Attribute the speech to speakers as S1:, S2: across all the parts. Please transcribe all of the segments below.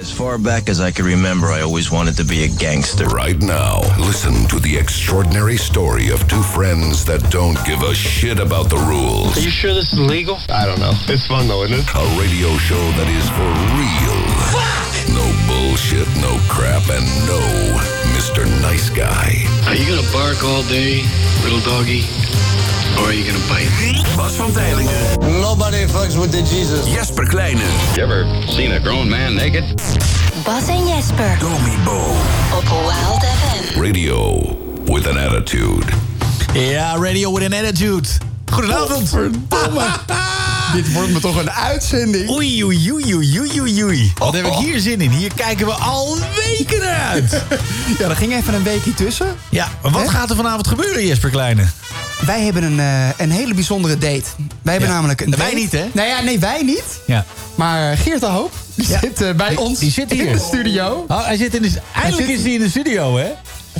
S1: As far back as I can remember, I always wanted to be a gangster.
S2: Right now, listen to the extraordinary story of two friends that don't give a shit about the rules.
S3: Are you sure this is legal?
S4: I don't know. It's fun though, isn't it?
S2: A radio show that is for real. no bullshit, no crap, and no Mr. Nice Guy.
S3: Are you gonna bark all day, little doggy? Or are you gonna bite?
S5: Bas van Tijlingen.
S6: Nobody fucks with the Jesus.
S5: Jesper Kleine.
S3: You ever seen a grown man naked?
S7: Bas en Jesper.
S5: Domibo.
S7: Op Wild FM.
S2: Radio with an attitude.
S8: Ja, Radio with an Attitude. Goedenavond.
S9: Dit wordt me toch een uitzending. Oh,
S8: Oei, oei, oei, oei, oei, oei. Wat heb ik hier zin in? Hier kijken we al weken naar uit.
S9: ja, er ging even een weekje tussen.
S8: Ja, maar wat He? gaat er vanavond gebeuren, Jesper Kleine?
S9: Wij hebben een, uh, een hele bijzondere date. Wij hebben ja. namelijk een date.
S8: Wij niet, hè?
S9: Nou ja, nee, wij niet.
S8: Ja.
S9: Maar Geert de Hoop die ja. zit uh, bij
S8: die,
S9: ons
S8: die zit hier.
S9: in de studio.
S8: Oh, hij zit in de, eindelijk zit... is hij in de studio, hè?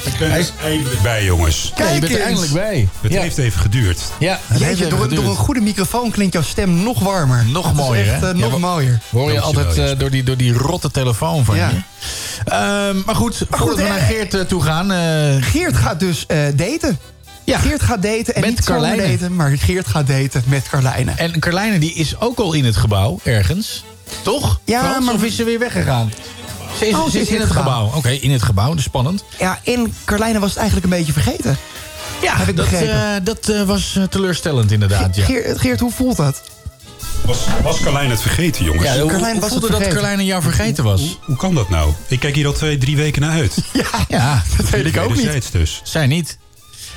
S10: Ik ben er eindelijk bij, jongens.
S8: Kijk, ja, je bent er eindelijk bij.
S10: Het ja. heeft even geduurd.
S8: Ja,
S9: Jeetje, door, door, een goede microfoon klinkt jouw stem nog warmer.
S8: Nog dat mooier, echt,
S9: hè? eh, nog ja, mooier.
S8: Hoor je altijd eh, wel, door, die, door die rotte telefoon van je. Uh, maar goed, maar voordat goed, we naar Geert uh, toe gaan... Uh,
S9: eh, Geert gaat dus daten. Ja. Geert gaat daten. En
S8: met
S9: niet
S8: Carlijne.
S9: daten, maar Geert gaat daten met Carlijne.
S8: En Carlijne die is ook al in het gebouw, ergens. Toch?
S9: Ja,
S8: Frans,
S9: maar...
S8: of is ze weer weggegaan? Ze is, oh, ze is, in, het, het gebouw. Oké, okay, in het gebouw. Dus spannend.
S9: Ja, in Carlijne was het eigenlijk een beetje vergeten.
S8: Ja, heb ik dat, uh, dat uh, was teleurstellend inderdaad. Ja.
S9: Geert, eh, Geert, hoe voelt dat?
S10: Was, was Carlijn het vergeten, jongens?
S8: Ja, hoe, Carlijn was voelde het dat Carlijn jou vergeten was?
S10: Hoe, hoe, hoe, kan dat nou? Ik kijk hier al twee, drie weken naar uit.
S9: ja, ja dat weet ik ook niet.
S10: dus.
S8: Zij niet.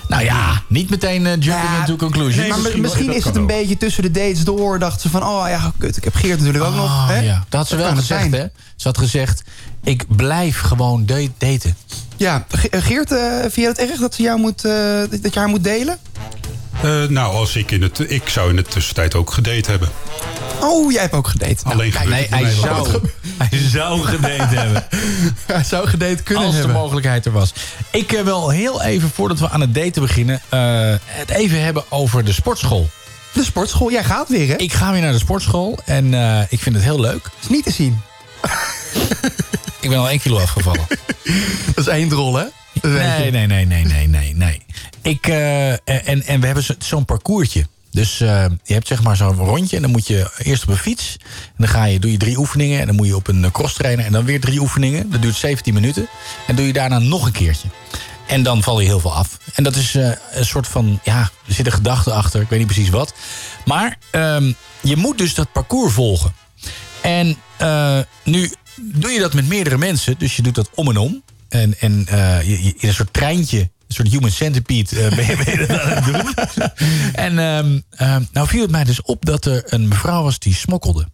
S8: Nou ja, niet meteen uh, jumping ja, into conclusion.
S9: Nee, maar misschien, misschien is het een ook. beetje tussen de dates door. Dacht ze van, oh ja, kut, ik heb Geert natuurlijk ook oh, nog. Hè?
S8: Ah, Ja. Dat had ze dat wel gezegd, hè? Ze had gezegd, ik blijf gewoon date daten.
S9: Ja, Geert, uh, vind jij het erg dat, ze jou moet, uh, dat je haar moet delen?
S10: Uh, nou, als ik, in het, ik zou in de tussentijd ook gedate hebben.
S9: Oh, jij hebt ook gedate.
S10: Nou, Alleen kijk,
S8: nee, hij, zou, hij zou gedate hebben.
S9: hij zou gedate kunnen
S8: Als
S9: hebben.
S8: de mogelijkheid er was. Ik uh, wil heel even, voordat we aan het daten beginnen... Uh, het even hebben over de sportschool.
S9: De sportschool? Jij gaat weer, hè?
S8: Ik ga weer naar de sportschool en eh, ik vind het heel leuk. Het
S9: is niet te zien.
S8: ik ben al één kilo afgevallen.
S9: Dat is één drol, hè?
S8: Nee, nee, nee, nee, nee, nee, nee. Ik, uh, en, en we hebben zo'n parcoursje. Dus uh, je hebt zeg maar zo'n rondje en dan moet je eerst op een fiets. En dan ga je, doe je drie oefeningen en dan moet je op een eh, cross trainen. En dan weer drie oefeningen. Dat duurt 17 minuten. En doe je daarna nog een keertje. En dan val je heel veel af. En dat is uh, een soort van, ja, er zit een gedachte achter. Ik weet niet precies wat. Maar je moet dus dat parcours volgen. En eh, nu doe je dat met meerdere mensen. Dus je doet dat om en om. En, en uh, in een soort treintje, een soort human centipede uh, ben, je, ben je dat aan het doen. en um, um, nou viel het mij dus op dat er een mevrouw was die smokkelde.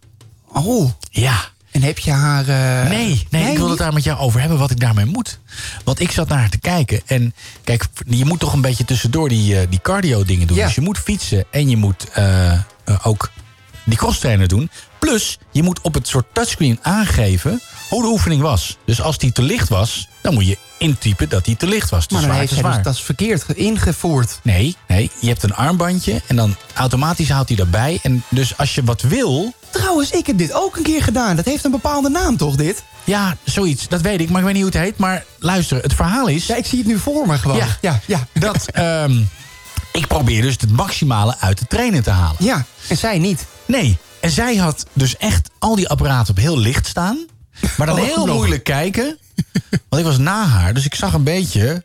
S9: Oh.
S8: Ja.
S9: En heb je haar... eh,
S8: Uh... Nee, nee, nee, ik wil het daar met jou over hebben, wat ik daarmee moet. Want ik zat naar haar te kijken. En kijk, je moet toch een beetje tussendoor die, die cardio dingen doen. Ja. Dus je moet fietsen en je moet eh, ook die crosstrainer doen. Plus, je moet op het soort touchscreen aangeven hoe de oefening was. Dus als die te licht was, dan moet je intypen dat die te licht was. Te
S9: maar dan
S8: zwaar,
S9: heeft
S8: te zwaar.
S9: Dus, dat is verkeerd ingevoerd.
S8: Nee, nee, je hebt een armbandje en dan automatisch houdt hij daarbij. En dus als je wat wil...
S9: Trouwens, ik heb dit ook een keer gedaan. Dat heeft een bepaalde naam, toch, dit?
S8: Ja, zoiets. Dat weet ik, maar ik weet niet hoe het heet. Maar luister, het verhaal is...
S9: Ja, ik zie het nu voor me gewoon.
S8: Ja, ja, ja. Dat, um, ik probeer dus het maximale uit de trainer te halen.
S9: Ja, en zij niet.
S8: Nee, en zij had dus echt al die apparaten op heel licht staan. Maar dan oh, heel moeilijk nog. kijken. Want ik was na haar, dus ik zag een beetje...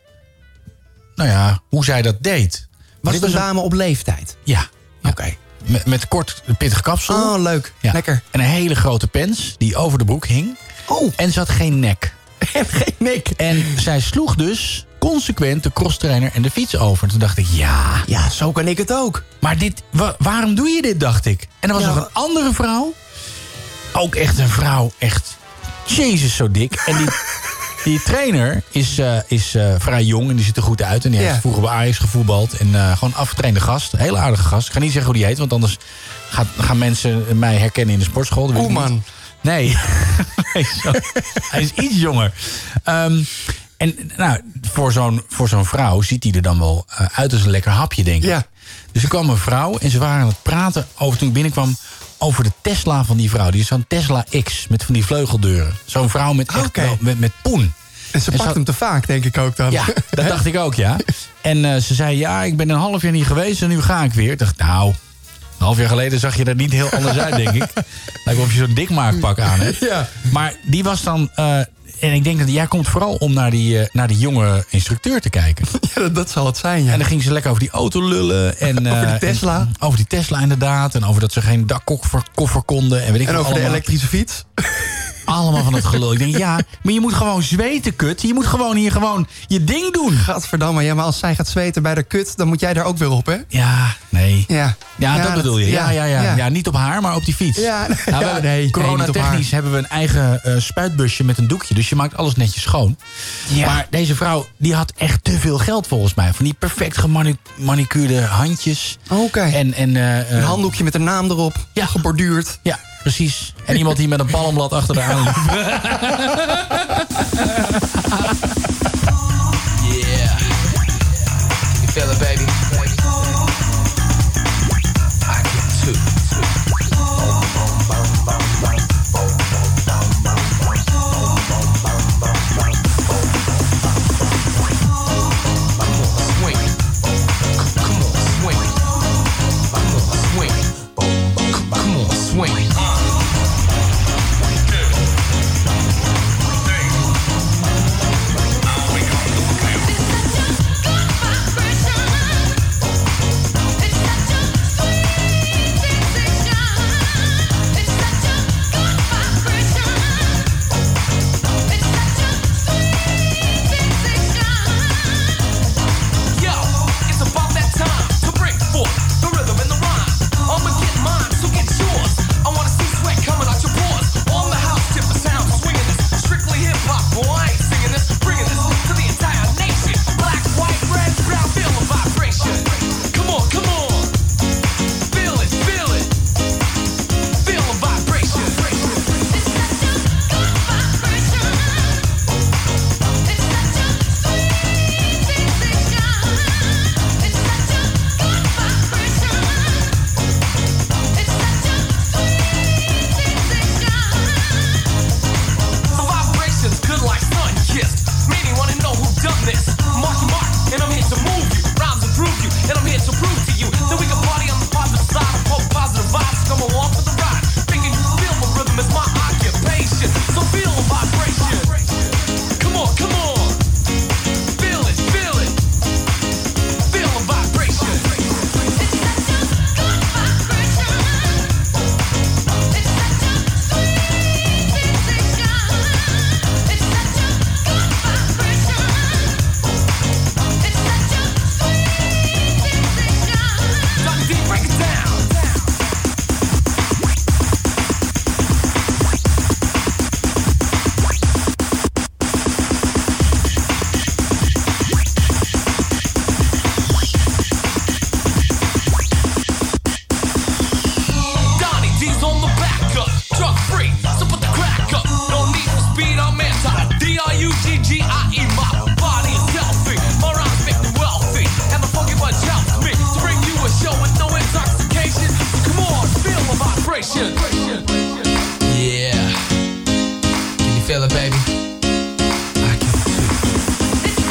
S8: Nou ja, hoe zij dat deed.
S9: Was het een dame op leeftijd?
S8: Ja.
S9: ja. Oké. Okay.
S8: Met, met, kort pittig kapsel.
S9: Oh, leuk.
S8: Ja.
S9: Lekker.
S8: En een hele grote pens die over de broek hing.
S9: Oh.
S8: En ze had geen nek.
S9: geen nek.
S8: En zij sloeg dus consequent de crosstrainer en de fiets over. En toen dacht ik, ja...
S9: Ja, zo kan ik het ook.
S8: Maar dit, wa waarom doe je dit, dacht ik. En er was ja. nog een andere vrouw. Ook echt een vrouw, echt... Jezus, zo dik. En die, die trainer is, uh, is uh, vrij jong en die ziet er goed uit. En die ja. heeft vroeger bij Ajax gevoetbald. En uh, gewoon afgetrainde gast. Een hele aardige gast. Ik ga niet zeggen hoe die heet, want anders gaat, gaan mensen mij herkennen in de sportschool.
S9: Oh man.
S8: Nee. nee hij is iets jonger. Um, en nou, voor zo'n zo'n vrouw ziet hij er dan wel eh, uit als een lekker hapje, denk ik.
S9: Ja.
S8: Dus er kwam een vrouw en ze waren aan het praten over toen ik binnenkwam over de Tesla van die vrouw. Die is zo'n Tesla X met van die vleugeldeuren. Zo'n vrouw met, echt
S9: Oké.
S8: wel- met, met poen.
S9: En ze
S8: En
S9: pakt
S8: zo-
S9: hem te vaak, denk ik ook dan.
S8: Ja, dat dacht ik ook, ja. En eh, ze zei, ja, ik ben een half jaar niet geweest en nu ga ik weer. Ik dacht, nou, een half jaar geleden zag je er niet heel anders uit, denk ik. Lijkt of je zo'n dikmaakpak aan hebt.
S9: Ja.
S8: Maar die was dan... eh, en ik denk dat jij komt vooral om naar die, eh, naar die jonge instructeur te kijken.
S9: Ja, dat, dat zal het zijn, ja.
S8: En dan ging ze lekker over die auto lullen. En,
S9: Over die
S8: eh,
S9: Tesla.
S8: en- over die Tesla inderdaad. En over dat ze geen dakkoffer koffer konden. En, weet ik
S9: En
S8: wat
S9: over de
S8: allemaal.
S9: elektrische fiets.
S8: Allemaal van het gelul. Ik denk, ja, maar je moet gewoon zweten, kut. Je moet gewoon hier gewoon je ding doen.
S9: Gadverdamme, ja, maar als zij gaat zweten bij de kut, dan moet jij daar ook weer op, hè?
S8: Ja, nee.
S9: Ja.
S8: Ja, dat bedoel je. Ja, ja, ja, ja. niet op haar, maar op die fiets.
S9: Ja,
S8: Nou, we
S9: ja,
S8: hebben-
S9: nee, nee,
S8: Coronatechnisch
S9: niet op
S8: hebben we een eigen eh, spuitbusje met een doekje. Dus je maakt alles netjes schoon. Maar deze vrouw die had echt te veel geld volgens mij. Van die perfect gemanicuurde handjes.
S9: Oké.
S8: En, en, eh,
S9: Een
S8: eh,
S9: handdoekje met een naam erop,
S8: Ja.
S9: geborduurd.
S8: Ja, precies. En iemand die met een palmblad achter de aan liep.
S5: Yo, it's about that time to bring forth the rhythm and the rhyme. I'ma get mine, so get yours. I wanna see sweat coming out your pores. On the house, tip the sound, swinging this. Strictly hip hop, boy, I ain't singing this. Bringing this to the entire nation. Black, white, red, brown, feel the vibration. Come on, come on. Feel it, feel it. Feel the vibration. The vibration's good like sun kissed. Many wanna know who done this. Marky Mark, and I'm here to move you. Rhymes improve you, and I'm here to prove to you that we can party on the positive side. Hope positive vibes come along for the ride. Thinking you feel the rhythm is my occupation. So feel the vibration. Come on, come on. Feel it, feel it. Feel the vibration. Dr. D, break it down. Donnie D's on the back up, drug free, so put the crack up. No need for speed, I'm anti. D R U G G I E, my body is healthy. My rhymes make me wealthy, and the funky bunch helps me to bring you a show with no intoxication. So come on, feel the vibration. Yeah, can you feel it, baby? I can too.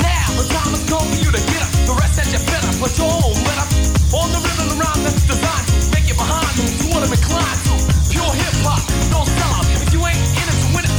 S5: Now the time has come for you to get up. The rest that you better put your own lit up. On the rhythm and rhyme that's designed to make it behind you. You wanna inclined to pure hip hop. Don't sell out if you ain't in it to win it.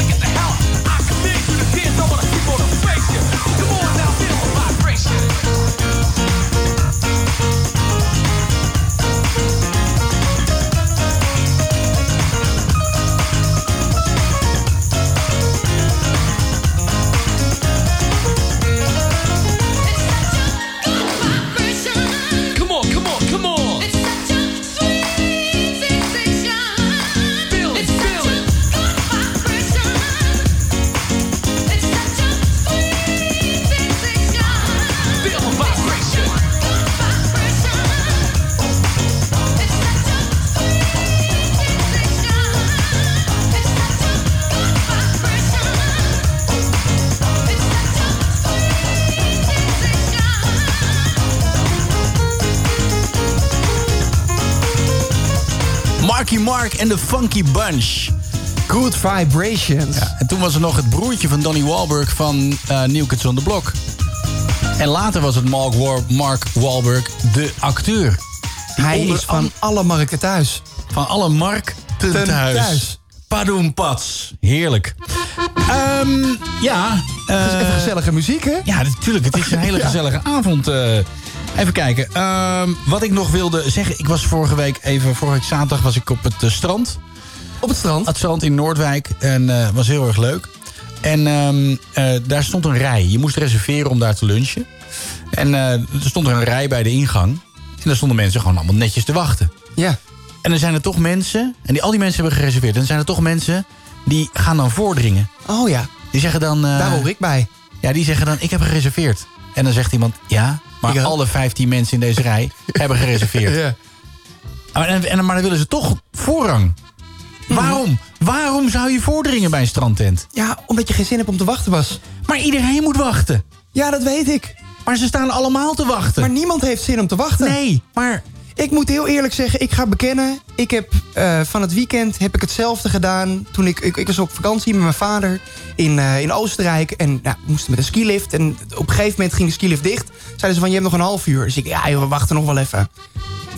S8: Mark en de Funky Bunch.
S9: Good Vibrations.
S8: En toen was er nog het broertje van Donnie Wahlberg van eh New Kids on the Block. En later was het Mark, War- Mark Wahlberg, de acteur. Die
S9: Hij
S8: onder
S9: is van alle marken thuis.
S8: Van alle Mark ten,
S9: Ten
S8: thuis.
S9: thuis.
S8: Padoen pats. Heerlijk. Ehm, ja.
S9: Dat is even
S8: eh,
S9: gezellige muziek, hè?
S8: ja, natuurlijk. Het is een hele gezellige avond. eh. even kijken. Ehm, wat ik nog wilde zeggen. Ik was vorige week even... Vorige week zaterdag was ik op het eh, strand.
S9: Op het strand.
S8: Het strand in Noordwijk. En eh, was heel erg leuk. En ehm, eh, daar stond een rij. Je moest reserveren om daar te lunchen. En eh, er stond er een rij bij de ingang. En daar stonden mensen gewoon allemaal netjes te wachten.
S9: Ja.
S8: En dan zijn er toch mensen... En die, al die mensen hebben gereserveerd. En dan zijn er toch mensen die gaan dan voordringen.
S9: Oh ja,
S8: Die zeggen dan... eh,
S9: daar hoor ik bij.
S8: ja, die zeggen dan, ik heb gereserveerd. En dan zegt iemand, ja, maar
S9: Ik ook.
S8: alle 15 mensen in deze rij hebben gereserveerd. Maar- En, en, maar dan willen ze toch voorrang. Waarom? Waarom zou je voordringen bij een strandtent?
S9: Ja, omdat je geen zin hebt om te wachten, Bas.
S8: Maar iedereen moet wachten.
S9: Ja, dat weet ik.
S8: Maar ze staan allemaal te wachten.
S9: Maar niemand heeft zin om te wachten.
S8: nee, maar...
S9: Ik moet heel eerlijk zeggen, ik ga bekennen. Ik heb eh, van het weekend heb ik hetzelfde gedaan. Toen ik, ik, ik was op vakantie met mijn vader in, eh, in Oostenrijk. En nou, we moesten met een skilift. En op een gegeven moment ging de skilift dicht. Zeiden ze van, je hebt nog een half uur. Dus ik, ja joh, we wachten nog wel even. En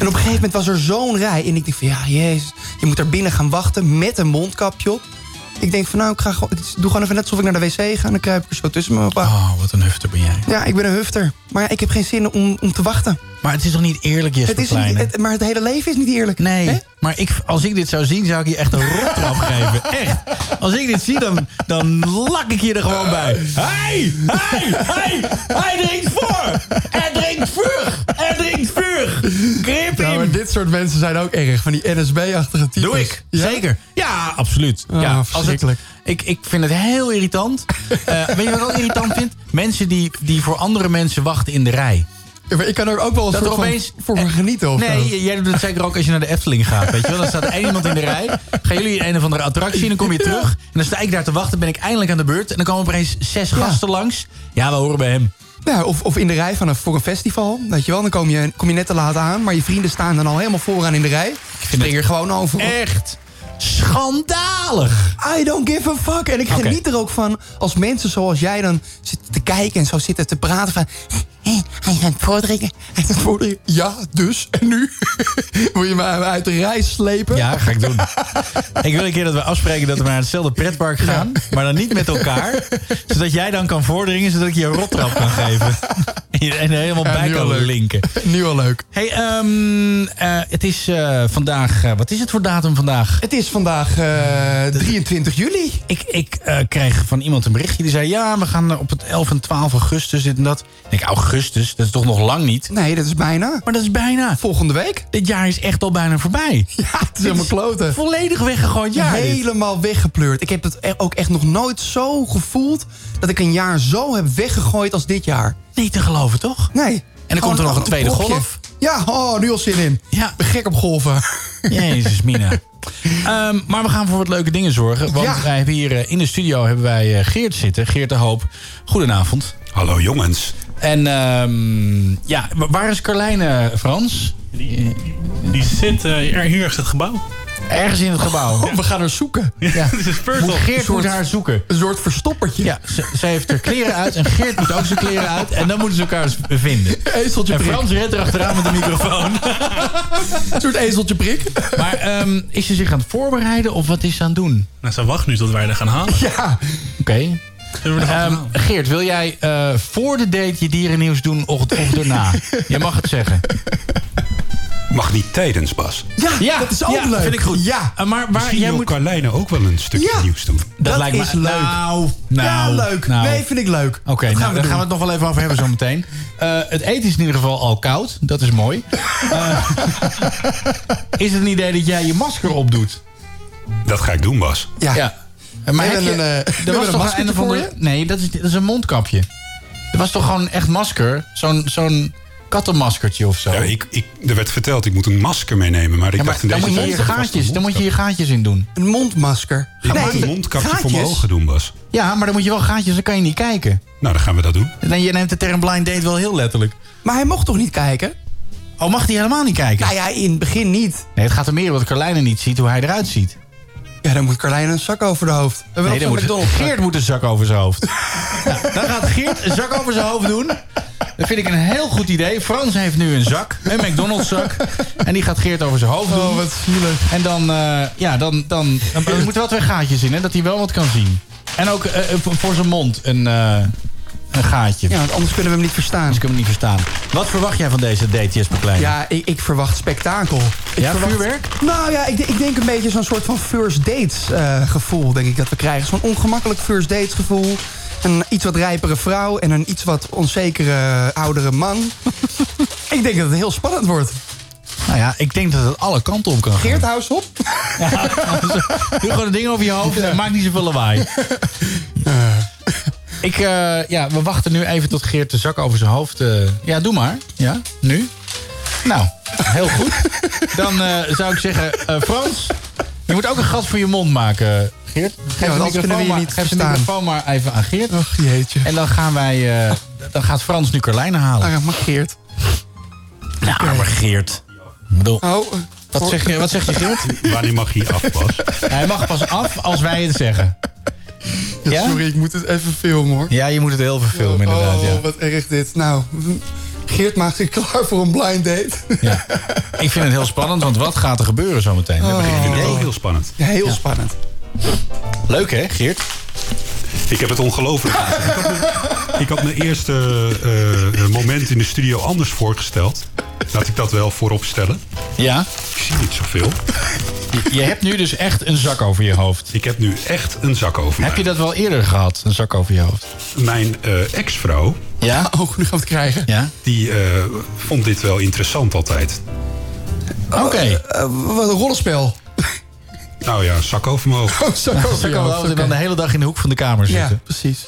S9: op een gegeven moment was er zo'n rij. En ik dacht van, ja jezus, je moet daar binnen gaan wachten met een mondkapje op. Ik denk van, nou, ik, ga gewoon, ik doe gewoon even net alsof ik naar de wc ga. En dan kruip ik er zo tussen me op.
S8: Oh, wat een hufter ben jij.
S9: Ja, ik ben een hufter. Maar ja, ik heb geen zin om, om te wachten.
S8: Maar het is toch niet eerlijk, Jesper
S9: Het is
S8: Kleine?
S9: niet, het- maar het hele leven is niet eerlijk.
S8: Nee,
S9: Hè?
S8: maar ik, als ik dit zou zien, zou ik je echt een rottrap geven. Echt. Als ik dit zie, dan, dan lak ik je er gewoon bij. Hey, hey, hey, hij drinkt voor. Hij drinkt vuur. Hij drinkt vuur. Grip
S9: Ja, maar
S8: hem.
S9: dit soort mensen zijn ook erg. Van die NSB-achtige types.
S8: Doe ik, zeker. Ja, absoluut. ja, als het-
S9: verschrikkelijk.
S8: ik, ik vind het heel irritant. Eh, weet je wat ik ook irritant vind? Mensen die, die voor andere mensen wachten in de rij.
S9: Ja, maar ik kan er ook wel een
S8: Dat
S9: soort
S8: er
S9: van
S8: opeens...
S9: voor van
S8: eh,
S9: genieten. Of
S8: Nee,
S9: zo.
S8: j- jij doet het zeker ook als je naar de Efteling gaat. Weet je wel? Dan staat er één iemand in de rij. Gaan jullie in een of andere attractie en dan kom je terug. En dan sta ik daar te wachten, ben ik eindelijk aan de beurt. En dan komen opeens zes gasten langs. Ja, we horen bij hem.
S9: Nou, of, of in de rij van een, voor een festival. Weet je wel, dan kom je, kom je net te laat aan. Maar je vrienden staan dan al helemaal vooraan in de rij. Spring er gewoon over.
S8: Echt schandalig.
S9: I don't give a fuck. En ik
S8: Oké.
S9: geniet er ook van als mensen zoals jij dan zitten te kijken en zo zitten te praten van... Hé, hey, hij gaat voordringen. Hij gaat voordringen. Ja, dus. En nu? Moet je me uit de rij slepen?
S8: Ja, ga ik doen. Ik wil een keer dat we afspreken dat we naar hetzelfde pretpark gaan. Maar dan niet met elkaar. Zodat jij dan kan voordringen, zodat ik je een rottrap kan geven. En je- En er helemaal
S9: Ja,
S8: bij
S9: nu al
S8: kan
S9: leuk.
S8: linken.
S9: Nu al leuk.
S8: hey, ehm, eh, het is eh, vandaag... eh, wat is het voor datum vandaag?
S9: Het is vandaag eh, 23 juli.
S8: Ik, ik eh, kreeg van iemand een berichtje. Die zei, ja, we gaan eh, op het 11 en 12 augustus, dit en dat. Ik denk, augustus? Dat is toch nog lang niet?
S9: Nee, dat is bijna.
S8: Maar dat is bijna.
S9: Volgende week?
S8: Dit jaar is echt al bijna voorbij.
S9: Ja, het is helemaal kloten.
S8: Volledig weggegooid
S9: Ja,
S8: jaar dit.
S9: helemaal weggepleurd. Ik heb het e- ook echt nog nooit zo gevoeld... dat ik een jaar zo heb weggegooid als dit jaar.
S8: Niet te geloven, toch?
S9: Nee.
S8: dan
S9: Gewoon
S8: komt er nog een tweede
S9: kopje.
S8: golf.
S9: Ja, oh, nu al zin in.
S8: Ja.
S9: Ik ben gek op golven.
S8: Jezus, Mina. Ehm, maar we gaan voor wat leuke dingen zorgen. Want
S9: Ja.
S8: wij hebben hier eh, in de studio hebben wij eh, Geert zitten. Geert de Hoop. Goedenavond.
S10: Hallo jongens.
S8: En ehm, ja, wa- waar is Carlijne, Frans?
S11: Die zit eh, er hier achter het gebouw.
S8: Ergens in het gebouw.
S9: We gaan haar zoeken.
S8: Ja.
S11: Het is
S8: Moet
S11: Purtle.
S8: Geert moet haar zoeken.
S9: Een soort verstoppertje.
S8: Ja, ze, zij heeft haar kleren uit en Geert moet ook zijn kleren uit. En dan moeten ze elkaar eens vinden.
S9: Ezeltje
S8: En
S9: prik.
S8: Frans rent erachteraan met de microfoon.
S9: Een soort ezeltje prik.
S8: Maar ehm, is ze zich aan het voorbereiden of wat is ze aan het doen?
S11: Nou, ze wacht nu tot wij er gaan halen.
S9: Ja.
S8: Oké.
S11: Zullen we er gaan
S8: Ehm,
S11: halen?
S8: Geert, wil jij eh, voor de date je dierennieuws doen of, of daarna? Jij mag het zeggen.
S10: Mag niet tijdens, Bas.
S9: ja. dat is ook
S8: ja,
S9: leuk.
S8: vind ik goed.
S9: Ja.
S8: Eh, maar waar,
S10: Misschien
S8: jij
S10: wil
S8: moet...
S10: Carlijne ook wel een stukje
S9: Ja.
S10: nieuws doen.
S9: Dat is leuk.
S8: Nou,
S9: ja,
S8: nou,
S9: leuk.
S8: nou.
S9: Nee, vind ik leuk.
S8: Oké,
S9: Dat
S8: nou, daar
S9: doen.
S8: gaan we het nog wel even over hebben zometeen. Eh het eten is in ieder geval al koud. Dat is mooi. Eh, is het een idee dat jij je masker opdoet?
S10: Dat ga ik doen, Bas.
S9: Ja.
S8: Eh, Maar
S9: We
S8: heb je,
S9: hebben een, eh, we
S8: er
S9: hebben
S8: was
S9: een
S8: toch
S9: maskertje
S8: een of
S9: voor
S8: andere- Nee, dat is, dat is een mondkapje. Er was toch gewoon echt masker? Zo'n zo'n kattenmaskertje of zo?
S10: Ja, ik, ik, er werd verteld, ik moet een masker meenemen. Maar ik
S8: Ja, maar
S10: dacht in
S8: dan
S10: deze
S8: moet, je
S10: tijd
S8: je
S10: is het vast
S8: gaatjes,
S10: een
S8: dan moet je
S10: mondkap.
S8: je gaatjes in doen.
S9: Een mondmasker.
S10: Ik moet een mondkapje voor mijn ogen doen, Bas.
S8: Ja, maar dan moet je wel gaatjes, dan kan je niet kijken.
S10: Nou, dan gaan we dat doen.
S8: En dan- je neemt de term blind date wel heel letterlijk.
S9: Maar hij mocht toch niet kijken?
S8: Oh, mag die helemaal niet kijken? Nou
S9: ja, in het begin niet.
S8: Nee, het gaat er meer om dat Carlijnen niet ziet hoe hij eruit ziet.
S9: Ja, dan moet Carlijn een zak over de hoofd.
S8: Nee,
S9: op
S8: dan
S9: zo'n
S8: moet
S9: McDonald's.
S8: Geert moet een zak over zijn hoofd. Ja, dan gaat Geert een zak over zijn hoofd doen. Dat vind ik een heel goed idee. Frans heeft nu een zak, een McDonald's zak. En die gaat Geert over zijn hoofd doen. Oh, wat zielig. En dan, eh, ja, dan, dan, dan, er moeten wel twee gaatjes in, hè, dat hij wel wat kan zien. En ook eh, eh, voor voor zijn mond een, eh, een gaatje. Ja,
S9: want anders kunnen we hem niet verstaan. Anders
S8: kunnen we hem niet verstaan. Wat verwacht jij van deze DTS McLean?
S9: Ja, ik, ik verwacht spektakel. Ik
S8: Ja,
S9: verwacht-
S8: vuurwerk?
S9: Nou ja, ik, ik denk een beetje zo'n soort van first dates eh, gevoel, denk ik, dat we krijgen. Zo'n ongemakkelijk first dates gevoel. Een iets wat rijpere vrouw en een iets wat onzekere oudere man. ik denk dat het heel spannend wordt.
S8: Nou ja, ik denk dat het alle kanten op kan gaan.
S9: Geert, hou eens op.
S8: Doe gewoon een ding over je hoofd en maak niet zoveel lawaai. Ik, eh, ja, we wachten nu even tot Geert de zak over zijn hoofd... eh, ja, doe maar. Ja, nu. Nou, heel goed. Dan eh, zou ik zeggen, eh, Frans... Je moet ook een gat voor je mond maken, Geert.
S9: want
S8: de
S9: anders
S8: microfoon
S9: kunnen we je
S8: maar-
S9: niet
S8: geef de
S9: verstaan.
S8: microfoon maar even aan Geert. En dan gaan wij... eh, dan gaat Frans nu Carlijnen halen.
S9: Ah, maar Geert.
S8: Nou, maar Geert. Ik
S9: Oh,
S8: bedoel, wat, zeg je, wat zeg je, Geert?
S10: Wanneer mag hij af, Bas?
S8: Hij mag pas af als wij het zeggen.
S9: Sorry, ik moet het even filmen hoor.
S8: Ja, je moet het heel veel filmen, inderdaad.
S9: oh,
S8: ja.
S9: wat erg dit. Nou, Geert maakt zich klaar voor een blind date.
S8: Ik vind het heel spannend, want wat gaat er gebeuren zometeen?
S9: Oh.
S8: meteen?
S10: Ik vind het wel heel spannend.
S9: Ja, heel spannend.
S8: Leuk hè, Geert? Oh,
S10: Ik heb het ongelooflijk. Ik had mijn- ik had mijn eerste eh, eh, moment in de studio anders voorgesteld. Laat ik dat wel voorop stellen.
S8: Ja.
S10: Ik zie niet zoveel.
S8: Je hebt nu dus echt een zak over je hoofd.
S10: Ik heb nu echt een zak over
S8: Heb je dat wel eerder gehad, een zak over je hoofd?
S10: Mijn eh, ex-vrouw,
S8: Ja?
S9: Oh, nu gaan we het krijgen.
S8: Ja?
S10: die eh, vond dit wel interessant altijd.
S8: Oké.
S9: wat een rollenspel.
S10: Nou ja, zak over mijn hoofd.
S9: Oh, zak over
S8: Zak
S9: je
S8: over je
S9: hoofd,
S8: hoofd en dan
S9: oké.
S8: de hele dag in de hoek van de kamer
S9: Ja,
S8: zitten.
S9: precies.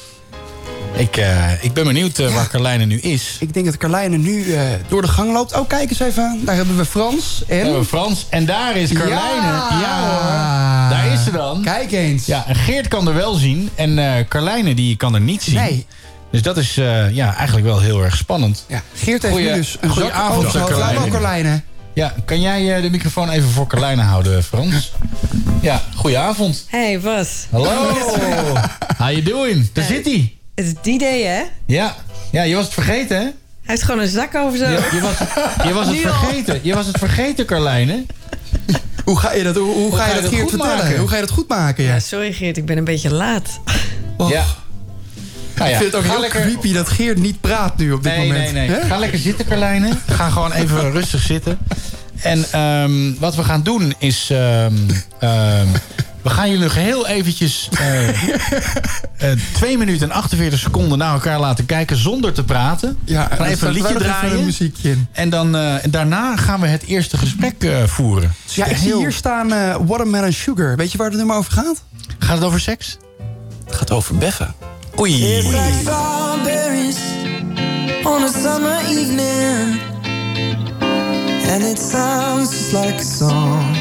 S8: Ik, eh, ik ben benieuwd eh, waar Carlijne nu is.
S9: Ik denk dat Carlijne nu eh, door de gang loopt. Oh, kijk eens even aan. Daar hebben we Frans en...
S8: We hebben Oh, Frans en daar is Carlijne.
S9: Ja.
S8: hoor. Daar is ze dan.
S9: Kijk eens.
S8: Ja, en Geert kan er wel zien en eh Carlijne die kan er niet zien.
S9: Nee.
S8: Dus dat is eh, ja, eigenlijk wel heel erg spannend.
S9: Ja, Geert heeft
S8: Goeie-
S9: nu dus een
S8: goeie
S9: zak
S8: avond,
S9: over zijn hoofd.
S8: Carlijne.
S9: Hallo, Carlijne.
S8: Ja, kan jij eh, de microfoon even voor Carlijne houden, Frans? Ja, goedenavond.
S12: Hey Bas,
S8: Hallo. How you doing? Daar zit hij.
S12: het is die day hè? Hij
S8: Ja. ja, je was het vergeten, hè?
S12: heeft gewoon een zak over zo.
S8: Je, je was, je was het
S12: Nu al.
S8: vergeten. Je was het vergeten, Carlijne.
S9: Hoe ga je dat, hoe, hoe ga je dat, Geert
S8: goed
S9: vertellen?
S8: maken?
S9: Hoe ga je dat goed maken? Ja.
S12: Sorry Geert, ik ben een beetje laat.
S8: Ja. Nou ja,
S9: Ik vind het ook
S8: ga
S9: heel
S8: lekker-
S9: creepy dat Geert niet praat nu op dit
S8: Nee,
S9: moment.
S8: nee, nee.
S9: Hè?
S8: Ga lekker zitten, Carlijne. Ga gewoon even rustig zitten. En ehm, wat we gaan doen is... ehm, ehm, we gaan jullie nog heel eventjes... eh, eh, 2 minuten en 48 seconden naar elkaar laten kijken zonder te praten.
S9: Ja,
S8: we gaan
S9: dan
S8: even
S9: staat
S8: een liedje
S9: wel nog even
S8: draaien.
S9: een muziekje in.
S8: En dan, eh, en daarna gaan we het eerste gesprek eh, voeren.
S9: Ja, ik zie hier staan eh, Watermelon Sugar. Weet je waar het nummer over gaat?
S8: Gaat het over seks?
S9: Het gaat over beffen.
S8: Oei.
S13: strawberries on a summer evening, and it sounds just like a song.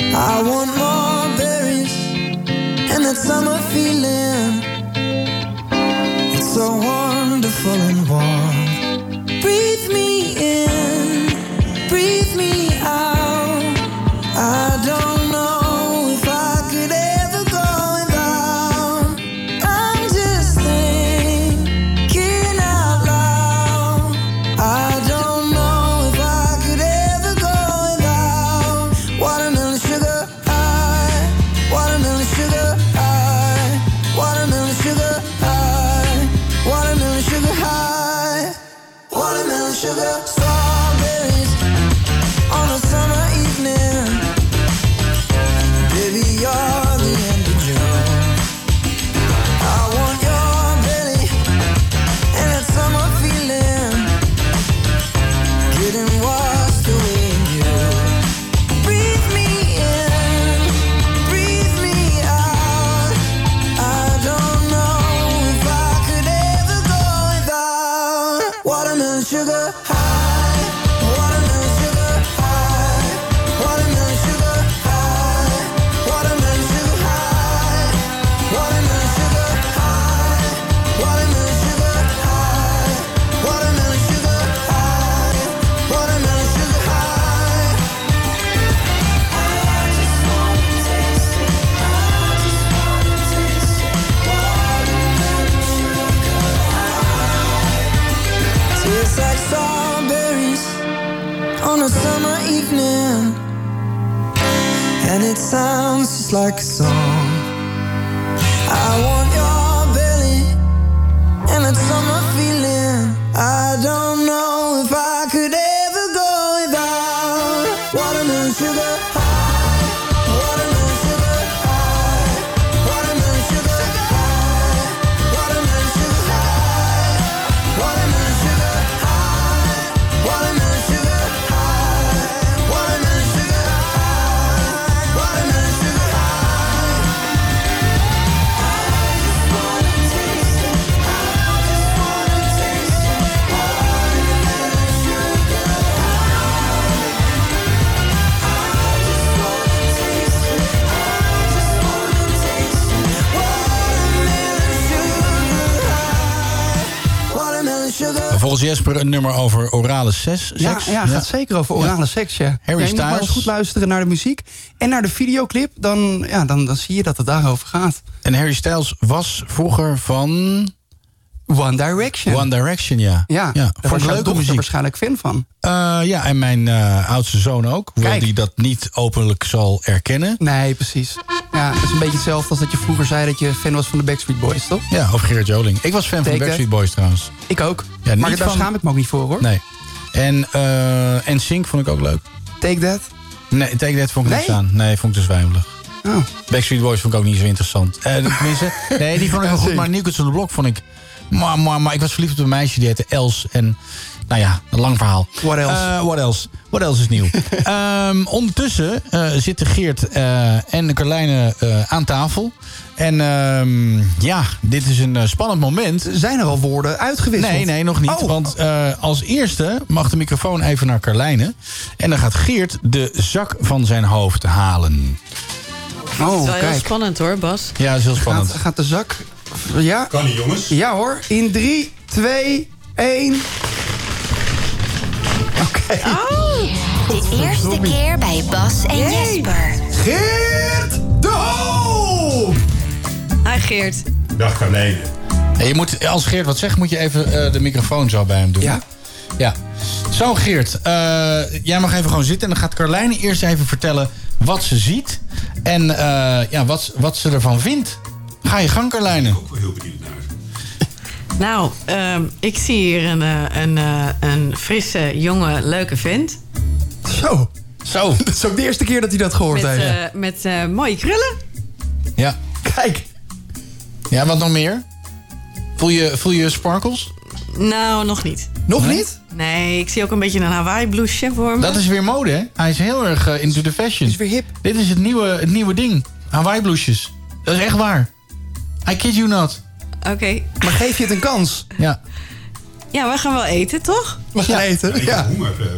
S13: I want more berries and that summer feeling. It's so wonderful and warm. Breathe me in, breathe me out. I don't know if I could ever go without. I'm just thinking out loud. I don't know if I could ever go without watermelon sugar. I watermelon sugar. I watermelon sugar. I watermelon sugar. I evening, and it sounds just like a song. I want your belly and that summer feeling. I don't know if I could ever go without watermelon sugar. high, watermelon sugar high, watermelon sugar high, watermelon sugar high, watermelon sugar high, watermelon sugar high, watermelon sugar high, watermelon sugar high. Watermelon sugar.
S8: Volgens Jesper een nummer over orale ses,
S9: Ja,
S8: seks.
S9: ja, gaat zeker over orale seks, ja.
S8: Harry
S9: ja, je moet maar eens
S8: Styles.
S9: goed luisteren naar de muziek en naar de videoclip. Dan, ja, dan, dan zie je dat het daarover gaat.
S8: En Harry Styles was vroeger van...
S9: One Direction.
S8: One Direction, ja.
S9: Ja,
S8: ja.
S9: daar was
S8: Vond ik
S9: jouw
S8: leuke
S9: dochter
S8: muziek.
S9: waarschijnlijk fan van.
S8: Eh, ja, en mijn eh, oudste zoon ook. Hoewel die dat niet openlijk zal erkennen.
S9: Nee, precies. Ja, het is een beetje hetzelfde als dat je vroeger zei dat je fan was van de Backstreet Boys, toch?
S8: Ja, of Gerard Joling. Ik was fan van de
S9: Zeker.
S8: Backstreet Boys trouwens.
S9: Ik ook.
S8: Ja,
S9: maar
S8: niet
S9: daar
S8: van-
S9: schaam ik me ook niet voor, hoor.
S8: Nee. En, eh en Sink vond ik ook leuk.
S9: Take That?
S8: Nee, Take That vond ik niet
S9: Nee?
S8: aan. Nee, vond ik te zwijmelig.
S9: Oh.
S8: Backstreet Boys vond ik ook niet zo interessant. Eh, tenminste, nee, die vond ik wel goed. Maar New Kids on the Block vond ik... Maar, maar, maar ik was verliefd op een meisje die heette Els. En nou ja, een lang verhaal.
S9: What else?
S8: Eh, what else? What else is nieuw? Ehm, ondertussen eh, zitten Geert eh, en Carlijne eh, aan tafel. En ehm, ja, dit is een eh, spannend moment.
S9: Zijn er al woorden uitgewisseld? Oh.
S8: Nee, nee, nog niet. Want eh, als eerste mag de microfoon even naar Carlijne. En dan gaat Geert de zak van zijn hoofd halen. Oh,
S12: Het Oh, is wel heel spannend hoor, Bas.
S8: Ja, dat is heel spannend.
S9: Oh, Gaat, gaat de zak... Ja?
S10: Kan niet, jongens.
S9: Ja hoor. In 3, 2, 1...
S12: Oh.
S7: De eerste keer bij Bas en Jesper.
S9: Geert de Hoop!
S12: Hi Geert.
S10: Dag Carlijne.
S8: Ja, Je moet, als Geert wat zegt, moet je even eh, de microfoon zo bij hem doen. Ja. ja. Zo, Geert. eh, jij mag even gewoon zitten. En dan gaat Carlijne eerst even vertellen wat ze ziet. En eh, ja, wat, wat ze ervan vindt. Ga je gang, Carlijne.
S12: Nou, ehm, ik zie hier een, eh, een, eh, een frisse, jonge, leuke vent.
S9: Zo.
S8: Zo. Dat
S9: is ook de eerste keer dat hij dat gehoord
S12: Met,
S9: heeft.
S12: eh, met eh, mooie krullen.
S8: Ja.
S9: Kijk.
S8: Ja, wat nog meer? Voel je, voel je sparkles?
S12: Nou, nog niet.
S9: Nog niet?
S12: Nee, ik zie ook een beetje een Hawaii-blouseje voor me.
S8: Dat is weer mode, hè? Hij is heel erg eh, into the fashion. Is
S9: weer hip.
S8: Dit is het nieuwe, het nieuwe ding. Hawaii bloesjes. Dat is echt waar. I kid you not.
S12: Oké.
S9: Maar geef je het een kans?
S8: Ja.
S12: Ja, we gaan wel eten, toch?
S9: We gaan eten. Ja.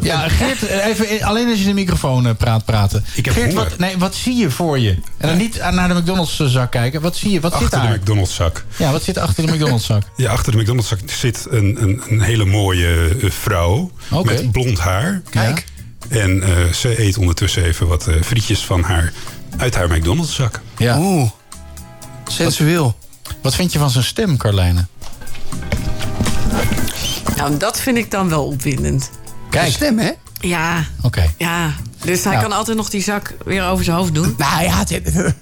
S8: Ja, Geert, eh, even, eh, alleen als je de microfoon eh, praat praten. Geert,
S10: honger.
S8: wat, nee, wat zie je voor je? En dan niet aan- naar de McDonald's eh, zak kijken. Wat zie je? Wat
S10: Achter
S8: zit
S10: de
S8: daar?
S10: McDonald's zak.
S8: Ja, wat zit achter de McDonald's zak?
S10: Ja, achter de McDonald's zak zit een, een, een hele mooie eh, vrouw
S8: Oké.
S10: met blond haar.
S8: Kijk.
S10: En eh, ze eet ondertussen even wat eh, frietjes van haar uit haar McDonald's zak.
S8: Ja.
S9: Oeh. Sensueel.
S8: Wat vind je van zijn stem, Carlijne?
S12: Nou, dat vind ik dan wel opwindend.
S8: Kijk.
S9: Stem, hè?
S12: Ja,
S8: Oké.
S12: ja. Dus hij
S8: Nou.
S12: kan altijd nog die zak weer over zijn hoofd doen.
S9: Nou ja, dit...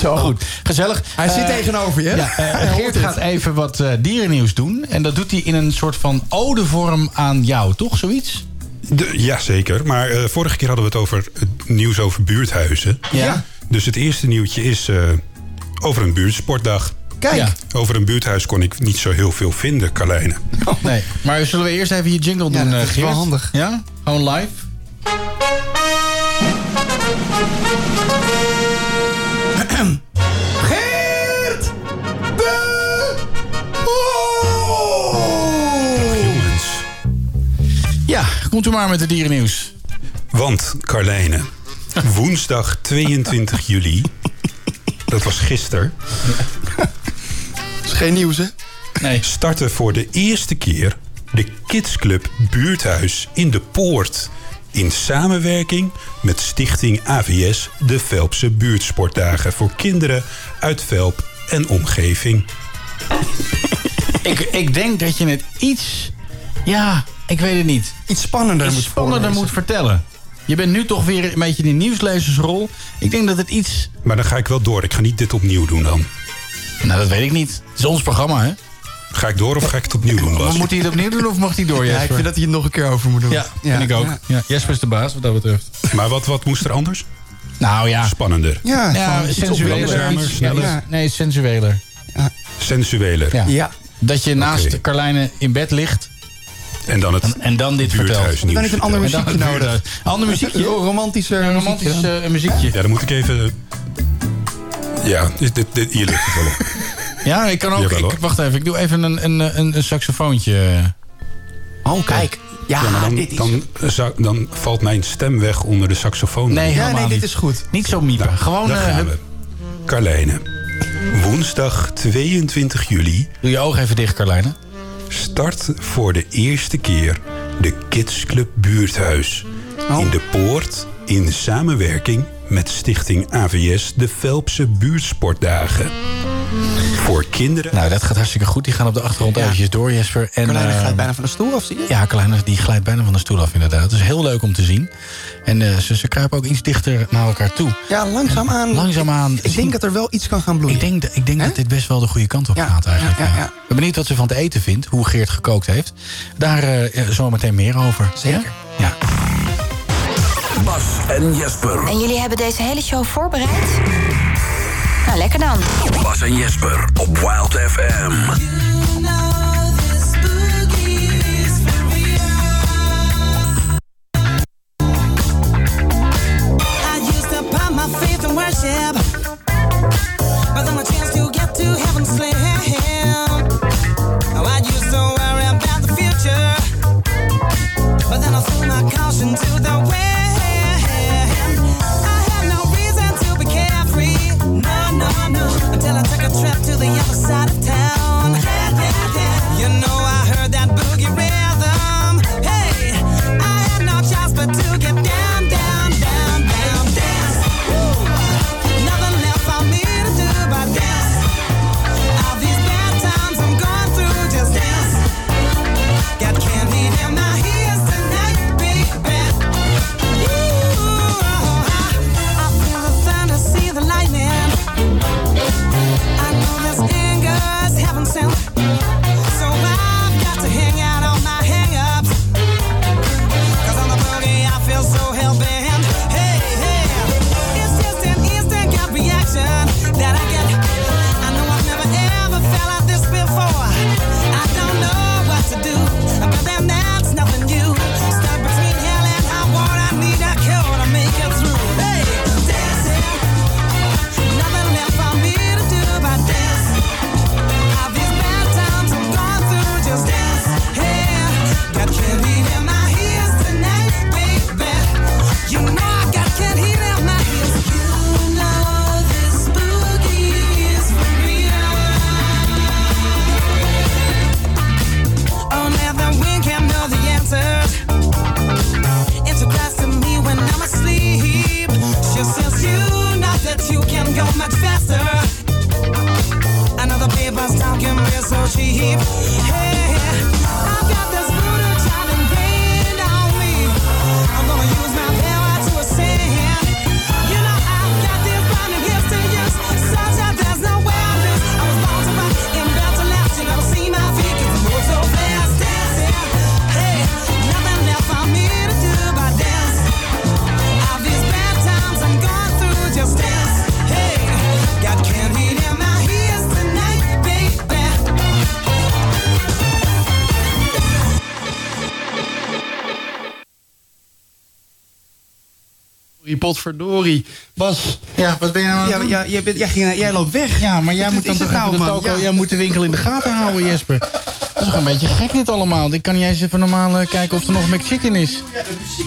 S8: Zo. Goed. Gezellig.
S9: Hij zit
S8: Eh,
S9: tegenover je.
S8: Ja, eh, Geert gaat even wat eh, dierennieuws doen. En dat doet hij in een soort van odevorm aan jou, toch? Zoiets?
S10: De, jazeker, maar eh, vorige keer hadden we het over het nieuws over buurthuizen.
S8: Ja.
S10: Dus het eerste nieuwtje is eh, over een buurtsportdag.
S9: Kijk. Ja.
S10: Over een buurthuis kon ik niet zo heel veel vinden, Carlijne.
S8: Nee. Maar zullen we eerst even je jingle
S9: Ja,
S8: doen,
S9: dat
S8: eh,
S9: is wel
S8: Geert?
S9: handig.
S8: Ja? Gewoon live?
S9: Geert de Hoop!
S10: Jongens.
S8: Ja, komt u maar met het dierennieuws.
S10: Want, Carlijne, woensdag 22 juli, dat was gisteren...
S9: is geen nieuws, hè?
S8: Nee.
S10: Startte voor de eerste keer de Kidsclub Buurthuis in de Poort... in samenwerking met stichting AVS de Velpse Buurtsportdagen... voor kinderen uit Velp en omgeving.
S8: Ik, ik denk dat je het iets... Ja, Ik weet het niet.
S9: Iets spannender
S8: moet spannender moet vertellen. Je bent nu toch weer een beetje in die nieuwslezersrol. Ik denk dat het iets...
S10: Maar dan ga ik wel door. Ik ga niet dit opnieuw doen dan.
S8: Nou, dat weet ik niet. Het is ons programma, hè?
S10: Ga ik door of ga ik het opnieuw doen, Bas?
S8: Moet hij het opnieuw doen of mag hij door,
S9: Ja,
S8: Jesper?
S9: ik vind dat hij het nog een keer over moet doen.
S8: Ja, vind ik ook. Ja, Jesper is de baas, wat dat betreft.
S10: Maar wat, wat moest er anders?
S8: Nou ja.
S10: Spannender.
S9: Ja,
S8: Ja,
S9: iets
S8: sensueler.
S9: opwindender,
S8: Iets-
S9: iets-
S8: ja,
S9: ja.
S8: iets- Nee, sensueler.
S10: Sensueler.
S8: Ja. Dat je naast Carlijne in bed ligt.
S10: En dan het
S8: en, dan dit vertelt.
S10: buurthuisnieuws
S9: Dan eh, heb ik een ander
S8: En dan
S9: muziekje
S8: het
S9: nodig.
S8: buurthuis. Ander muziekje?
S9: Een romantische
S8: romantisch
S9: muziekje dan.
S8: eh, muziekje.
S10: Ja, dan moet ik even... Ja, dit, dit, dit- hier ligt het wel op.
S8: Ja, ik kan ook.
S10: Jawel, hoor.
S8: ik, wacht even, ik doe even een, een, een, een saxofoontje.
S9: Oh, kijk. Ja,
S10: maar dan,
S9: dit is...
S10: dan, zou- dan valt mijn stem weg onder de saxofoon.
S8: Nee,
S9: ja,
S8: helemaal
S9: nee, dit
S8: niet.
S9: is goed.
S8: Niet zo miepen.
S10: Nou,
S8: Gewoon.
S10: daar
S8: eh,
S10: gaan we. Carlijne. Woensdag 22 juli
S8: doe je ogen even dicht, Carlijne.
S10: start voor de eerste keer de Kids Club Buurthuis. In de Poort in samenwerking met Stichting AVS de Velpse Buurtsportdagen. Voor kinderen...
S8: Nou, dat gaat hartstikke goed. Die gaan op de achtergrond eventjes door, Jesper. En,
S9: Carlijn
S8: eh,
S9: gaat bijna van de stoel af, zie je?
S8: Ja, Kleine die glijdt bijna van de stoel af, inderdaad. Het is heel leuk om te zien. En eh, ze, ze kruipen ook iets dichter naar elkaar toe.
S9: Ja, langzaamaan.
S8: Langzaamaan.
S9: Ik denk dat er wel iets kan gaan bloeien.
S8: Ik denk, dat- ik denk dat dit best wel de goede kant op
S9: Ja,
S8: gaat eigenlijk.
S9: ja,
S8: Ja,
S9: ja, ja.
S8: Ik ben benieuwd wat ze van het eten vindt, hoe Geert gekookt heeft. Daar eh zo meteen meer over.
S9: Zeker.
S8: Ja? Ja.
S2: Bas en Jesper.
S7: En jullie hebben deze hele show voorbereid? Nou, lekker dan.
S2: Bas en Jesper op Wild FM.
S14: I used to put my faith in worship, but then the chance to get to heaven slim. Oh, I used to worry about the future, but then I threw my caution to the wind. I had no reason to be carefree, no, no, no, until I took a trip to the other side of town. Yeah, yeah, yeah. You know I heard that boogie rhythm. Hey, I had no choice but to get down, down, down, down, dance. Woo. Nothing else for me to do but dance. All these bad times I'm going through, just dance. Got candy in my ears tonight, baby. Ooh, I, I feel the thunder, see the lightning. I know this anger's heaven sent. So I've got to hang out on my hang-ups. 'Cause on the boogie, I feel so hell-bent. Hey, hey. It's just an instant gut reaction that I get. I know I've never, ever felt like this before. I don't know what to do, but then that's nothing new. Stuck between hell and high water, I need a cure to make it through. Hey, dancing. Nothing left for me to do but dance. All these bad times I'm going through, just dance. Yeah, got candy in my ears tonight, baby. You know I got candy in my ears. You know this boogie is for real. Only the wind can know the answers. It's a blast to me when I'm asleep. She says you know that you can go much faster. I know the paper's talking real so cheap. Hey, I've got this brutal child ingrained on me. I'm gonna use my power to ascend. You know I've got these blinding gifts to use, such that there's no way I lose. I was born to rock and built to last. You never see my feet 'cause I move so fast. Dancing, hey, nothing left for me to do but dance. All these bad times I'm going through, just dance. Hey, got candy in my ears tonight, baby.
S9: Potverdorie. Bas.
S8: Ja, wat ben je nou
S9: Ja, ja, jij, bent- jij, ging- jij loopt weg.
S8: Ja, maar jij
S9: Wat
S8: moet dan
S9: is
S8: toch
S9: het nou,
S8: even de
S9: man?
S8: toko-
S9: Ja.
S8: jij moet de winkel in de gaten houden, Jesper. Dat is toch een beetje gek dit allemaal. Ik kan niet eens even normaal eh, kijken of er nog McChicken is.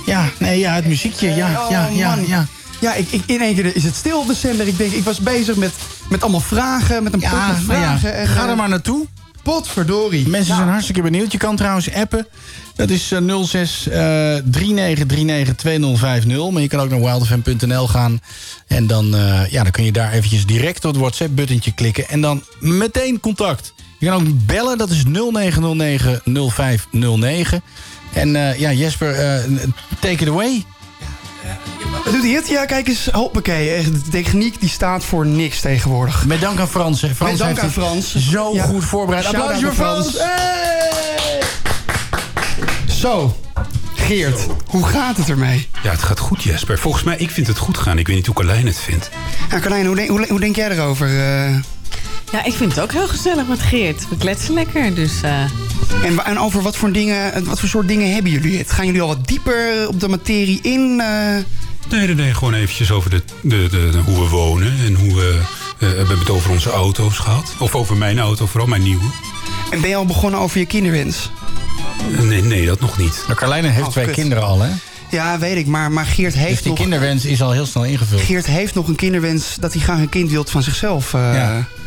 S8: Ja, nee, ja, het muziekje, ja,
S9: Oh,
S8: ja, ja,
S9: man.
S8: ja.
S9: Ja, ik, ik, in één keer is het stil op de zender. Ik denk, ik was bezig met, met allemaal vragen, met een pot
S8: Ja,
S9: met
S8: nou ja,
S9: vragen. en,
S8: ga
S9: eh,
S8: er maar naartoe.
S9: Potverdorie.
S8: Mensen
S9: Nou,
S8: zijn hartstikke benieuwd. Je kan trouwens appen. Dat is eh, 06 eh 39392050. Maar je kan ook naar wildfm.nl gaan. En dan, eh, ja, dan kun je daar eventjes direct op het WhatsApp-buttentje klikken. En dan meteen contact. Je kan ook bellen. Dat is 0909-0509. En eh, ja, Jesper, eh, take it away.
S9: Doet hij het? Ja, kijk eens. Oh, Hoppakee.
S8: eh,
S9: Echt, De techniek die staat voor niks tegenwoordig.
S8: Met dank aan Frans. hè. Frans
S9: Met dank
S8: heeft
S9: aan
S8: het
S9: Frans.
S8: Zo goed voorbereid.
S9: Shout-out
S8: Applaus voor
S9: aan
S8: Frans.
S9: Zo, Geert, hoe gaat het ermee?
S10: Ja, het gaat goed, Jesper. Volgens mij, ik vind het goed gaan. Ik weet niet hoe Carlijn het vindt.
S9: Nou, Carlijn, hoe, denk- hoe, hoe denk jij erover? eh?
S12: Ja, ik vind het ook heel gezellig met Geert. We kletsen lekker, dus... eh,
S9: En, wa- en over wat voor, dingen, eh, wat voor soort dingen hebben jullie het? Gaan jullie al wat dieper eh, op de materie in? eh?
S10: Nee, nee, nee. Gewoon eventjes over de, de, de, de- hoe we wonen en hoe we... eh, we hebben het over onze auto's gehad. Of over mijn auto, vooral mijn nieuwe.
S9: en ben je al begonnen over je kinderwens?
S10: Nee, nee dat nog niet.
S8: Nou, Carlijn heeft
S9: Oh,
S8: twee
S9: kut.
S8: kinderen al, hè?
S9: Ja, weet ik, maar, maar Geert heeft
S8: Dus die
S9: nog...
S8: kinderwens is al heel snel ingevuld.
S9: Geert heeft nog een kinderwens dat hij graag een kind wilt van zichzelf. eh.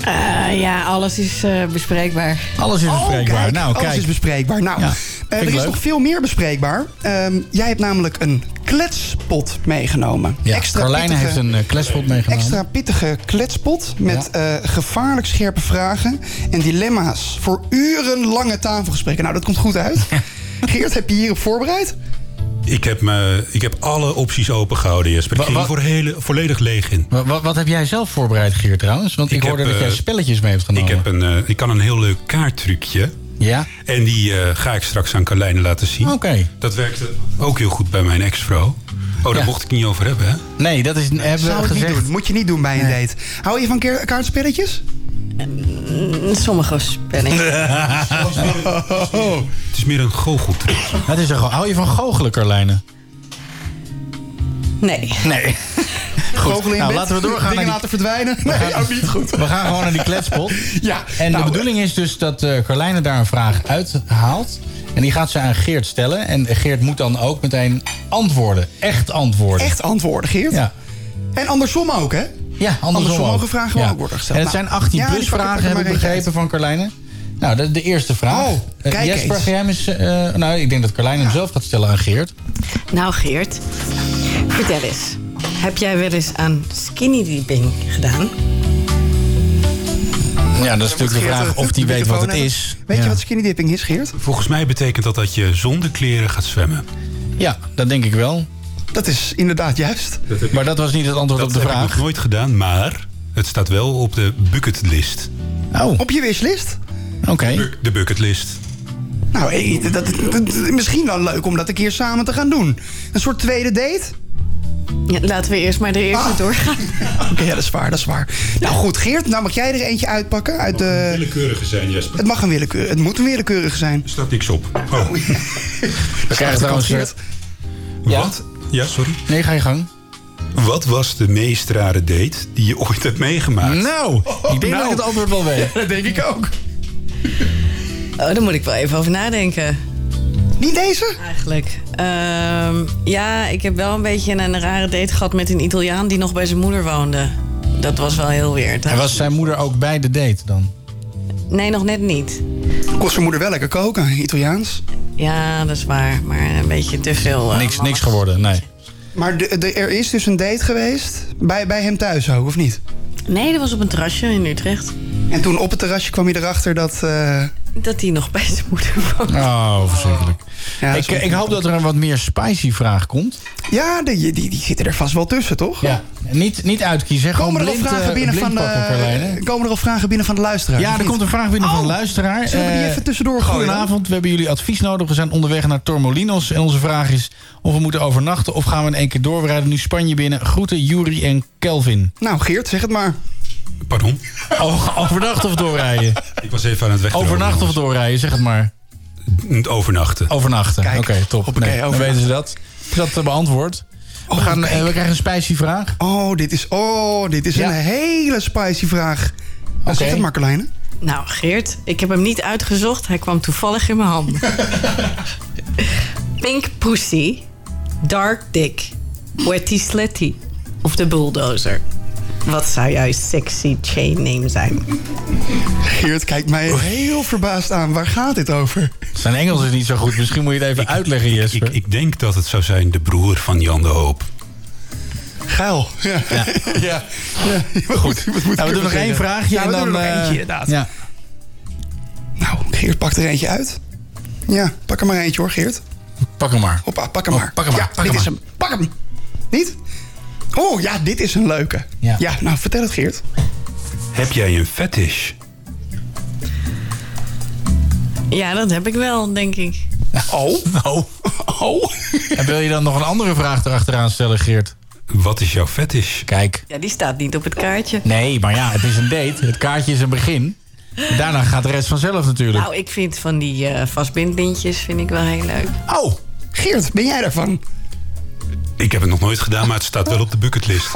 S12: eh, ja, alles is eh, bespreekbaar.
S8: Alles is
S9: Oh,
S8: bespreekbaar.
S9: kijk,
S8: nou,
S9: alles
S8: kijk.
S9: is bespreekbaar. Nou,
S8: Ja,
S9: eh,
S8: vind
S9: er
S8: ik
S9: is
S8: leuk.
S9: nog veel meer bespreekbaar. Ehm, jij hebt namelijk een kletspot meegenomen.
S8: Ja, Carlijn
S9: pittige-
S8: heeft een eh, klespot meegenomen.
S9: Extra pittige kletspot met eh, gevaarlijk scherpe vragen en dilemma's voor urenlange tafelgesprekken. Nou, dat komt goed uit. Geert, heb je hierop voorbereid?
S10: Ik heb, me, ik heb alle opties opengehouden, Jesper. Ik
S8: Wa-
S10: ging er
S8: wa-
S10: voor hele, volledig leeg in.
S8: Wa- wa- Wat, heb jij zelf voorbereid, Geert, trouwens? Want ik,
S10: Ik heb,
S8: hoorde dat
S10: eh,
S8: jij spelletjes mee hebt genomen.
S10: Ik, heb een, eh, ik kan een heel leuk kaarttrucje.
S8: Ja?
S10: En die eh, ga ik straks aan Carlijn laten zien.
S8: Oké.
S10: Dat werkte ook heel goed bij mijn ex-vrouw. Oh, daar
S8: Ja.
S10: mocht ik niet over hebben, hè?
S8: Nee, dat is, hebben
S9: Zou
S8: we
S9: het niet
S8: gezegd.
S9: doen. Moet je niet doen bij een date. Hou je van keer- kaartspelletjes?
S12: Mm, Sommige spelletjes.
S10: Het is meer een goocheltruc.
S8: Dat is een go- hou je van goochelen, Carlijne?
S12: Nee.
S8: Nee. Goed,
S9: Goochelen in
S8: nou,
S9: bed,
S8: laten we doorgaan
S9: Dingen
S8: naar die-
S9: laten verdwijnen. Nee,
S8: gaan-
S9: ook niet goed.
S8: We gaan gewoon naar die kletspot.
S9: Ja,
S8: En
S9: nou,
S8: de bedoeling is dus dat eh Carlijne daar een vraag uithaalt. En die gaat ze aan Geert stellen. En Geert moet dan ook meteen antwoorden. Echt antwoorden.
S9: Echt antwoorden, Geert.
S8: Ja.
S9: En andersom ook, hè?
S8: Ja, andersom, ook.
S9: mogen vragen gewoon
S8: Ja.
S9: ook worden gesteld.
S8: En het
S9: Nou,
S8: zijn 18
S9: ja,
S8: plus
S9: die pak ik
S8: vragen,
S9: er maar
S8: heb ik
S9: eentje
S8: begrepen van Carlijne. Nou, de, de eerste vraag.
S9: Oh,
S8: Eh,
S9: kijk
S8: Jesper,
S9: eens.
S8: ga jij hem eens... eh, nou, ik denk dat Carlijne hem zelf gaat stellen aan Geert.
S12: Nou, Geert, vertel eens. Heb jij wel eens aan skinny dipping gedaan?
S8: Ja, dat is natuurlijk de
S9: Geert,
S8: vraag
S9: eh,
S8: of
S9: de
S8: die weet wat het
S9: microfoon hebben.
S8: is.
S9: Weet
S8: Ja.
S9: je wat skinny dipping is, Geert?
S10: Volgens mij betekent dat dat je zonder kleren gaat zwemmen.
S8: Ja, dat denk ik wel.
S9: Dat is inderdaad juist.
S8: Maar dat was niet het antwoord
S10: Dat
S8: op de
S10: heb ik nog
S8: vraag.
S10: nooit gedaan, maar het staat wel op de bucketlist.
S8: Oh,
S9: Op je wishlist?
S8: oké.
S10: Bu- De bucketlist.
S9: Nou, eh, dat, dat- dat- misschien wel leuk om dat een keer samen te gaan doen. Een soort tweede date?
S12: Ja, laten we eerst maar de eerste
S9: Ah.
S12: doorgaan.
S9: Oké, ja, dat is waar, dat is waar. Nou goed, Geert, nou mag jij er eentje uitpakken uit de...
S10: Willekeurige zijn, Jesper.
S9: Het mag een willekeur, het moet een willekeurige zijn.
S10: Er staat niks op. Oh,
S8: We krijgen trouwens...
S9: Geert.
S8: Ja?
S10: wat? Ja, sorry.
S8: Nee, ga je gang.
S10: Wat was de meest rare date die je ooit hebt meegemaakt?
S8: Nou, ik denk dat ik
S9: nou.
S8: het antwoord wel weet.
S9: Dat denk ik ook.
S12: Oh, daar moet ik wel even over nadenken.
S9: Niet deze?
S12: Eigenlijk. Ehm, ja, ik heb wel een beetje een rare date gehad met een Italiaan die nog bij zijn moeder woonde. Dat was wel heel weird. hè?
S8: En was zijn moeder ook bij de date dan?
S12: Nee, nog net niet.
S9: Kost zijn moeder wel lekker koken, Italiaans.
S12: Ja, dat is waar. Maar een beetje te veel. eh,
S8: Niks,
S12: mannen.
S8: niks geworden, nee.
S9: Maar de, de- er is dus een date geweest, bij, bij hem thuis ook, of niet?
S12: Nee, dat was op een terrasje in Utrecht.
S9: En toen op het terrasje kwam je erachter dat... eh,
S12: Dat hij nog bij zijn moeder woonde.
S8: Oh, verschrikkelijk.
S9: ja,
S8: ik,
S9: soms-
S8: ik hoop dat er een wat meer spicy vraag komt.
S9: Ja, die, die, die zitten er vast wel tussen, toch?
S8: Ja, niet, niet uitkiezen. hè. Gewoon
S9: Komen er, al
S8: blind,
S9: vragen
S8: eh,
S9: binnen
S8: blind
S9: van de, eh,
S8: pakken, Carlijne.
S9: komen er al vragen binnen van de luisteraar?
S8: Ja,
S9: of
S8: er
S9: niet?
S8: komt een vraag binnen van een
S9: Oh,
S8: luisteraar.
S9: zullen we die
S8: Eh,
S9: even tussendoor gooien dan?
S8: Goedenavond, we hebben jullie advies nodig. We zijn onderweg naar Tormolinos. En onze vraag is of we moeten overnachten of gaan we in één keer door. We rijden nu Spanje binnen. Groeten Juri en Kelvin.
S9: Nou, Geert, zeg het maar.
S10: Pardon?
S8: O- overnachten of doorrijden?
S10: Ik was even aan het wegdromen.
S8: Overnachten of
S10: jongens.
S8: doorrijden, zeg het maar.
S10: Overnachten.
S8: Overnachten. Oké,
S9: Kijk,
S8: top.
S9: hoppakee,
S8: Nee, dan
S9: overnachten.
S8: weten ze dat. Is dat eh, beantwoord? We, gaan, eh, we krijgen een spicy vraag.
S9: Oh, dit is, oh, dit is
S8: Ja.
S9: een hele spicy vraag.
S8: Oké.
S9: Okay. Zeg het maar, Carlijne.
S12: Nou, Geert, ik heb hem niet uitgezocht. Hij kwam toevallig in mijn handen. Pink Pussy, Dark Dick, Wetty Sletty of de Bulldozer. Wat zou jouw sexy chain name zijn?
S9: Geert kijkt mij heel verbaasd aan. Waar gaat dit over?
S8: Zijn Engels is niet zo goed. Misschien moet je het even uitleggen, Jesper.
S10: Ik, ik denk dat het zou zijn de broer van Jan de Hoop.
S9: Geil. Ja. Ja. ja. Goed. Wat moet
S8: Nou, we
S9: ik ervan
S8: doen nog één
S9: zeggen?
S8: vraagje.
S9: eh, Ja, we
S8: en dan,
S9: doen er nog
S8: eh,
S9: eentje, inderdaad.
S8: Ja.
S9: Nou, Geert pakt er eentje uit.
S15: Ja, pak er maar eentje hoor, Geert.
S8: Pak hem maar. Oh.
S15: Hoppa, pak hem maar.
S8: pak hem maar,
S15: Ja,
S8: pak
S15: dit
S8: hem
S15: is
S8: maar.
S15: hem. Pak hem. Niet? Oh ja, dit is een leuke.
S8: Ja.
S15: nou vertel het Geert.
S10: Heb jij een fetish?
S12: Ja, dat heb ik wel, denk ik.
S15: Oh.
S8: Oh. En wil je dan nog een andere vraag erachteraan stellen, Geert?
S10: Wat is jouw fetish?
S8: Kijk.
S12: Ja, die staat niet op het kaartje.
S8: Nee, maar ja, het is een date. Het kaartje is een begin. Daarna gaat de rest vanzelf natuurlijk.
S12: Nou, ik vind van die eh vastbindbindjes vind ik wel heel leuk.
S15: Oh, Geert, ben jij daarvan?
S10: Ik heb het nog nooit gedaan, maar het staat wel op de bucketlist.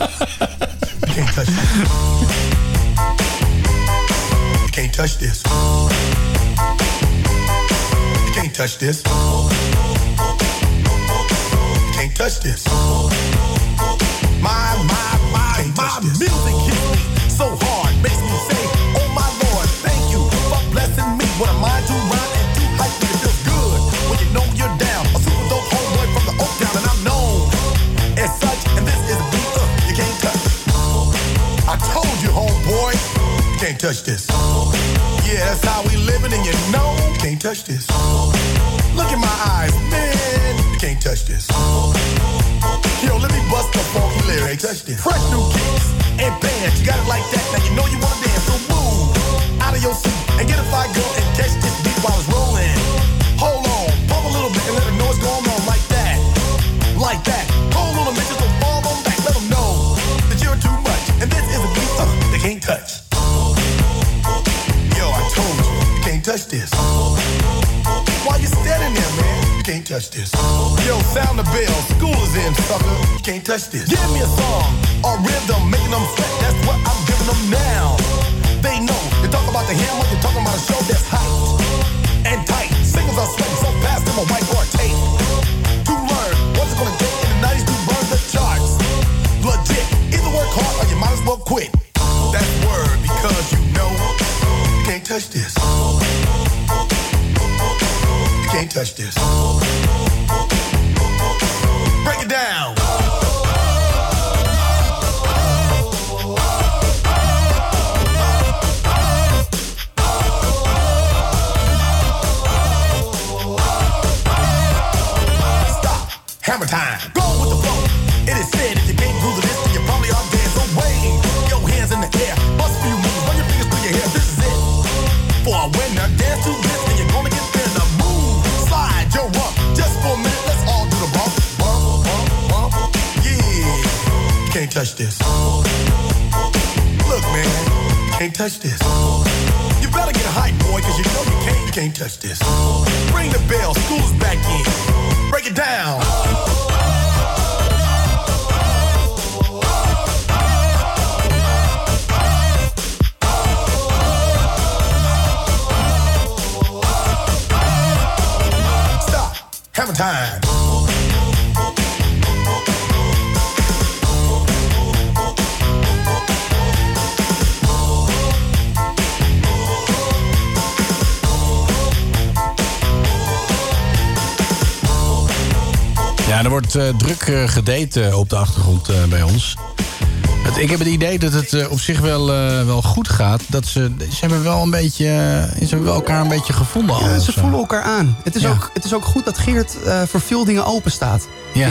S16: Can't touch this. You can't touch this. You can't touch this. You can't touch this.
S17: My, my, my, my music hits me so hard. Makes me say, oh my lord, thank you for blessing me. What a mind to rhyme and to hype me. It feels good when you know you're down. A super dope homeboy from the Oak Town, and I'm known as such. And this is a beat up you can't touch. I told you, homeboy, you can't touch this. Yeah, that's how we living, and you know, you can't touch this. Look in my eyes, man, you can't touch this. Yo, let me bust the funky lyrics. Fresh new kicks and bands. You got it like that. Now you know you wanna dance. So move out of your seat and get a fly girl and catch this beat while it's rolling. Hold on, pump a little bit and let her know what's going on like that, like that. Hold on a minute, just don't fall on back. Let 'em know that you're too much and this is a beat uh, they can't touch.
S16: Yo, I told you, you can't touch this.
S17: Why you standing there, man? You can't touch this. Yo, sound the bell. School is in, sucker. You can't touch this. Give me a song, a rhythm, making them sweat. That's what I'm giving them now. They know. You talk about the hammer, you're talking about a show that's hyped and tight. Singles are sweating so fast, I'm a whiteboard tape. To learn what's it gonna take in the 90s to burn the charts. Legit. Either work hard or you might as well quit. That word, because you know
S16: You can't touch this. You can't touch this.
S17: Break it down. Stop. Hammer time. Go with the flow. It is said if you can't groove to this, then you probably are dead. So wave your hands in the air. Bust a few moves. Run your fingers through your hair. This is it. For a winner, dance to this, and you're gonna get thinner. Move, slide your rump. Just for a minute, let's all do the bump. Bump, bump, bump. Yeah.
S16: You can't touch this.
S17: Look, man, you can't touch this. You better get hype, boy, cause you know you can't. You can't touch this. Ring the bell, school's back in. Break it down. Stop. Hammer time.
S8: Ja, er wordt eh, druk eh gedate eh, op de achtergrond eh, bij ons. Het- ik heb het idee dat het eh, op zich wel, eh, wel goed gaat. Dat ze, ze hebben wel een beetje, eh, ze hebben wel elkaar een beetje gevonden. al
S9: Ja,
S8: of
S9: ze
S8: zo.
S9: voelen elkaar aan. Het is, ook, het is ook goed dat Geert eh, voor veel dingen open staat.
S8: ja.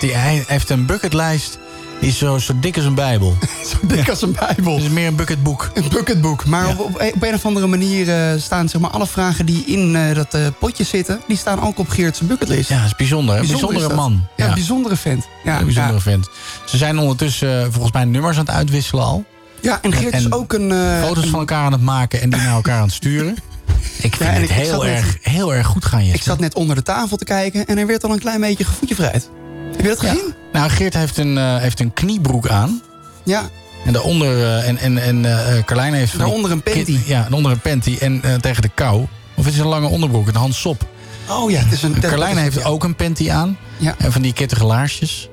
S8: Die, hij heeft een bucketlijst die is zo, zo dik als een bijbel.
S9: zo dik als een bijbel. Het
S8: is meer een bucketboek.
S9: Een bucketboek. Maar op, op, op een of andere manier eh, staan zeg maar, alle vragen die in eh, dat eh, potje zitten... die staan ook op Geert's bucketlist.
S8: Ja, dat is bijzonder. hè? Een
S9: Bijzonder
S8: bijzondere
S9: is dat.
S8: man.
S9: Ja, een bijzondere vent. Ja,
S8: een bijzondere vent. Ze zijn ondertussen eh, volgens mij nummers aan het uitwisselen al.
S9: Ja, en Geert is ook een... eh,
S8: Foto's van elkaar aan het maken en die naar elkaar aan het sturen. Ik vind
S9: Ja, en
S8: het
S9: ik- ik
S8: heel
S9: zat net-
S8: erg, heel erg goed gaan, Jesper.
S9: Ik zat net onder de tafel te kijken en er werd al een klein beetje gevoetje vrijd. Heb je dat gezien?
S8: Nou, Geert heeft een, eh, heeft een kniebroek aan.
S9: Ja.
S8: En daaronder, eh, en, en, en eh, Carlijn heeft... van die
S9: Daaronder een panty.
S8: kit- Ja, en onder een panty en eh, tegen de kou. Of het is een lange onderbroek, een handsop.
S9: Oh ja, het is een... dat-
S8: Carlijn
S9: dat is-
S8: heeft ook een panty aan.
S9: Ja.
S8: En van die kittige laarsjes.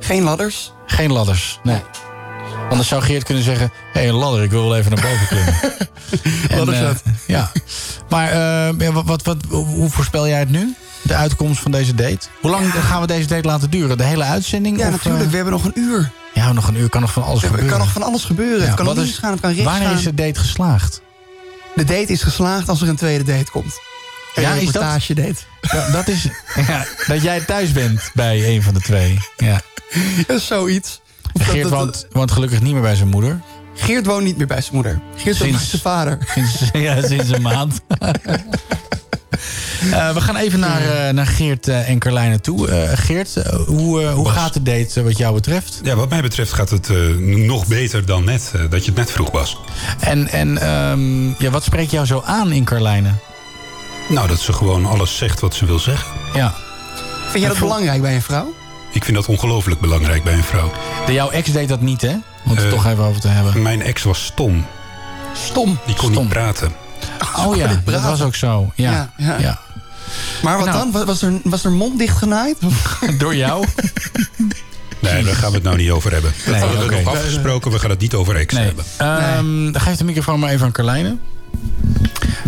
S9: Geen ladders?
S8: Geen ladders, nee. Anders zou Geert kunnen zeggen... Hé, hey, een ladder, ik wil wel even naar boven klimmen. En,
S9: Ladders
S8: eh,
S9: uit.
S8: ja. Maar eh, ja, wat, wat, wat, hoe voorspel jij het nu? De uitkomst van deze date? Hoe lang gaan we deze date laten duren? De hele uitzending?
S9: Ja,
S8: of,
S9: natuurlijk.
S8: eh,
S9: We hebben nog een uur.
S8: Ja, nog een uur kan nog van alles
S9: Er
S8: gebeuren.
S9: kan nog van alles gebeuren.
S8: Ja,
S9: Dus het kan
S8: wat
S9: links
S8: is-
S9: gaan, het kan rechts
S8: Wanneer
S9: gaan.
S8: is de date geslaagd?
S9: De date is geslaagd als er een tweede date komt. En
S8: Ja,
S9: een
S8: is dat-
S9: reportage date.
S8: Ja, dat is ja, dat jij thuis bent bij een van de twee. Ja.
S9: zoiets.
S8: Geert woont, woont gelukkig niet meer bij zijn moeder.
S9: Geert woont niet meer bij zijn moeder. Geert woont bij zijn vader.
S8: Sinds, ja, sinds een maand. Eh, we gaan even naar, eh, naar Geert eh, en Carlijne toe. Eh, Geert, eh, hoe, eh, hoe gaat de date eh, wat jou betreft?
S10: Ja, wat mij betreft gaat het eh, nog beter dan net, eh, dat je het net vroeg was.
S8: En, en ehm, ja, wat spreekt jou zo aan in Carlijne?
S10: Nou, dat ze gewoon alles zegt wat ze wil zeggen.
S8: Ja.
S9: Vind jij dat belangrijk bij een vrouw?
S10: Ik vind dat ongelooflijk belangrijk bij een vrouw.
S8: De, jouw ex deed dat niet, hè? Om het
S10: Eh,
S8: er toch even over te hebben.
S10: Mijn ex was stom.
S9: Stom?
S10: Die kon niet praten.
S8: Oh ja, dat was ook zo. Ja.
S9: Ja, ja.
S8: ja. Nou.
S9: Maar wat dan? Wa- Was er, was er mond dichtgenaaid?
S8: Door jou?
S10: Nee, daar gaan we het nou niet over hebben. Dat
S8: Nee,
S10: hadden we
S8: oké.
S10: nog afgesproken. We gaan het niet over ex hebben.
S8: Ehm, Dan geef de microfoon maar even aan Carlijne.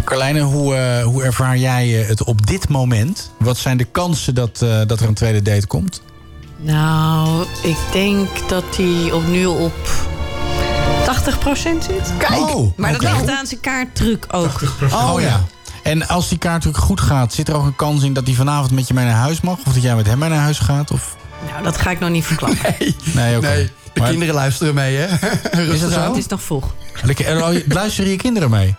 S8: Carlijne, hoe, eh, hoe ervaar jij eh, het op dit moment? Wat zijn de kansen dat, eh, dat er een tweede date komt?
S12: Nou, ik denk dat hij op nu op 80% zit.
S8: Kijk, Oh,
S12: maar
S8: oké.
S12: dat ligt aan zijn kaarttruc ook.
S8: Oh ja. En als die kaart natuurlijk goed gaat, zit er ook een kans in dat hij vanavond met je mee naar huis mag? Of dat jij met hem mee naar huis gaat? Of...
S12: Nou, dat ga ik nog niet verklappen.
S8: Nee, oké.
S9: De kinderen luisteren mee, hè?
S12: Is
S8: dat
S12: dat
S8: zo?
S12: Het is nog vroeg.
S8: Lekker- oh, Luisteren je kinderen mee?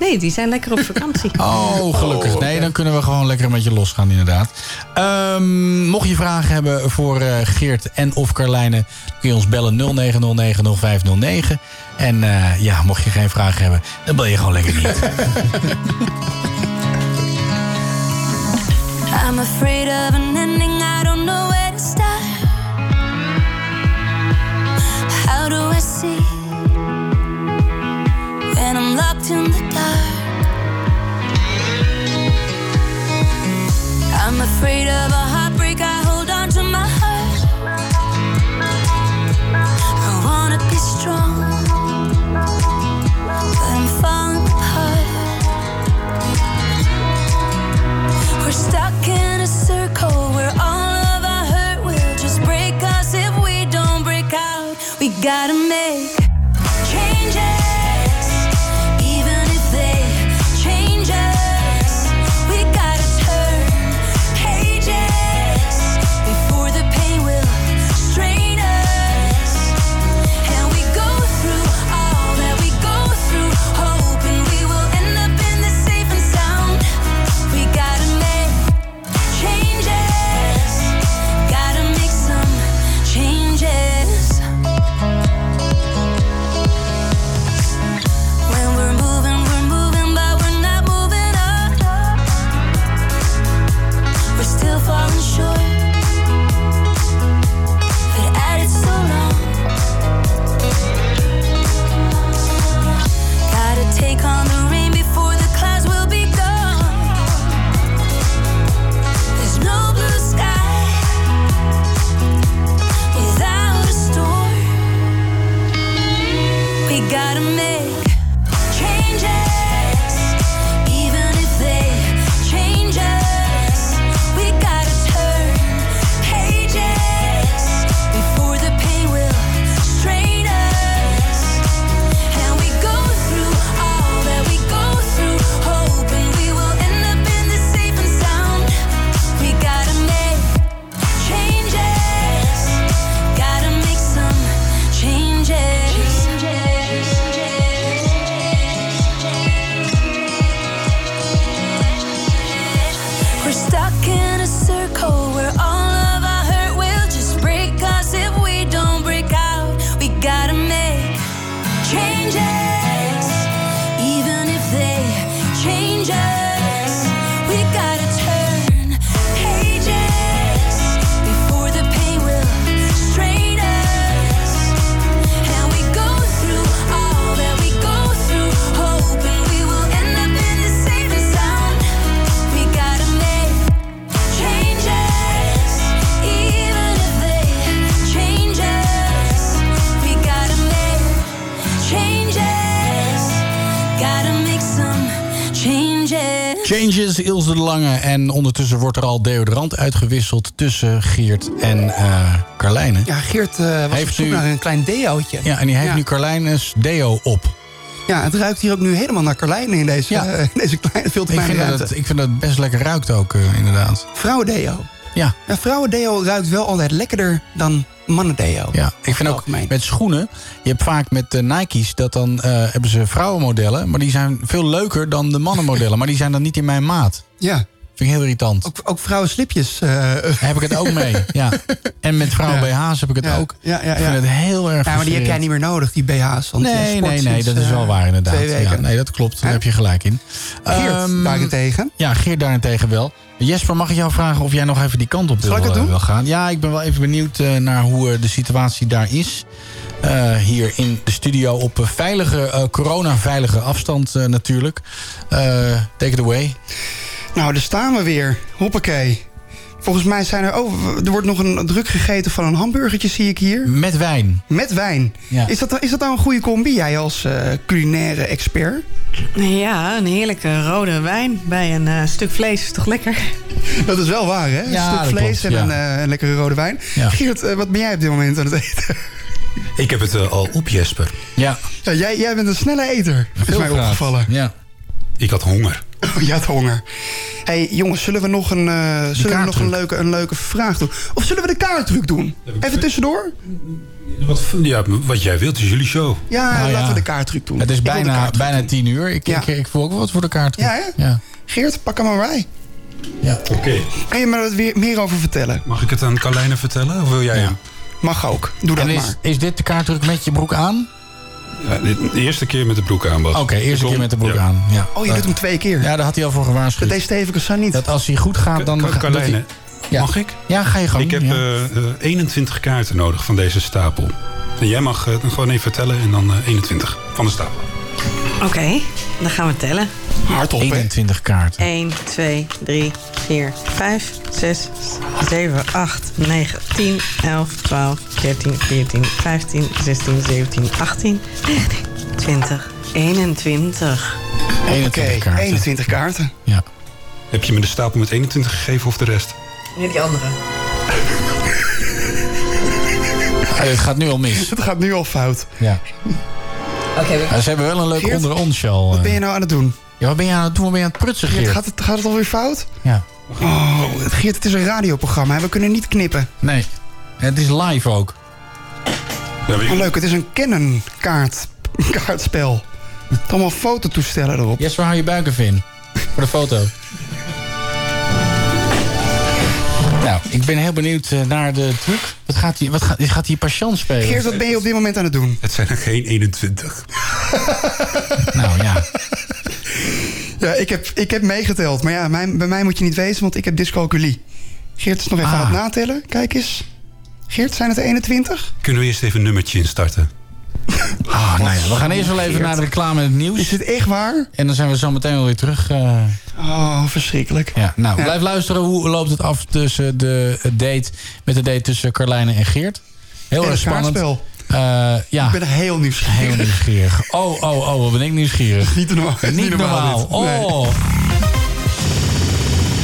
S12: Nee, die zijn lekker op vakantie.
S8: Oh, gelukkig. Nee, dan kunnen we gewoon lekker met je losgaan, inderdaad. Ehm, mocht je vragen hebben voor eh, Geert en of Carlijne... kun je ons bellen 0909-0509. En eh, ja, mocht je geen vragen hebben, dan bel je gewoon lekker niet.
S18: I'm afraid of an ending, I don't know where to start. How do I see when I'm locked in the dark? I'm afraid of a heartbreak, I hold on to my heart. I wanna be strong, but I'm falling apart. We're stuck in a circle where all of our hurt will just break us if we don't break out. We gotta make changes, even if they change us. We gotta turn pages before the pain will strain us. And we go through all that we go through, hoping we will end up in the safe and sound. We gotta make changes. Gotta make some changes. When we're moving, we're moving, but we're not moving up. We're still falling short. But at it so long. Gotta take on the rain before the clouds will be gone. There's no blue sky without a storm. We gotta make changes, even if they change us. We gotta turn pages before the pain will strain us. And we go through all that we go through, hoping we will end up in the safe and sound. We gotta make changes. Gotta make some changes. We're stuck in a circle where all of our hurt will just break us if we don't break out. We gotta make changes, even if they change us. We gotta turn pages before the pain will strain us. And we go through all that we go through, hoping we will end up in the safe and sound. We gotta make changes, even if they change us. We gotta make changes. Gotta make some changes.
S8: Changes, Ilse de Lange. En ondertussen wordt er al deodorant uitgewisseld tussen Geert en eh Carlijne.
S9: Ja, Geert eh, was
S8: Heeft
S9: op zoek
S8: u-
S9: naar een klein deootje.
S8: Ja, en die heeft nu Carlijnes deo op.
S9: Ja, het ruikt hier ook nu helemaal naar Carlijn in deze, eh, deze kleine, veel te
S8: Ik
S9: kleine
S8: vind, dat,
S9: ruimte.
S8: het- ik vind dat het best lekker ruikt ook, eh, inderdaad.
S9: Vrouwendeo.
S8: Ja.
S9: ja. Vrouwendeo ruikt wel altijd lekkerder dan mannendeo.
S8: Ja, ik vind ook met schoenen. Je hebt vaak met de Nike's dat dan eh, hebben ze vrouwenmodellen. Maar die zijn veel leuker dan de mannenmodellen. maar die zijn dan niet in mijn maat.
S9: Ja.
S8: Vind ik heel irritant.
S9: Ook, ook eh, vrouwen slipjes. heb
S8: ik het ook mee, ja. En met vrouwen BH's heb ik het
S9: Ja,
S8: ook.
S9: Ja, ja, ja.
S8: Ik vind het heel erg
S9: Ja, maar die heb jij
S8: frustrerend.
S9: niet meer nodig, die BH's. Want die
S8: nee,
S9: sport
S8: nee, nee,
S9: sinds,
S8: dat is
S9: eh,
S8: wel waar inderdaad.
S9: Twee weken.
S8: Ja, nee, dat klopt. Daar heb je gelijk in.
S9: Geert
S8: Ehm,
S9: daarentegen.
S8: Ja, Geert daarentegen wel. Jesper, mag ik jou vragen of jij nog even die kant op
S9: Zal ik
S8: wil, eh,
S9: het doen?
S8: wil gaan? Ja, ik ben wel even benieuwd eh, naar hoe eh, de situatie daar is. Eh, hier in de studio op eh, veilige, eh, corona-veilige afstand eh, natuurlijk. Eh, take it away.
S9: Nou, daar staan we weer. Hoppakee. Volgens mij zijn er... Oh, er wordt nog een druk gegeten van een hamburgertje, zie ik hier.
S8: Met wijn.
S9: Met wijn.
S8: Ja.
S9: Is, dat, is dat nou een goede combi, jij als eh, culinaire expert?
S12: Ja, een heerlijke rode wijn bij een eh, stuk vlees is toch lekker?
S9: Dat is wel waar, hè?
S12: Ja,
S9: een
S12: dat
S9: stuk vlees
S12: klopt,
S9: en
S12: ja.
S9: een, eh, een lekkere rode wijn.
S10: Ja.
S9: Geert, eh, wat ben jij op dit moment aan het eten?
S10: Ik heb het eh, al op, Jesper.
S8: Ja.
S9: Ja, jij, jij bent een snelle eter, is mij opgevallen.
S8: Ja.
S10: Ik had honger.
S9: Oh, je had honger. hey, jongens, zullen we nog, een, eh, zullen we nog een, leuke, een leuke vraag doen? Of zullen we de kaartdruk doen? Even tussendoor?
S10: Wat, ja, wat jij wilt is jullie show.
S9: Ja, laten we de kaartruc doen.
S8: Nou Het is
S9: Ik wil de
S8: bijna,
S9: kaartdruk
S8: bijna tien uur. Ik,
S9: Ja.
S8: ik, ik voel ook wel wat voor de kaartdruk.
S9: Ja, hè?
S8: Ja.
S9: Geert, pak hem maar bij.
S10: Oké.
S9: Kun je me er weer meer over vertellen?
S10: Mag ik het aan Carlijne vertellen? Of wil jij hem?
S9: Mag ook. Doe dat
S8: en is,
S9: maar.
S8: is dit de kaartdruk met je broek aan?
S10: Ja, de eerste keer met de broek aan, Bas.
S8: Oké, eerste keer met de broek aan. Ja.
S9: Oh, je doet hem twee keer.
S8: Ja, daar had hij al voor gewaarschuwd.
S9: Dat deed Stevig San niet.
S8: Dat als hij goed gaat, dan...
S10: Ka-
S8: gaat- dat
S10: Carlijne,
S8: hij- ja. Mag ik? Ja, ga je gang.
S10: ik heb
S8: ja.
S10: eh, eh, 21 kaarten nodig van deze stapel. En jij mag eh, gewoon even vertellen en dan eh, 21 van de stapel.
S12: Oké, dan gaan we tellen.
S9: Hardop,
S8: 21 kaarten.
S12: 1, 2, 3, 4, 5, 6, 7, 8, 9, 10, 11, 12, 13, 14, 15, 16, 17, 18, 19, 20, 21.
S8: 21
S9: kaarten. 21 kaarten.
S8: Ja.
S10: Heb je me de stapel met 21 gegeven of de rest?
S12: Niet die andere.
S8: Eh, het gaat nu al mis.
S9: Het gaat nu al fout.
S8: Ja.
S12: Oké,
S8: Ja, ze hebben wel een leuk
S9: Geert,
S8: onder ons eh. al.
S9: Wat ben je nou aan het doen?
S8: Ja, wat ben je aan het doen? Wat ben je aan het prutsen,
S9: Geert,
S8: Geert?
S9: gaat het, gaat het alweer fout?
S8: Ja.
S9: Oh, Geert, het is een radioprogramma. hè. We kunnen niet knippen.
S8: Nee, het is live ook.
S9: Oh, leuk, het is een Canon kaart, kaartspel. Met allemaal fototoestellen erop.
S8: Jesper, hou je buik even in. Voor de foto. Nou, ik ben heel benieuwd eh, naar de truc. Wat gaat hij wat gaat, gaat hij patiënt spelen?
S9: Geert, wat ben je op dit moment aan het doen?
S10: Het zijn er geen 21.
S8: nou ja.
S9: Ja, ik heb, ik heb meegeteld. Maar ja, mijn, bij mij moet je niet wezen, want ik heb dyscalculie. Geert is nog even
S10: Ah.
S9: aan het natellen. Kijk eens. Geert, zijn het er 21?
S10: Kunnen we eerst even een nummertje instarten?
S8: Ah, nou ja, we gaan eerst wel even naar de reclame en het nieuws. Is
S9: dit echt waar?
S8: En dan zijn we zo meteen wel weer terug. eh.
S9: Oh, verschrikkelijk.
S8: Ja, nou, blijf luisteren. Hoe loopt het af tussen de het date, met de date tussen Carlijne en Geert? Heel
S9: En
S8: erg
S9: het
S8: spannend.
S9: kaartspel.
S8: Eh, ja.
S9: Ik ben heel nieuwsgierig.
S8: Heel nieuwsgierig. Oh, oh, oh, wat ben ik nieuwsgierig.
S9: Niet normaal.
S8: Niet normaal.
S9: dit. Nee.
S8: Oh.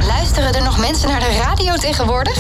S7: Luisteren er nog mensen naar de radio tegenwoordig?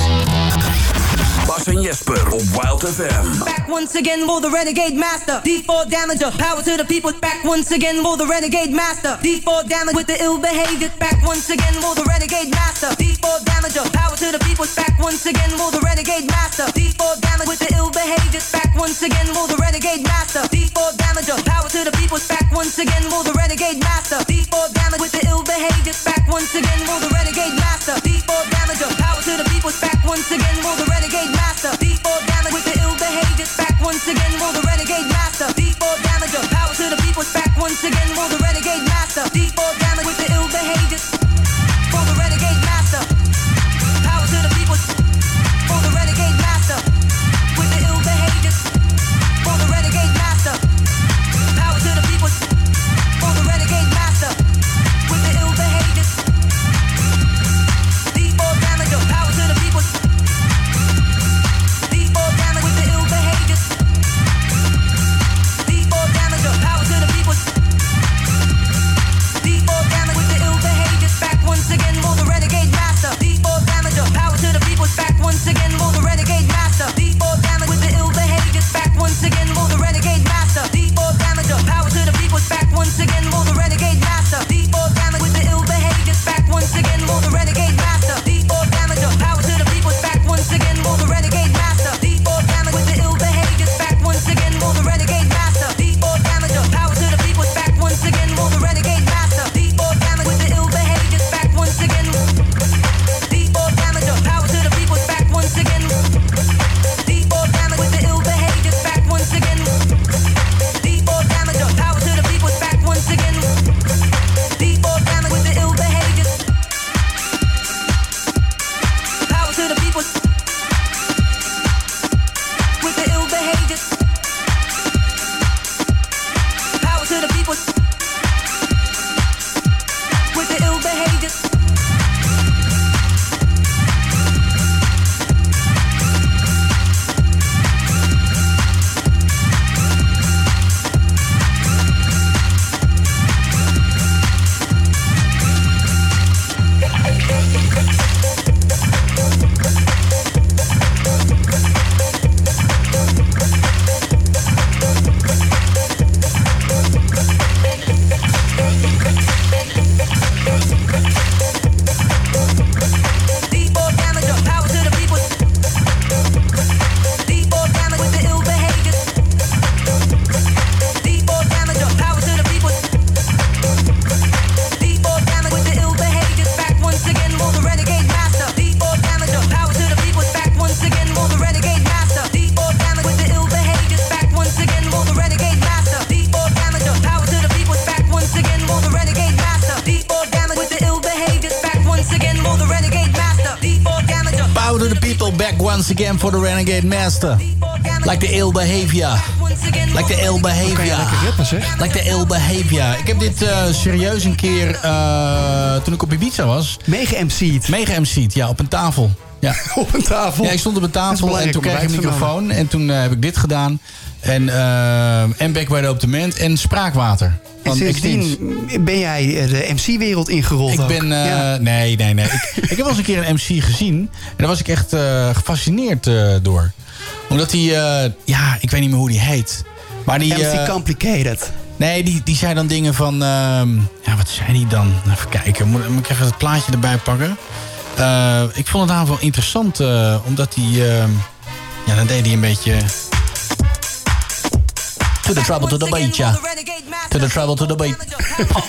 S19: Bas en Jesper op Wild FM.
S20: Back once again for the renegade master. D4 damager. Power to the people. Back once again for the renegade master. D4 damage with the ill behavior. Back once again for the renegade master. D4 damager. Power to the people. Back once again for the renegade master. D4 damage with the ill behavior. Back once again for the renegade master. D4 damager. Power to the people. Back once again for the renegade master. D4 damage with the ill behavior. Back once again for the renegade master. D4 damager. Power to the people. Back once again for the renegade master. D4 damage with the ill behavior. Back once again for the renegade master. D4 damager. Power to the people. Back once again for the renegade master. D4 damage with the ill behavior. For the renegade master. Power to the people. For the renegade master. With the ill behavior. For the renegade master. Power to the people. For the renegade master. With the ill behavior. D4 damager. Power to the people. D4 damage with the ill behavior. D4 damage, power to the people. D4
S8: back once again for the Renegade Master. Like the ill behavior. Like the ill behavior. Like the ill behavior. Ik heb dit eh, serieus een keer, eh, toen ik op Ibiza was... Mega-MC'd. Mega-MC'd, ja, op een tafel. Ja. op een tafel? Ja, ik stond op een tafel en
S9: belangrijk
S8: toen
S9: om
S8: kreeg ik
S9: erbij
S8: een
S9: te vermelden.
S8: microfoon. En toen eh, heb ik dit gedaan. En, eh en Backway op de Ment en Spraakwater.
S9: En
S8: Van
S9: sindsdien
S8: Extinct.
S9: ben jij eh, de MC-wereld ingerold
S8: Ik
S9: ook.
S8: ben. eh, Nee, nee, nee. Ik, ik heb wel eens een keer een MC gezien. En daar was ik echt eh, gefascineerd eh, door. Omdat hij. eh, ja, ik weet niet meer hoe die heet. Maar die.
S9: MC
S8: eh,
S9: Complicated.
S8: Nee, die, die zei dan dingen van. ehm, ja, wat zei die dan? Even kijken. Moet, moet ik even het plaatje erbij pakken? Eh, ik vond het namelijk wel interessant. eh, omdat hij. ehm, ja, dan deed hij een beetje. To the trouble, to the beat, ja. To the trouble, to the beat. Ha, ha,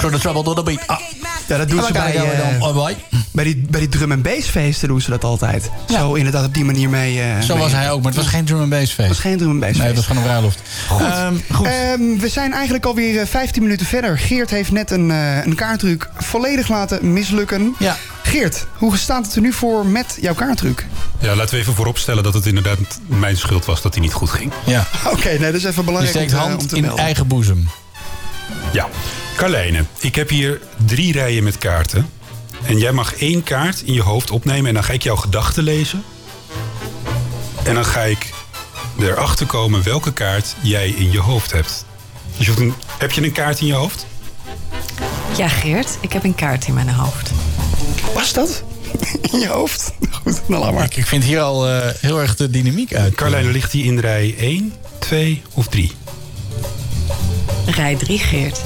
S8: To the trouble, to the beat. Ah.
S9: Ja, dat doen
S8: En
S9: ze
S8: dan
S9: bij,
S8: kijken we dan,
S9: eh,
S8: oh, boy.
S9: bij, die, bij die drum and bass feesten doen ze dat altijd. Zo inderdaad op die manier mee. eh,
S8: Zo
S9: mee-
S8: was hij ook, maar het was geen drum and bass feest. Het was
S9: geen drum and bass
S8: Nee, het was gewoon een bruiloft.
S9: Goed.
S8: Ehm,
S9: Ehm, we zijn eigenlijk alweer eh, 15 minuten verder. Geert heeft net een, eh, een kaartruc volledig laten mislukken.
S8: Ja.
S9: Geert, hoe staat het er nu voor met jouw kaartruc?
S10: Ja, laten we even vooropstellen dat het inderdaad mijn schuld was dat hij niet goed ging.
S8: Ja.
S9: Oké, nee, dat is even
S8: je
S9: belangrijk
S8: steekt
S9: om te- om
S8: hand
S9: te
S8: in
S9: melden.
S8: eigen boezem.
S10: Ja. Carlijne, ik heb hier drie rijen met kaarten. En jij mag één kaart in je hoofd opnemen en dan ga ik jouw gedachten lezen. En dan ga ik erachter komen welke kaart jij in je hoofd hebt. Dus je hoeft een- heb je een kaart in je hoofd?
S12: Ja, Geert, ik heb een kaart in mijn hoofd.
S9: Was dat? In je hoofd? Goed, nou laat maar.
S8: Ik, ik vind hier al eh, heel erg de dynamiek uit.
S10: Carlijne, ligt die in rij 1, 2 of 3?
S12: Rij 3, Geert.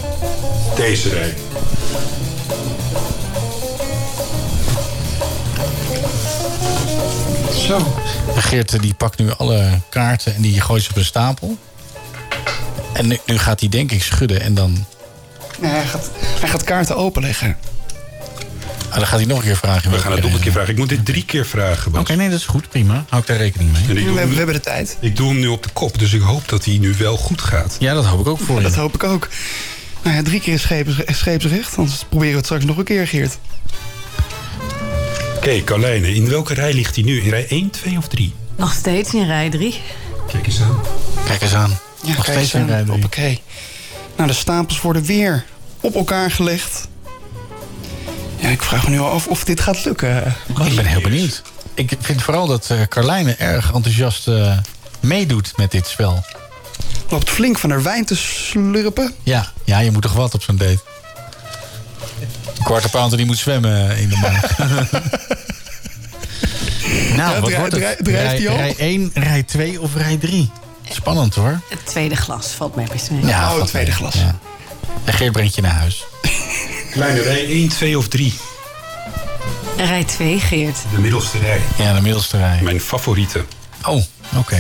S10: Deze rij.
S8: Zo. Geert eh, die pakt nu alle kaarten en die gooit ze op een stapel. En nu, nu gaat hij denk ik schudden en dan,
S9: Nee, hij, gaat, hij gaat kaarten openleggen.
S8: ah, dan gaat hij nog een keer vragen.
S10: We gaan het nog een keer vragen. Ik moet dit drie keer vragen. Oké,
S8: nee, dat is goed. Prima. Hou ik daar rekening mee.
S10: En ik doe
S9: We
S10: hem nu-
S9: hebben de tijd.
S10: Ik doe hem nu op de kop, dus ik hoop dat hij nu wel goed gaat.
S8: Ja, dat hoop ik ook voor
S9: Dat hoop ik ook. Nou ja, drie keer scheeps, scheepsrecht. Anders proberen we het straks nog een keer, Geert.
S10: Oké, Carlijne, in welke rij ligt hij nu? In rij 1, 2 of 3?
S12: Nog steeds in rij 3.
S10: Kijk eens aan.
S8: Kijk eens aan.
S9: Ja, kijk eens aan. Hoppakee. Nou, de stapels worden weer op elkaar gelegd. Ja, ik vraag me nu al af of dit gaat lukken. eh,
S8: ik ben heel benieuwd. Ik vind vooral dat eh Carlijne erg enthousiast eh, meedoet met dit spel.
S9: Loopt flink van haar wijn te slurpen.
S8: Ja, ja, je moet toch wat op zo'n date? Een kwarte pounder die moet zwemmen eh, in de maand. nou,
S12: Ja,
S8: wat
S12: dri-
S8: wordt
S12: dri-
S8: het?
S12: drijft die al?
S8: rij 1, rij 2 of rij 3? Spannend hoor.
S12: Het tweede glas valt mij best mee.
S9: Oh,
S8: Ja, valt mee. Ja. En Geert brengt je naar huis.
S10: Kleine rij 1, 2 of 3?
S12: Rij 2, Geert.
S10: De middelste rij.
S8: Ja, de middelste rij.
S10: Mijn favoriete.
S8: Oh, oké.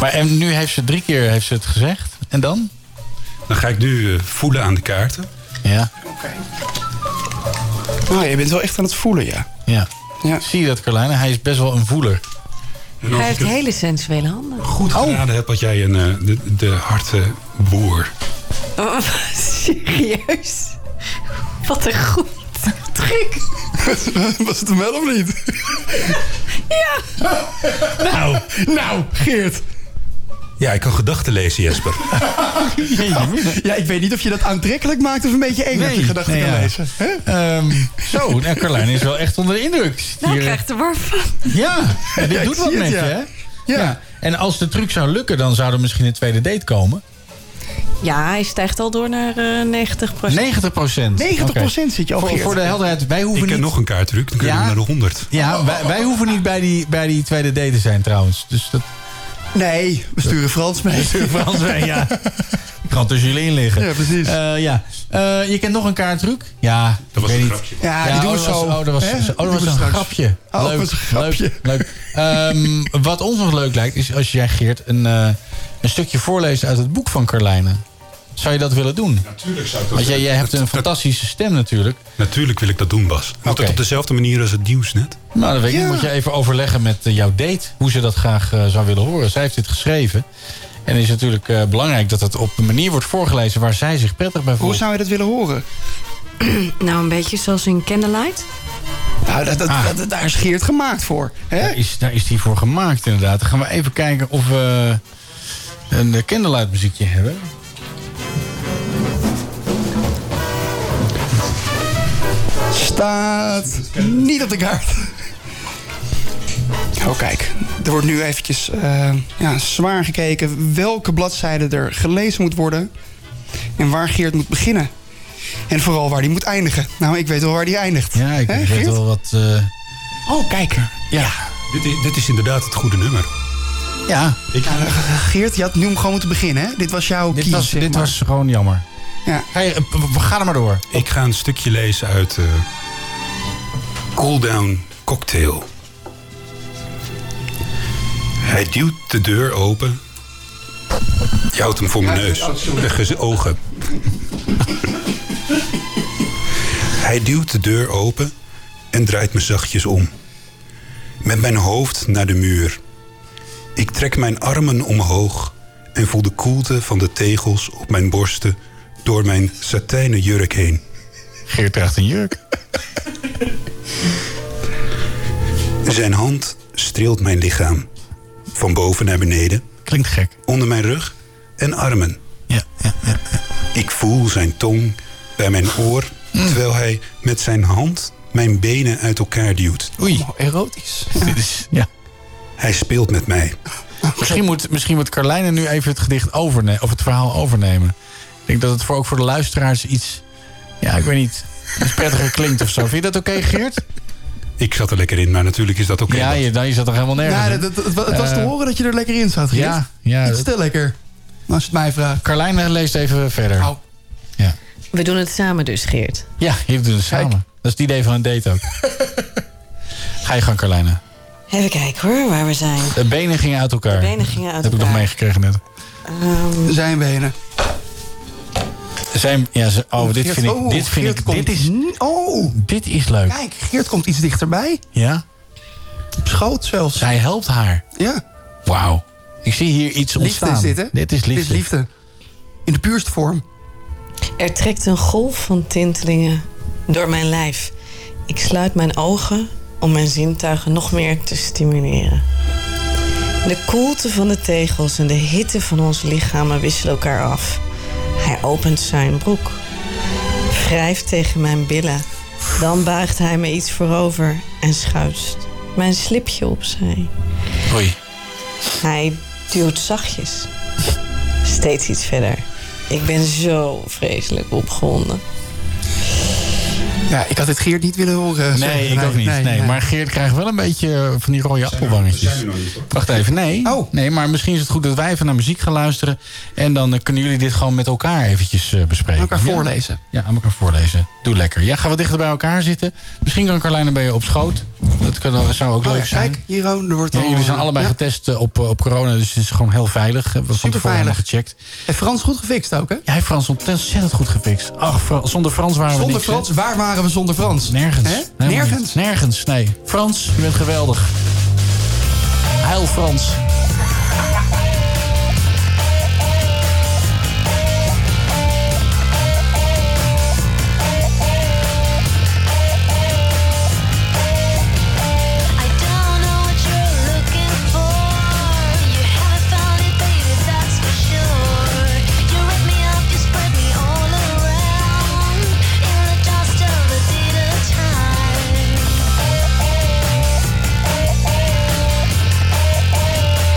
S8: Maar en nu heeft ze drie keer heeft ze het gezegd. En dan?
S10: Dan ga ik nu eh, voelen aan de kaarten.
S8: Ja.
S9: Nou, je bent wel echt aan het voelen, ja.
S8: Ja. Zie je dat, Carlijne? Hij is best wel een voeler. Oh.
S10: En als
S12: Hij
S10: ik
S12: heeft
S10: het
S12: hele sensuele handen.
S10: goed geraden heb, had jij een, eh, de, de harte boer.
S12: Oh, serieus? Wat een goed truc.
S9: Was het hem wel of niet?
S12: Ja.
S10: Nou,
S9: nou, Geert.
S10: Ja, ik kan gedachten lezen, Jesper.
S9: Ja, ik weet niet of je dat aantrekkelijk maakt of een beetje eng dat je gedachten
S8: nee,
S9: kan
S8: ja.
S9: lezen. Hè?
S8: Ehm, zo, nou, Carlijn is wel echt onder de indruk.
S12: Nou,
S8: Hier, eh,
S12: ik krijg er warm van.
S8: Ja, ja, dit
S12: Ja, ik
S8: doet
S12: zie
S8: wat
S12: het,
S8: met
S12: ja.
S8: je, hè?
S9: Ja.
S8: En als de truc zou lukken, dan zou er misschien een tweede date komen.
S12: Ja, hij stijgt al door naar eh, 90
S8: 90 procent.
S9: zit je
S12: al,
S8: voor,
S12: Geert.
S8: voor de helderheid, wij hoeven
S10: Ik ken
S8: niet...
S10: nog een kaartruc, dan kunnen
S8: Ja.
S10: we naar de 100.
S8: Ja, wij, wij hoeven niet bij die, bij die tweede date te zijn trouwens. Dus dat...
S9: Nee, we sturen Frans mee.
S8: We sturen Frans mee, ja. Ik kan tussen jullie in liggen.
S9: Ja, precies.
S8: Eh, ja. Eh, je kent nog een kaartruc? Ja,
S10: dat
S8: was een
S10: grapje.
S9: Ja, die doen
S8: oh,
S9: we
S8: dat was-
S9: zo,
S8: Oh, dat was,
S9: hè?
S8: oh,
S9: Die
S8: dat
S9: doen
S8: was
S9: we
S8: een
S9: straks.
S8: grapje.
S9: Oh, dat
S8: leuk,
S9: was een grapje.
S8: Leuk, leuk. Ehm, wat ons nog leuk lijkt, is als jij, Geert, een, eh, een stukje voorleest uit het boek van Carlijne. Zou je dat willen doen?
S10: Natuurlijk zou ik dat
S8: Want jij, jij
S10: willen.
S8: hebt een fantastische stem natuurlijk.
S10: Natuurlijk wil ik dat doen, Bas. Moet
S8: Oké.
S10: dat op dezelfde manier als het nieuws net?
S8: Nou, dat weet ik
S10: Ja.
S8: niet. Moet je even overleggen met eh, jouw date hoe ze dat graag eh, zou willen horen. Zij heeft dit geschreven. En het is natuurlijk eh, belangrijk dat het op een manier wordt voorgelezen waar zij zich prettig bij voelt.
S9: Hoe zou je dat willen horen?
S12: nou, een beetje zoals in Candlelight.
S9: Nou, dat, dat, dat- dat- daar is Geert gemaakt voor. Hè?
S8: Ah. Daar is, daar is die voor gemaakt, inderdaad. Dan gaan we even kijken of we een eh, candlelight muziekje hebben.
S9: Staat niet op de kaart. Oh, kijk. Er wordt nu eventjes eh, ja, zwaar gekeken welke bladzijde er gelezen moet worden. En waar Geert moet beginnen. En vooral waar hij moet eindigen. Nou, ik weet wel waar die eindigt. Ja, ik
S8: weet wel wat... eh,
S9: Oh, kijk.
S8: Ja.
S10: Dit, is, dit is inderdaad het goede nummer.
S9: Ja. Nou,
S8: eh,
S9: Geert, je had nu hem gewoon moeten beginnen. Hè? Dit was jouw
S10: Dit
S9: kies,
S10: was-
S9: zeg
S10: dit
S9: maar.
S10: was
S8: gewoon jammer. eh,
S9: Ja.
S8: we gaan er maar door.
S10: Ik ga een stukje lezen uit eh, Cool Down Cocktail. Hij duwt de deur open. Je houdt hem voor mijn neus. Eh, gez- Ogen. Hij duwt de deur open en draait me zachtjes om. Met mijn hoofd naar de muur. Ik trek mijn armen omhoog en voel de koelte van de tegels op mijn borsten door mijn satijnen jurk heen.
S8: Geert draagt een jurk.
S10: Zijn hand streelt mijn lichaam. Van boven naar beneden.
S8: Klinkt gek.
S10: Onder mijn rug en armen. Ik voel zijn tong bij mijn oor,
S8: Mm.
S10: terwijl hij met zijn hand mijn benen uit elkaar duwt.
S8: Oei.
S9: erotisch.
S8: ja.
S10: Hij speelt met mij.
S8: Misschien moet, misschien moet Carlijne nu even het gedicht overnemen. Of het verhaal overnemen. Ik denk dat het voor, ook voor de luisteraars iets... Ja, ik weet niet. iets prettiger klinkt of zo. Vind je dat oké, Geert?
S10: Ik zat er lekker in, maar natuurlijk is dat oké.
S8: ja, je, dan, je zat toch helemaal nergens
S9: Ja,
S8: in?
S9: dat, dat- het wa- het was te
S8: Eh,
S9: horen dat je er lekker in zat, Geert.
S8: ja, ja, eh,
S9: Iets
S8: dat-
S9: te lekker, als je het mij vraagt.
S8: Carlijne leest even verder.
S12: We doen het samen dus, Geert.
S8: Ja, je doet het samen. Dat is het idee van een date ook. Ga je gang, Carlijne.
S12: Even kijken hoor, waar we zijn.
S8: De benen gingen uit elkaar.
S12: De benen gingen uit
S8: Dat heb ik nog
S12: elkaar.
S8: meegekregen net.
S12: Ehm,
S9: Zijn benen.
S8: Zijn, ja, ze, oh, dit
S9: Geert-
S8: vind ik...
S9: oh,
S8: dit, vind
S9: Geert
S8: ik
S9: komt-
S8: dit, is,
S9: Oh,
S8: dit is leuk.
S9: kijk, Geert komt iets dichterbij.
S8: Ja?
S9: Op schoot zelfs.
S8: Hij helpt haar.
S9: Ja.
S8: Wauw. Ik zie hier iets
S9: Liefde
S8: ontstaan.
S9: is dit, hè?
S8: Dit is liefde.
S9: In de puurste vorm.
S12: Er trekt een golf van tintelingen door mijn lijf. Ik sluit mijn ogen om mijn zintuigen nog meer te stimuleren. De koelte van de tegels en de hitte van onze lichamen wisselen elkaar af. Hij opent zijn broek, wrijft tegen mijn billen. Dan buigt hij me iets voorover en schuift mijn slipje opzij.
S8: Oei.
S12: Hij duwt zachtjes. Steeds iets verder. Ik ben zo vreselijk opgewonden.
S9: Ja, ik had dit Geert niet willen horen. eh,
S8: Nee, ik ook niet. Nee, Maar Geert krijgt wel een beetje eh, van die rode appelwangetjes. Wacht even, nee.
S9: Oh.
S8: Nee, maar misschien is het goed dat wij even naar muziek gaan luisteren. En dan eh, kunnen jullie dit gewoon met elkaar eventjes eh, bespreken.
S9: Elkaar
S8: Ja.
S9: voorlezen. Oh
S8: Ja, aan elkaar voorlezen. Doe lekker. Ja, gaan we dichter bij elkaar zitten. Misschien kan Carlijne bij je op schoot. Dat kan, dat zou ook leuk zijn.
S9: Oh Kijk, hier er wordt
S8: Ja,
S9: al-
S8: jullie zijn allebei
S9: Ja.
S8: getest eh, op, eh, op corona, dus het is gewoon heel veilig. We van tevoren helemaal
S9: Superveilig.
S8: gecheckt.
S9: En Frans goed gefixt ook, hè?
S8: Ja, hij Frans ontzettend goed gefixt. Ach, Fra- zonder Frans waren we
S9: Zonder
S8: niks, hè?
S9: Frans, waar waren we zonder Frans?
S8: Nergens.
S9: Hè?
S8: Helemaal
S9: Nergens?
S8: niet. Nergens, nee. Frans, je bent geweldig. Heil Frans.
S21: Time.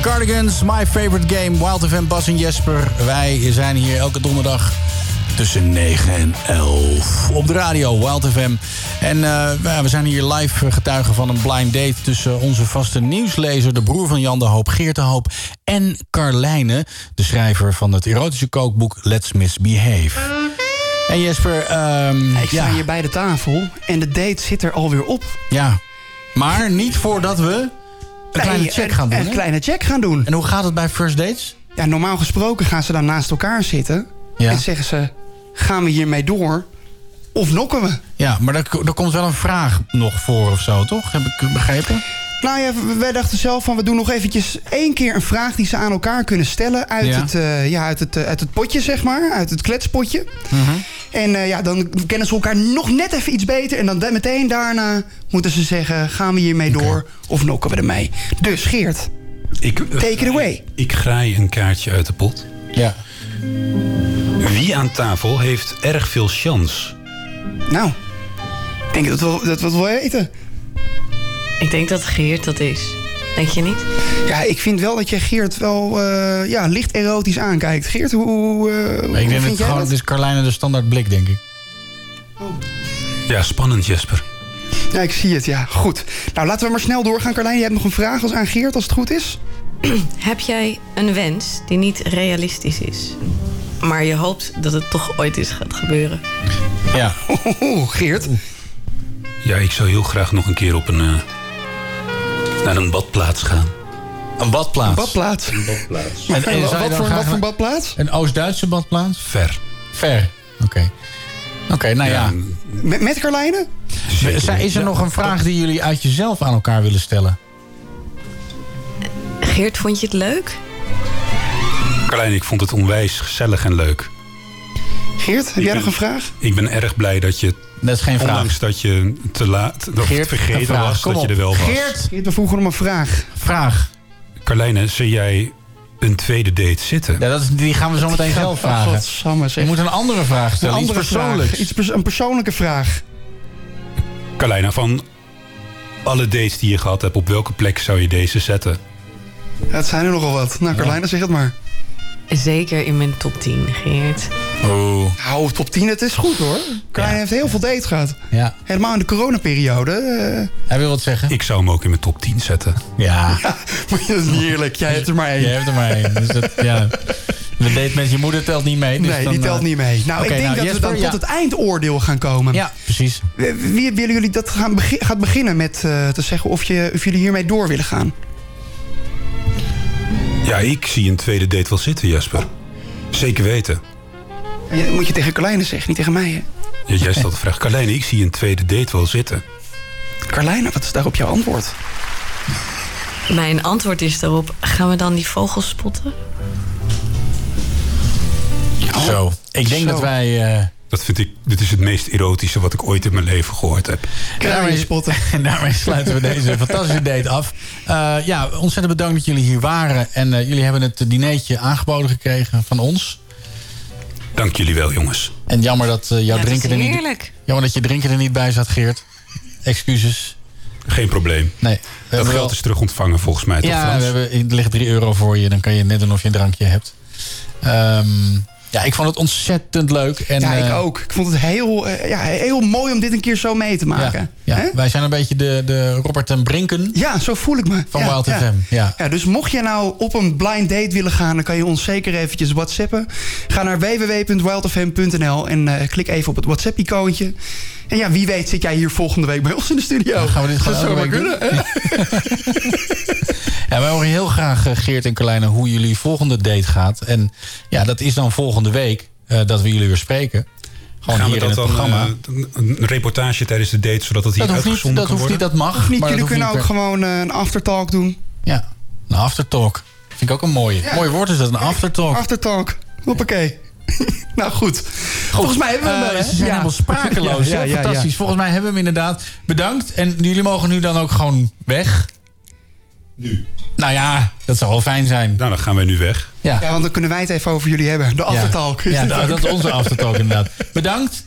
S8: Cardigans, My Favorite Game, Wild FM, Bas en Jesper. Wij zijn hier elke donderdag tussen 9 en 11 op de radio, Wild FM. En eh, ja, we zijn hier live getuigen van een blind date... tussen onze vaste nieuwslezer, de broer van Jan de Hoop, Geert de Hoop... en Carlijne, de schrijver van het erotische kookboek Let's Misbehave. En Jesper, ehm,
S9: Ik sta
S8: ja.
S9: hier bij de tafel en de date zit er alweer op.
S8: Ja, maar niet voordat we een kleine check gaan doen,
S9: Een
S8: hè?
S9: kleine check gaan doen. En
S8: hoe gaat het bij first dates?
S9: Ja, normaal gesproken gaan ze dan naast elkaar zitten.
S8: Ja.
S9: En zeggen ze, gaan we hiermee door of nokken we?
S8: Ja, maar daar, daar komt wel een vraag nog voor of zo, toch? Heb ik begrepen?
S9: Nou ja, w- wij dachten zelf van we doen nog eventjes één keer een vraag die ze aan elkaar kunnen stellen. Uit,
S8: Ja.
S9: het, eh, ja, uit, het, eh, uit het potje, zeg maar. Uit het kletspotje.
S8: Mhm.
S9: En eh, ja, dan kennen ze elkaar nog net even iets beter. En dan da- meteen daarna moeten ze zeggen, gaan we hiermee door of nokken we ermee? Dus Geert,
S10: Ik, eh,
S9: take it away.
S10: Ik graai een kaartje uit de pot.
S8: Ja.
S10: Wie aan tafel heeft erg veel chance?
S9: Nou, ik denk dat we dat we het wel weten.
S12: Ik denk dat Geert dat is. Denk je niet?
S9: Ja, ik vind wel dat je Geert wel eh, ja, licht erotisch aankijkt. Geert, hoe, hoe, eh, hoe
S8: ik denk
S9: vind
S8: dat
S9: jij
S8: gewoon, het
S9: dat?
S8: is Carlijne de standaard blik, denk ik.
S10: Ja, spannend Jesper.
S9: Ja, ik zie het, ja. Goed. Nou, laten we maar snel doorgaan, Carlijn. Je hebt nog een vraag als aan Geert, als het goed is.
S12: Heb jij een wens die niet realistisch is, maar je hoopt dat het toch ooit eens gaat gebeuren?
S8: Ja.
S9: Geert.
S10: Ja, ik zou heel graag nog een keer op een, eh, naar een badplaats gaan.
S8: Een badplaats?
S9: Een badplaats.
S10: Een badplaats.
S8: En- en zou je
S9: wat
S8: dan
S9: voor,
S8: graag
S9: wat voor
S8: een-
S9: badplaats?
S8: Een Oost-Duitse badplaats?
S10: Ver.
S8: Ver, oké. Oké, nou ja.
S9: Met, met Carlijne?
S8: Zij- Is er nog een vraag die jullie uit jezelf aan elkaar willen stellen?
S12: Geert, vond je het leuk?
S10: Carlijn, ik vond het onwijs gezellig en leuk.
S9: Geert, heb jij
S10: ben-
S9: nog een vraag?
S10: Ik ben erg blij dat je...
S8: Dat is geen
S10: vraag. Ondanks dat je te laat dat het
S9: een
S10: vergeten
S9: vraag.
S10: was,
S9: Kom
S10: dat je
S9: op.
S10: er wel was.
S9: Geert, Geert, we vroegen om een vraag.
S8: Vraag.
S10: Carlijne, zie jij een tweede date zitten?
S8: Ja, dat is, die gaan we zo meteen zelf vragen.
S9: Godsamme, zeg.
S8: Je moet een andere vraag stellen,
S9: Een
S8: iets persoonlijks.
S9: vraag. Iets pers- een persoonlijke vraag.
S10: Carlijna, van alle dates die je gehad hebt, op welke plek zou je deze zetten?
S9: Dat zijn er nogal wat. Nou, Carlijne, zeg het maar.
S12: Zeker in mijn top 10, Geert.
S10: Oh.
S9: Hou top 10, het is goed hoor. Carlijne heeft heel veel dates gehad.
S8: Ja.
S9: Helemaal in de coronaperiode. eh,
S8: Hij wil wat zeggen.
S10: Ik zou hem ook in mijn top 10 zetten.
S8: Ja.
S9: Maar dat is niet eerlijk. Jij hebt er maar één.
S8: Jij hebt er maar één. Dus dat, ja. De date met je moeder telt niet mee. Dus
S9: nee,
S8: dan,
S9: die telt
S8: eh,
S9: niet mee. Nou,
S8: oké,
S9: ik denk dat
S8: Jesper,
S9: we dan
S8: ja.
S9: tot het eindoordeel gaan komen.
S8: Ja, precies.
S9: Wie, wie- willen jullie dat gaan begi- gaat beginnen met eh, te zeggen of, je, of jullie hiermee door willen gaan?
S10: Ja, ik zie een tweede date wel zitten, Jasper. Zeker weten.
S9: Ja, dat moet je tegen Carlijne zeggen, niet tegen mij. Hè?
S10: Ja, Jij stelt de vraag, Carlijne, ik zie een tweede date wel zitten.
S9: Carlijne, wat is daarop jouw antwoord?
S12: Mijn antwoord is daarop: gaan we dan die vogels spotten?
S8: Zo. Ik denk dat wij... eh,
S10: Dat vind ik, dit is het meest erotische wat ik ooit in mijn leven gehoord heb.
S8: daarmee, en daarmee sluiten we deze fantastische date af. Eh, ja, ontzettend bedankt dat jullie hier waren. En eh, jullie hebben het dinertje aangeboden gekregen van ons.
S10: Dank jullie wel, jongens.
S8: En jammer dat eh, jouw
S12: Ja, het
S8: drinken
S12: is
S8: er niet...
S12: heerlijk.
S8: Jammer dat je drinken er niet bij zat, Geert. Excuses.
S10: Geen probleem.
S8: Nee.
S10: Dat
S8: hebben
S10: geld is terug ontvangen volgens mij, toch
S8: Ja,
S10: Frans?
S8: we hebben, er ligt 3 euro voor je. Dan kan je net doen of je een drankje hebt. Ehm, ja, ik vond het ontzettend leuk. En,
S9: ja, ik
S8: eh,
S9: ook. Ik vond het heel, eh, ja, heel mooi om dit een keer zo mee te maken.
S8: Ja, wij zijn een beetje de, de Robert en Brinken
S9: Ja, zo voel ik me.
S8: van
S9: ja,
S8: Wild
S9: ja.
S8: FM. Ja.
S9: Ja, dus mocht je nou op een blind date willen gaan... dan kan je ons zeker eventjes whatsappen. Ga naar www.wildfm.nl en eh, klik even op het WhatsApp-icoontje. En ja, wie weet zit jij hier volgende week bij ons in de studio.
S8: gaan we dit
S9: Dat
S8: gewoon
S9: zou
S8: elke week
S9: maar kunnen. eh, hè?
S8: Ja, wij horen heel graag, eh, Geert en Carlijne, hoe jullie volgende date gaat. En ja, dat is dan volgende week eh, dat we jullie weer spreken. Gewoon
S10: Gaan we
S8: hier in
S10: dat
S8: het
S10: dan
S8: programma.
S10: eh, een- een reportage tijdens de date, zodat dat hier
S8: dat hoeft niet,
S10: uitgezonden
S8: dat
S10: kan
S8: hoeft niet,
S10: worden?
S8: dat mag.
S9: Of niet,
S8: maar dat
S9: jullie
S8: hoeft
S9: kunnen
S8: niet
S9: ook
S8: per-
S9: gewoon eh, een aftertalk doen.
S8: Ja, een aftertalk. Vind ik ook een mooie. Mooi woord is dat, een aftertalk.
S9: Oh. Aftertalk. Hoppakee. nou goed. Volgens mij hebben we hem
S8: Eh,
S9: wel, hè?
S8: Ze zijn
S9: Ja.
S8: helemaal sprakeloos.
S9: Ja,
S8: hè?
S9: ja, ja, ja.
S8: Fantastisch. Volgens mij hebben we hem inderdaad. Bedankt. En jullie mogen nu dan ook gewoon weg.
S10: Nu.
S8: Nou ja, dat zou wel fijn zijn.
S10: Nou, dan gaan wij nu weg.
S8: Ja.
S9: Ja, want dan kunnen wij het even over jullie hebben. De aftertalk.
S8: Ja, ja, dat, dat is onze aftertalk inderdaad. Bedankt.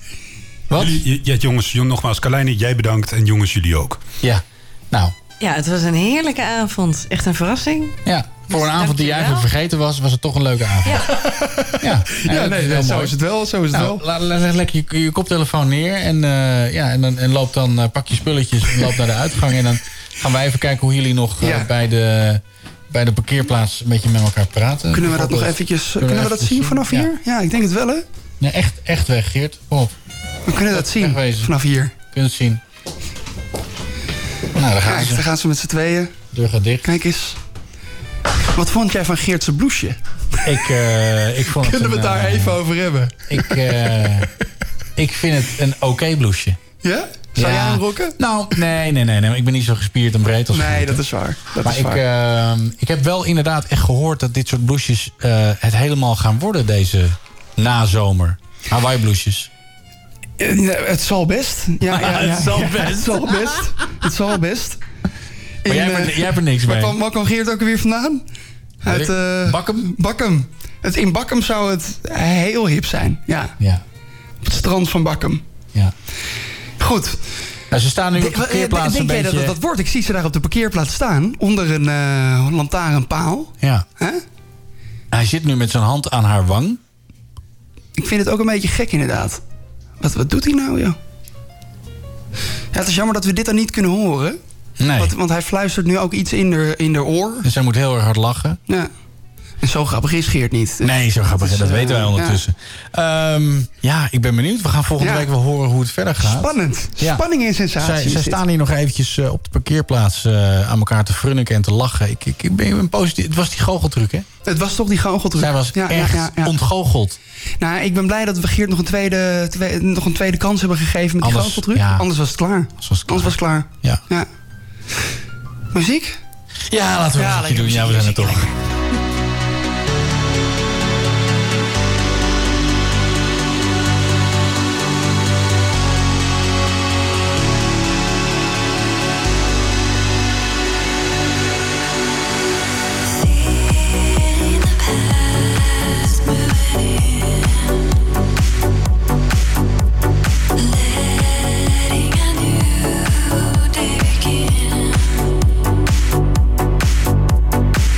S8: Wat?
S10: Jullie- j- Ja, jongens, jong- nogmaals, Carlijne, jij bedankt en jongens, jullie ook.
S8: Ja. Nou,
S12: Ja, het was een heerlijke avond. Echt een verrassing.
S8: ja. Voor een avond die je eigenlijk vergeten was, was het toch een leuke avond. Ja, ja,
S9: Ja,
S8: dat
S9: nee,
S8: heel
S9: zo
S8: mooi.
S9: is het wel, zo is het
S8: Nou, la- la- leg lekker je, je koptelefoon neer en, eh, ja, en, dan, en loop dan, eh, pak je spulletjes en loop naar de uitgang. En dan gaan wij even kijken hoe jullie nog eh, bij, de, bij de parkeerplaats een beetje met elkaar praten.
S9: Kunnen we dat nog
S8: Bijvoorbeeld.
S9: eventjes, kunnen we dat
S8: even
S9: zien vanaf
S8: Ja.
S9: hier? Ja, ik denk het wel hè.
S8: Nee, echt, echt weg, Geert. Kom op.
S9: We kunnen dat zien vanaf hier.
S8: Kunnen het zien. Nou, daar gaan
S9: Kijk,
S8: ze.
S9: daar gaan ze met z'n tweeën.
S8: Deur gaat dicht.
S9: Kijk eens. Wat vond jij van Geertse bloesje?
S8: Ik, eh, ik vond
S9: Kunnen we
S8: het
S9: het
S8: een,
S9: daar
S8: eh,
S9: even over hebben?
S8: Ik, eh, ik vind het een oké bloesje.
S9: Ja? Zou jij hem rocken?
S8: Nou, nee, nee, nee, nee. maar Ik ben niet zo gespierd en breed als
S9: Nee,
S8: Groeten.
S9: dat is waar. Dat
S8: maar
S9: is
S8: ik,
S9: waar.
S8: ehm, ik heb wel inderdaad echt gehoord dat dit soort bloesjes eh, het helemaal gaan worden deze nazomer. Hawaii bloesjes.
S9: Eh, ja, Het zal best. Ja, ja, ja.
S8: Het zal
S9: Ja,
S8: best.
S9: het zal best. Het zal best. eh,
S8: Maar jij hebt er- jij hebt er niks
S9: waar
S8: mee.
S9: Kwam, waar kwam Geert ook weer vandaan? Uit eh
S8: Bakkum?
S9: Bakkum. Het, in Bakkum zou het heel hip zijn. Ja.
S8: ja.
S9: Op het strand van Bakkum.
S8: Ja. Nou,
S9: Goed.
S8: ze staan nu op de
S9: Denk-
S8: parkeerplaats
S9: Denk
S8: een
S9: jij dat
S8: beetje-
S9: dat dat wordt? Ik zie ze daar op de parkeerplaats staan. Onder een eh, lantaarnpaal.
S8: Ja. Hij zit nu met zijn hand aan haar wang.
S9: Ik vind het ook een beetje gek inderdaad. Wat, wat doet hij nou, joh? Ja, het is jammer dat we dit dan niet kunnen horen.
S8: Nee.
S9: Want, want hij fluistert nu ook iets in de, in de oor.
S8: Dus hij moet heel erg hard lachen.
S9: Ja. En zo grappig is Geert niet.
S8: Nee, zo grappig.
S9: Dus,
S8: dat
S9: eh,
S8: weten wij ondertussen. Ehm, Ja. ja, ik ben benieuwd. We gaan volgende
S9: Ja.
S8: week wel horen hoe het verder gaat.
S9: Spannend.
S8: Ja.
S9: Spanning en sensatie.
S8: Zij,
S9: is
S8: zij
S9: dit.
S8: staan hier nog eventjes eh, op de parkeerplaats eh, aan elkaar te frunniken en te lachen. Ik, ik, ik ben ik ben positief. Het was die goocheltruc, hè?
S9: Het was toch die goocheltruc.
S8: Zij was
S9: Ja, ja,
S8: echt
S9: ja, ja.
S8: ontgoocheld.
S9: Nou, ik ben blij dat we Geert nog een tweede, twee- nog een tweede kans hebben gegeven met die
S8: Anders-
S9: goocheltruc.
S8: ja.
S9: Anders was het klaar. Anders
S8: was het
S9: klaar.
S8: Ja.
S9: Muziek?
S8: Ja, laten we
S9: Ja,
S8: ja,
S9: lekker
S8: doen. Ja, we
S9: muziek,
S8: zijn er toch.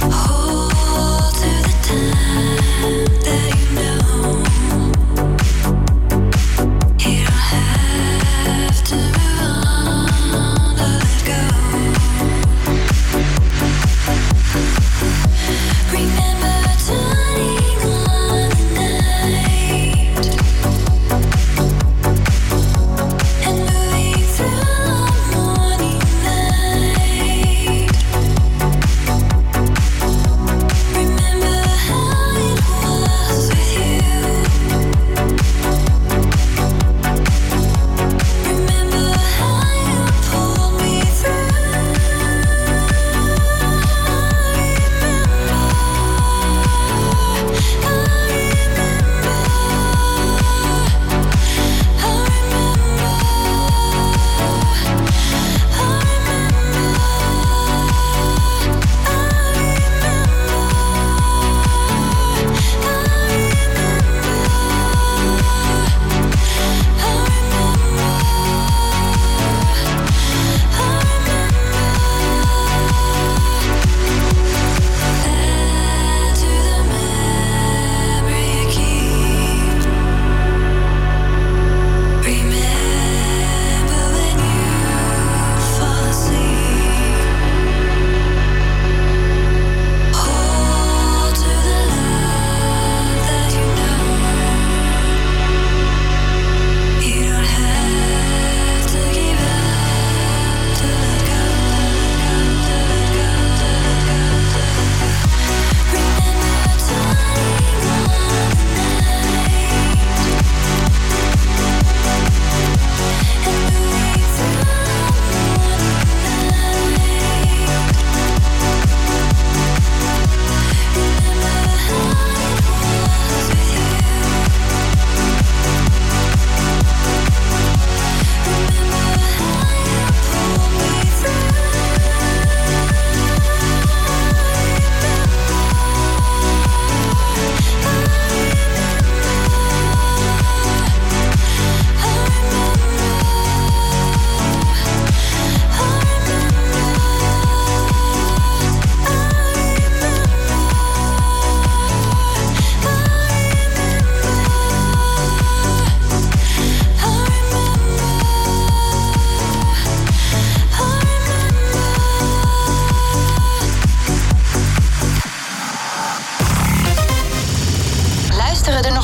S22: Oh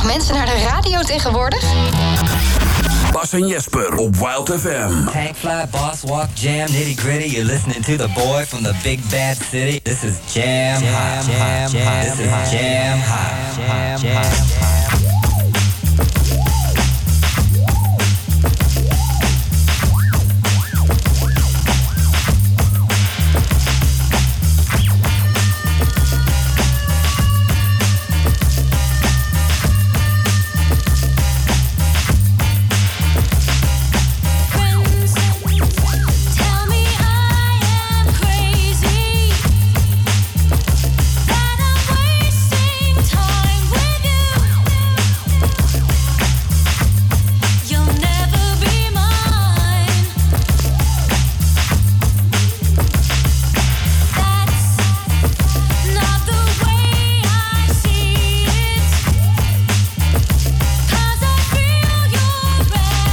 S23: mensen naar de radio tegenwoordig?
S19: Bas en Jesper op Wild FM.
S24: Tank fly, boss walk, jam, nitty gritty. You're listening to the boy from the big bad city. This is jam, hot, jam, hot. This is jam, hot, jam, hot.
S18: Tell me I am crazy, that I'm wasting time with you. You'll never be mine. That's not the way I see it. 'Cause I feel you're ready mine.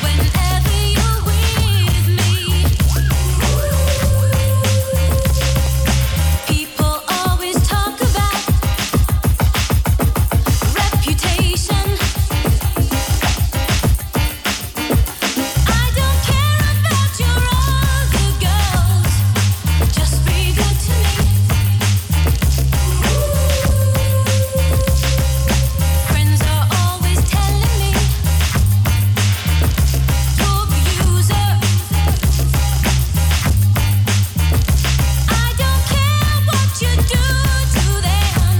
S18: Whenever you're with me, people always talk about reputation. I don't care about your other girls, just be good to me. Friends are always telling me. You're the user. I don't care what you do to them.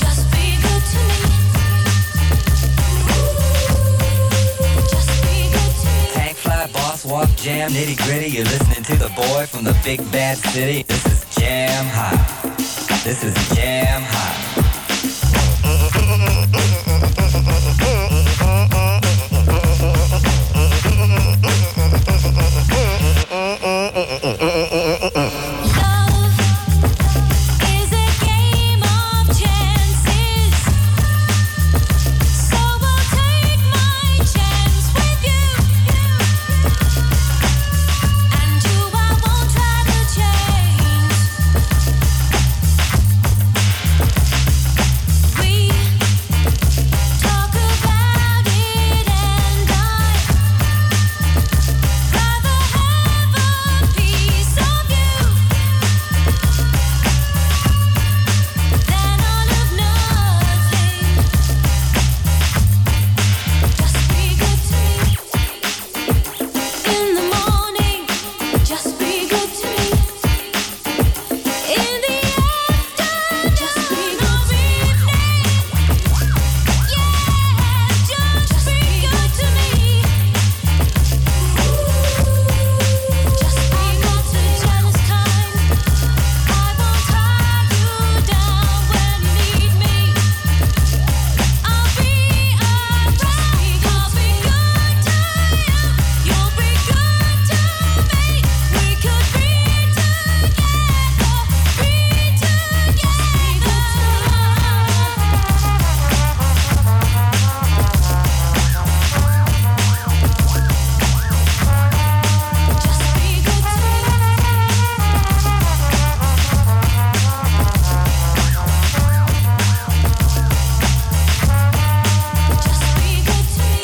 S18: Just be good to me. Just be good to me.
S24: Tank fly, boss walk, jam, nitty gritty. You're listening to the boy from the big bad city. This is jam hot. This is jam hot.
S18: Is a game of chances, so I'll take my chance with you. And you, I won't try to change. We talk about it, and I rather have a piece of you.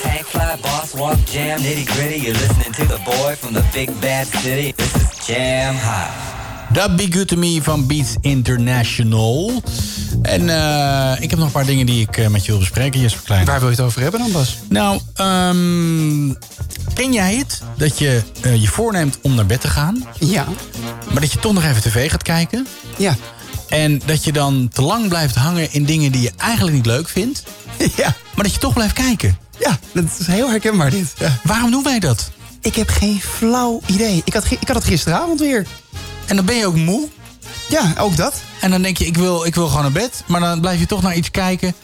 S24: Tank fly, boss walk, jam, nitty gritty. You're listening to the boy from the big bad city. This is jam hot.
S8: Dat Be Good To Me van Beats International. En eh, ik heb nog een paar dingen die ik eh, met je wil bespreken, Jesper Klein. Waar
S9: wil je het over hebben dan, Bas?
S8: Nou, ehm, ken jij het? Dat je eh, je voorneemt om naar bed te gaan.
S9: Ja.
S8: Maar dat je toch nog even tv gaat kijken.
S9: Ja.
S8: En dat je dan te lang blijft hangen in dingen die je eigenlijk niet leuk vindt.
S9: Ja.
S8: Maar dat je toch blijft kijken.
S9: Ja, dat is heel herkenbaar dit.
S8: Waarom doen wij dat?
S9: Ik heb geen flauw idee. Ik had, gi- ik had het gisteravond weer.
S8: En dan ben je ook moe?
S9: Ja, ook dat.
S8: En dan denk je, ik wil, ik wil gewoon naar bed. Maar dan blijf je toch naar iets kijken.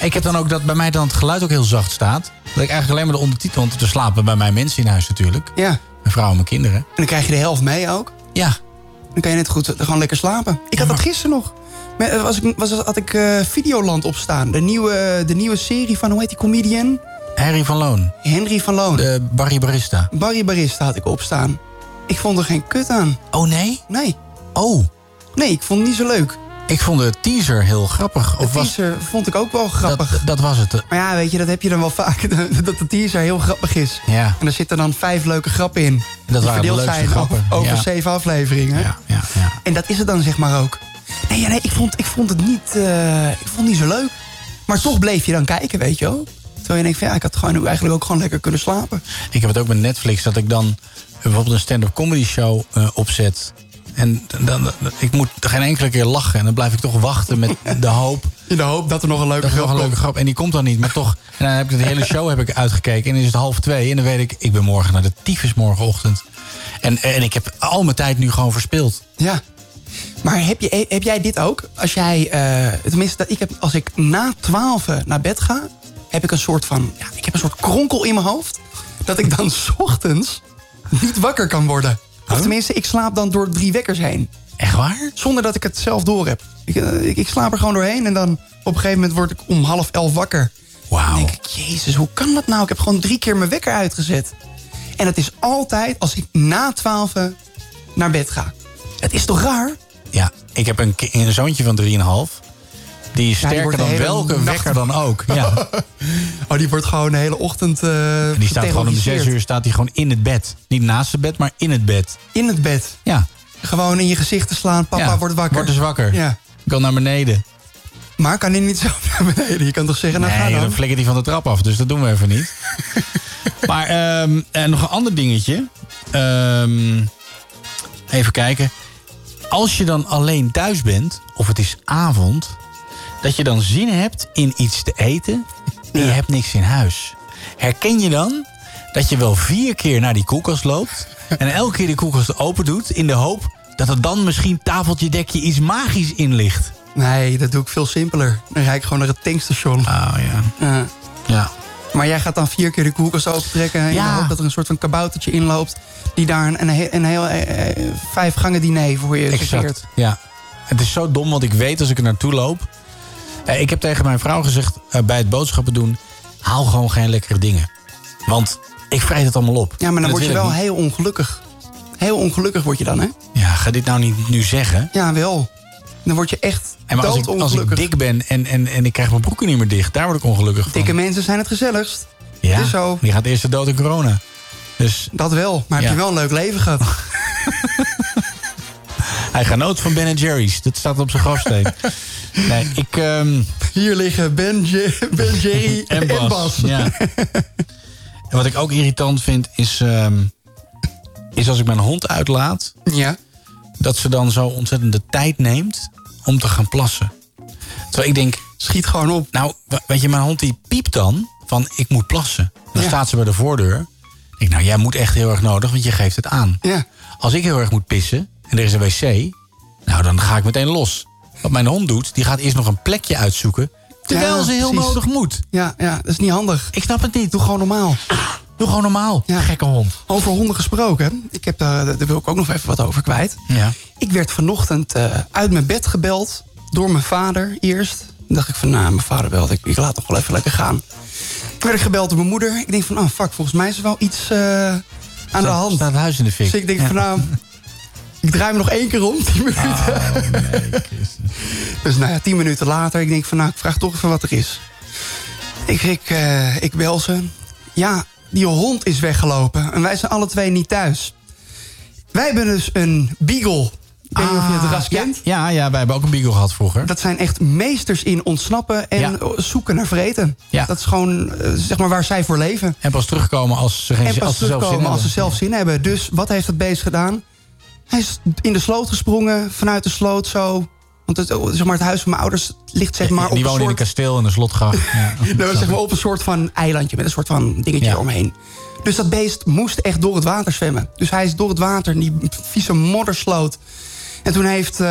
S8: Ik heb dan ook dat bij mij dan het geluid ook heel zacht staat. Dat ik eigenlijk alleen maar de ondertitel... Want er slapen bij mij mensen in huis natuurlijk.
S9: Ja. Mijn
S8: vrouw en mijn kinderen.
S9: En dan krijg je de helft mee ook.
S8: Ja.
S9: Dan kan je net goed gewoon lekker slapen. Ik had dat gisteren nog. Maar, eh, Was ik, was, had ik eh, Videoland opstaan. De nieuwe, eh, de nieuwe serie van, hoe heet die comedian?
S8: Henry van Loon.
S9: Henry van Loon.
S8: De Barry Barista.
S9: Barry Barista had ik opstaan. Ik vond er geen kut aan.
S8: Oh nee?
S9: Nee.
S8: Oh.
S9: Nee, ik vond het niet zo leuk.
S8: Ik vond de teaser heel grappig. Of
S9: de teaser vond ik ook wel grappig. Dat,
S8: was het.
S9: Maar ja, weet je, dat heb je dan wel vaak. Dat de teaser heel grappig is.
S8: Ja.
S9: En er zitten dan vijf leuke grappen in.
S8: waren de
S9: die verdeeld
S8: leukste
S9: zijn
S8: grappen,
S9: over, over
S8: ja.
S9: zeven afleveringen.
S8: Ja,
S9: En dat is het dan zeg maar ook. Nee, ja, nee ik, vond, ik vond het niet, eh, ik vond het niet zo leuk. Maar toch bleef je dan kijken, weet je wel. Terwijl je denkt, van, ja, ik had gewoon, eigenlijk ook gewoon lekker kunnen slapen.
S8: Ik heb het ook met Netflix dat ik dan bijvoorbeeld een stand-up comedy show eh, opzet. En dan, dan- ik moet geen enkele keer lachen. En dan blijf ik toch wachten met de hoop.
S9: In de hoop dat er nog een leuke,
S8: grap, een leuke grap En die komt dan niet. Maar toch, en dan heb ik de hele show heb ik uitgekeken. En dan is het half twee. En dan weet ik, ik ben morgen naar de tyfus morgenochtend. En, en ik heb al mijn tijd nu gewoon verspild.
S9: Ja. Maar heb, je, heb jij dit ook? Als jij, eh, tenminste, dat ik heb, als ik na twaalf eh, naar bed ga, heb ik een soort van, ja, ik heb een soort kronkel in mijn hoofd. Dat ik dan 's ochtends niet wakker kan worden. Of tenminste, ik slaap dan door drie wekkers heen.
S8: Oh? Echt waar?
S9: Zonder dat ik het zelf door heb. Ik, eh, ik, ik slaap er gewoon doorheen en dan op een gegeven moment word ik om half elf wakker.
S8: Wauw.
S9: denk ik, jezus, hoe kan dat nou? Ik heb gewoon drie keer mijn wekker uitgezet. En het is altijd als ik na twaalf eh, naar bed ga. Het is toch raar?
S8: Ja, ik heb een, ki- een zoontje van 3,5. Die is
S9: Ja, die
S8: sterker
S9: wordt de
S8: dan
S9: hele
S8: welke
S9: nacht-
S8: wekker dan ook. Ja.
S9: Oh, die wordt gewoon de hele ochtend. eh,
S8: Die staat gewoon om
S9: geterroriseerd.
S8: 6 uur staat hij gewoon in het bed. Niet naast het bed, maar in het bed.
S9: In het bed.
S8: Ja.
S9: Gewoon in je gezicht te slaan. Papa
S8: Ja,
S9: wordt wakker.
S8: Wordt eens wakker.
S9: Ja.
S8: Ik kan naar beneden.
S9: Maar kan hij niet zo naar beneden? Je kan toch zeggen, nou
S8: nee,
S9: ga dan.
S8: dan flikkert hij van de trap af. Dus dat doen we even niet. maar ehm, en nog een ander dingetje. Ehm, even kijken. Als je dan alleen thuis bent, of het is avond... dat je dan zin hebt in iets te eten... en je hebt niks in huis. Herken je dan dat je wel vier keer naar die koelkast loopt... en elke keer die koelkast open doet... in de hoop dat er dan misschien tafeltje dekje iets magisch in ligt?
S9: Nee, dat doe ik veel simpeler. Dan rijd ik gewoon naar het tankstation.
S8: Oh ja.
S9: Ja.
S8: ja.
S9: Maar jij gaat dan vier keer de koelkast opentrekken. En
S8: Ja.
S9: je hoopt dat er een soort van kaboutertje inloopt. Die daar een, een, he- een heel eh, eh, vijf gangen diner voor je serveert.
S8: Exact, ja. Het is zo dom, want ik weet als ik er naartoe loop... Eh, ik heb tegen mijn vrouw gezegd eh, bij het boodschappen doen... haal gewoon geen lekkere dingen. Want ik vreet het allemaal op.
S9: Ja,
S8: En
S9: maar dan
S8: dat
S9: word je
S8: wil ik
S9: wel
S8: niet.
S9: heel ongelukkig. Heel ongelukkig word je dan, hè?
S8: Ja, ga dit nou niet nu zeggen.
S9: Ja, wel. Dan word je echt
S8: En maar als, ik, als ik
S9: doodongelukkig.
S8: dik ben en, en, en ik krijg mijn broeken niet meer dicht... daar word ik ongelukkig van.
S9: Dikke mensen zijn het gezelligst.
S8: ja,
S9: is zo.
S8: Die gaat eerst de dood in corona. Dus
S9: Dat wel, maar
S8: Ja.
S9: heb je wel een leuk leven gehad?
S8: hij genoot van Ben Jerry's. Dat staat op zijn grafsteen. nee, ik... ehm,
S9: Hier liggen Ben, Je- ben Jerry en Bas.
S8: Ja. en wat ik ook irritant vind is, ehm, is als ik mijn hond uitlaat,
S9: ja.
S8: dat ze dan zo ontzettend de tijd neemt om te gaan plassen. Terwijl ik denk,
S9: schiet gewoon op.
S8: Nou, we- weet je, mijn hond die piept dan van ik moet plassen. Dan staat ze bij de voordeur. Ik denk, nou, jij moet echt heel erg nodig, want je geeft het aan. Als ik heel erg moet pissen en er is een wc, nou dan ga ik meteen los. Wat mijn hond doet, die gaat eerst nog een plekje uitzoeken. Terwijl
S9: Ja,
S8: ze heel
S9: precies.
S8: nodig moet.
S9: Ja, ja, dat is niet handig.
S8: Ik snap het niet.
S9: Doe gewoon normaal.
S8: Doe gewoon normaal, gekke hond.
S9: Over honden gesproken, ik heb eh, daar, daar wil ik ook nog even wat over kwijt.
S8: Ja.
S9: Ik werd vanochtend eh, uit mijn bed gebeld door mijn vader eerst. Dan dacht ik van, nou, mijn vader belt, ik, ik laat toch wel even lekker gaan. Ik werd gebeld door mijn moeder. Ik denk van, oh fuck, volgens mij is er wel iets eh, aan de
S8: Staat-
S9: hand.
S8: staat het huis in de fik.
S9: Dus ik denk
S8: Ja.
S9: van, nou, ik draai me nog één keer om, tien minuten.
S8: Ah,
S9: dus nou ja, tien minuten later, ik denk van, nou, ik vraag toch even wat er is. Ik, ik, eh, ik bel ze. Ja, die hond is weggelopen en wij zijn alle twee niet thuis. Wij hebben dus een beagle. Ik weet niet of je het ras kent.
S8: Ah, Ja, ja, wij hebben ook een beagle gehad vroeger.
S9: Dat zijn echt meesters in ontsnappen en zoeken naar vreten. Dat is gewoon eh, zeg maar waar zij voor leven.
S8: En pas terugkomen als ze, geen,
S9: en pas
S8: als ze zelf zin
S9: terugkomen als ze
S8: hebben.
S9: zelf zin hebben. Dus wat heeft dat beest gedaan? Hij is in de sloot gesprongen, vanuit de sloot zo. Want het, oh, zeg maar, het huis van mijn ouders ligt zeg maar, op,
S8: Die
S9: een
S8: wonen in een
S9: soort,
S8: kasteel in een slotgracht. Ja.
S9: nou, zeg maar op een soort van eilandje met een soort van dingetje omheen. Dus dat beest moest echt door het water zwemmen. Dus hij is door het water in die vieze moddersloot. En toen heeft eh,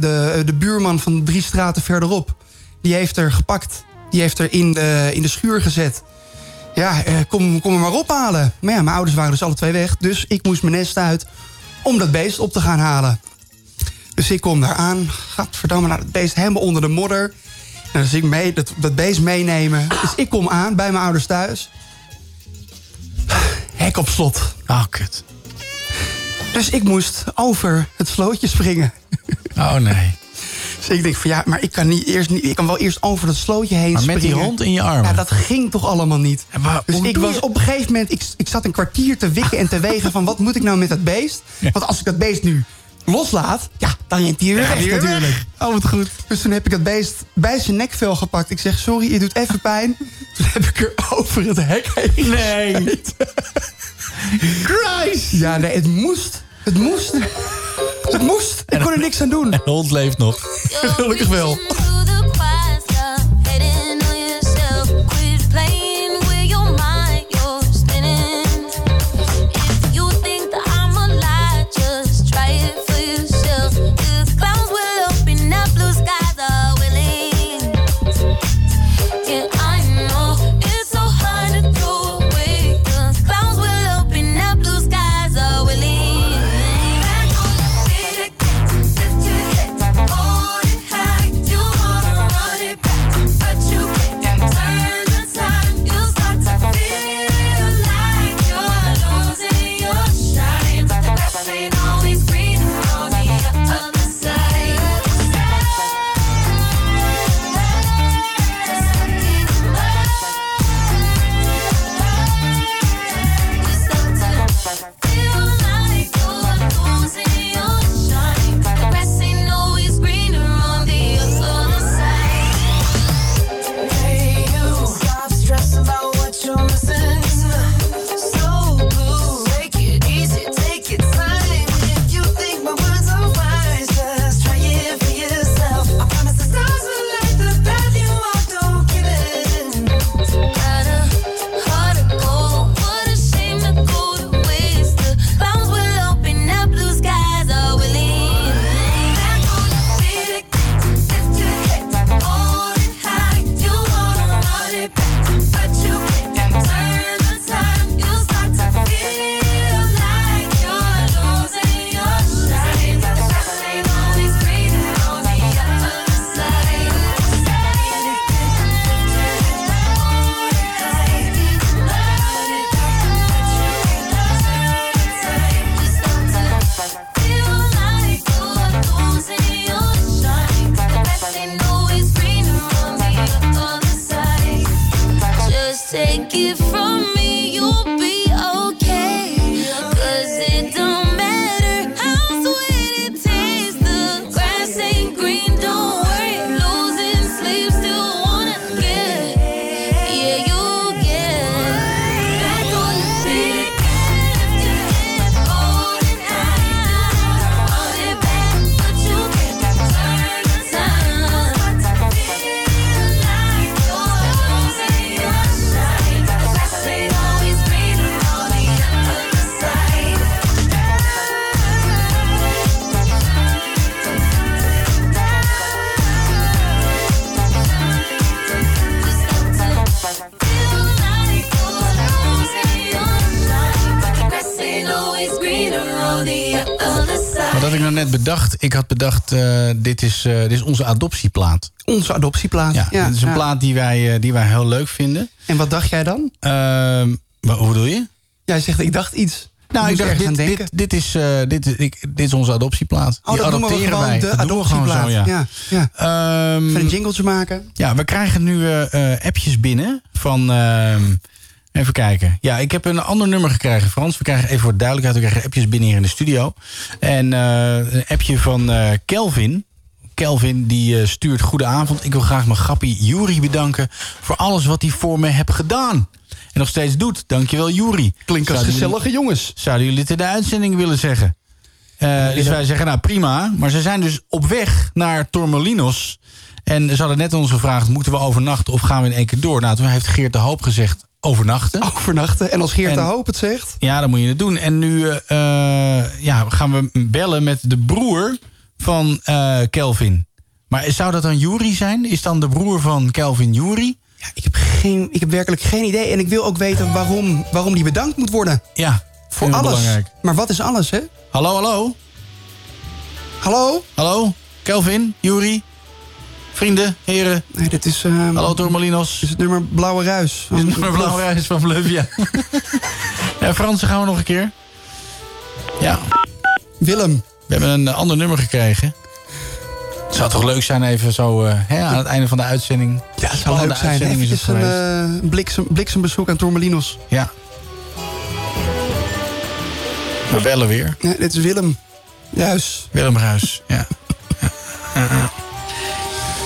S9: de, de buurman van drie straten verderop... die heeft er gepakt. Die heeft er in de, in de schuur gezet. Ja, eh, kom, kom hem maar ophalen. Maar ja, mijn ouders waren dus alle twee weg. Dus ik moest mijn nest uit om dat beest op te gaan halen. Dus ik kom daar aan. Gadverdamme, nou, dat beest helemaal onder de modder. En dus ik mee, dat, dat beest meenemen. Dus ik kom aan bij mijn ouders thuis. Hek op slot.
S8: Ah, kut.
S9: Dus ik moest over het slootje springen.
S8: Oh nee.
S9: Dus ik denk van ja, maar ik kan, niet eerst, niet- ik kan wel eerst over dat slootje heen
S8: Maar met die
S9: springen.
S8: hond in je armen?
S9: Ja, dat ging toch allemaal niet. dus
S8: hoe
S9: ik
S8: doe
S9: was
S8: je-
S9: op een gegeven moment, ik, ik zat een kwartier te wikken en te wegen van wat moet ik nou met dat beest? Want als ik dat beest nu loslaat, ja, dan rent hij weer
S25: Ja,
S9: weg
S25: weer
S9: natuurlijk. Oh, wat goed. Dus toen heb ik dat beest bij zijn nekvel gepakt. Ik zeg, sorry, je doet even pijn. Toen heb ik er over het hek heen Nee. Christ! Ja, nee, het moest. Het moest. Het moest. Ik kon er niks aan doen.
S8: De hond leeft nog.
S9: Gelukkig wel.
S18: You wanna run it back, but you can't turn the tide. You start to feel like you're losing your shine. Crashing on these green on the other side. You start to feel like you're losing your shine. Crashing always greener on the other side.
S14: Hey, you. Stop stressing about what you're missing. So blue. Take it easy, take your time. If you think my words are wise, just try it for yourself. I promise the stars will light the path you walk. Don't give in.
S18: Gotta harder go. What a shame to go to waste. The clouds will open up, blue skies are willing. Back on your feet again, lift your head, hold it high. You wanna run it back, but you can't turn the tide. You start to feel like you're losing your shine. Crashing on these green on the other side. Just Take it from me, you'll be okay. Cause it don't matter how sweet it tastes. The grass ain't green, don't worry. Losing sleep, still wanna get. Yeah, you get back on your feet Always greener on the other side.
S8: Wat had ik nou net bedacht? Ik had bedacht, eh, dit, is, eh, dit is onze adoptieplaat.
S9: Onze adoptieplaat.
S8: Ja,
S9: ja,
S8: dit is een
S9: ja.
S8: plaat die wij, eh, die wij heel leuk vinden.
S9: En wat dacht jij dan?
S8: Ehm, maar hoe bedoel je?
S9: Jij zegt, ik dacht iets.
S8: Nou, ik
S9: Moest
S8: dacht,
S9: ergens
S8: dit,
S9: aan
S8: dit,
S9: denken.
S8: dit, is, eh, dit, is- ik, dit is onze adoptieplaat.
S9: Oh, dat noemen we gewoon de
S8: Dat doen we gewoon
S9: adoptieplaat.
S8: zo, ja.
S9: ja. ja.
S8: Ehm,
S9: Even een jingletje maken.
S8: Ja, we krijgen nu eh, eh, appjes binnen van... ehm, even kijken. Ja, ik heb een ander nummer gekregen, Frans. We krijgen even voor de duidelijkheid, we krijgen appjes binnen hier in de studio. En eh, een appje van eh, Kelvin. Kelvin, die eh, stuurt goede avond. Ik wil graag mijn grappie Juri bedanken... voor alles wat hij voor me hebt gedaan. En nog steeds doet. Dankjewel, Juri.
S9: Klinkt als
S8: Zouden
S9: gezellige jongens.
S8: Zouden jullie dit in de uitzending willen zeggen? Eh, dus wij zeggen, nou prima. Maar ze zijn dus op weg naar Tormelinos. En ze hadden net ons gevraagd, moeten we overnachten of gaan we in één keer door? Nou, toen heeft Geert de Hoop gezegd, overnachten.
S9: Overnachten. En als Geert de Hoop het zegt...
S8: Ja, dan moet je het doen. En nu eh, eh, ja, gaan we bellen met de broer van eh, Kelvin. Maar zou dat dan Jury zijn? Is dan de broer van Kelvin Jury?
S9: Geen, ik heb werkelijk geen idee. En ik wil ook weten waarom, waarom die bedankt moet worden.
S8: Ja,
S9: Voor
S8: heel
S9: alles.
S8: belangrijk.
S9: Maar wat is alles, hè?
S8: Hallo, hallo?
S9: Hallo?
S8: Hallo? Kelvin? Jury? Vrienden? Heren?
S9: Nee, dit is... ehm,
S8: Hallo Tormelinos?
S9: Is het nummer Blauwe Ruis?
S8: Is het nummer Blauwe Ruis van Bluff, ja. ja, Fransen gaan we nog een keer. Ja.
S9: Willem.
S8: We hebben een eh, ander nummer gekregen. Het Zou het toch leuk zijn even zo eh, hè, aan het einde van de uitzending?
S9: Ja, het zou leuk zijn. Eventjes een eh, bliksem, bliksembezoek aan Tormelinos.
S8: Ja.
S9: eh,
S8: We bellen weer.
S9: Ja, dit is Willem. Ruis.
S8: Willem Ruis, ja.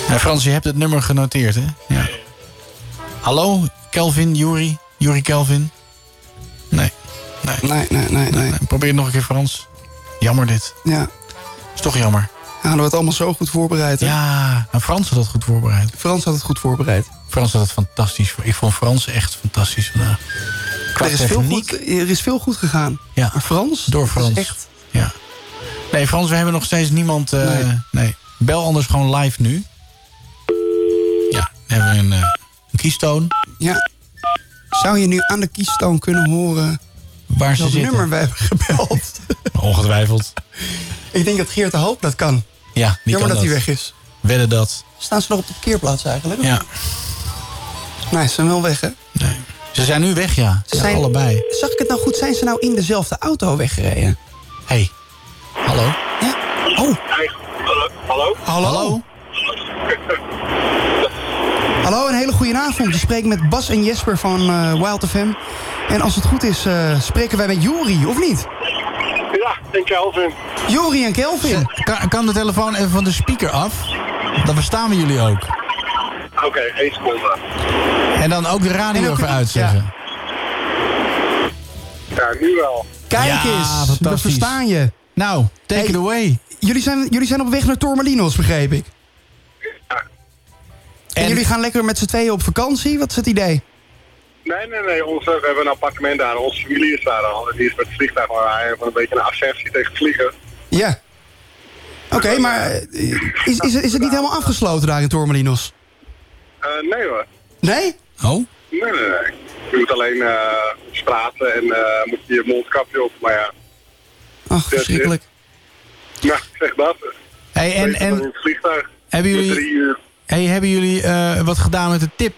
S8: Ja, Frans, je hebt het nummer genoteerd, hè? Ja. Hallo, Kelvin, Juri? Juri Kelvin? Nee. Nee.
S9: Nee, nee, nee.
S8: Probeer het nog een keer, Frans. Jammer dit.
S9: Ja.
S8: Is toch jammer.
S9: Hadden we het allemaal zo goed voorbereid. hè?
S8: Ja, en Frans had dat goed voorbereid.
S9: Frans had het goed voorbereid.
S8: Frans had het fantastisch. voor- Ik vond Frans echt fantastisch vandaag. Qua
S9: Er is, veel
S8: techniek.
S9: goed, er is veel goed gegaan.
S8: Ja.
S9: Maar Frans?
S8: Door
S9: dat is
S8: Frans.
S9: echt
S8: Ja. Nee, Frans, we hebben nog steeds niemand... eh, nee. Bel anders gewoon live nu. Ja, dan hebben we een, eh, een kiestoon.
S9: Ja. Zou je nu aan de kiesstoon kunnen horen
S8: Waar ze
S9: welk
S8: zitten.
S9: nummer we hebben gebeld?
S8: Ongetwijfeld.
S9: Ik denk dat Geert de Hoop dat kan.
S8: Ja, die
S9: Jammer
S8: kan
S9: dat hij weg is.
S8: Wedden dat.
S9: Staan ze nog op de parkeerplaats eigenlijk?
S8: Ja.
S9: Nee, ze zijn wel weg, hè?
S8: Ze zijn nu weg, ja. Ze
S9: Ze zijn-
S8: zijn allebei.
S9: Zag ik het nou goed? Zijn ze nou in dezelfde auto weggereden?
S8: Hey. Hallo?
S9: Ja. Oh.
S1: Hallo?
S9: Hallo? Hallo, een hele goede avond. Je spreekt met Bas en Jesper van eh, Wild FM. En als het goed is, eh, spreken wij met Jori, of niet?
S1: Ja, en Kelvin.
S9: Jori en Kelvin.
S8: Kan, kan de telefoon even van de speaker af? Dan verstaan we jullie ook.
S1: Oké, één seconde.
S8: En dan ook de radio even uitzetten.
S1: Ja, nu wel.
S9: Kijk eens, we
S8: fantastisch.
S9: verstaan je.
S8: Nou, take it away.
S9: Jullie zijn, jullie zijn op weg naar Tormelinos, begreep ik. En, jullie gaan lekker met z'n tweeën op vakantie? Wat is het idee?
S1: Nee, nee, nee. Onze, we hebben een appartement daar. Onze familie is daar al. Die is met het vliegtuig maar wij hebben een beetje een assertie tegen het vliegen.
S9: Ja. Oké, maar eh, is, is, het- is het niet helemaal afgesloten daar in Tormelinos?
S1: Eh, nee hoor.
S9: Nee?
S8: Oh?
S1: Nee, nee, nee. Je moet alleen eh praten en eh, moet je je mondkapje op. Maar ja.
S9: Ach, verschrikkelijk.
S1: Nou, zeg dat.
S8: Hey, en,
S1: Beter dan in
S8: en
S1: het vliegtuig.
S8: hebben
S1: Voor drie
S8: jullie,
S1: uur.
S8: hey, hebben jullie eh, wat gedaan met de tip?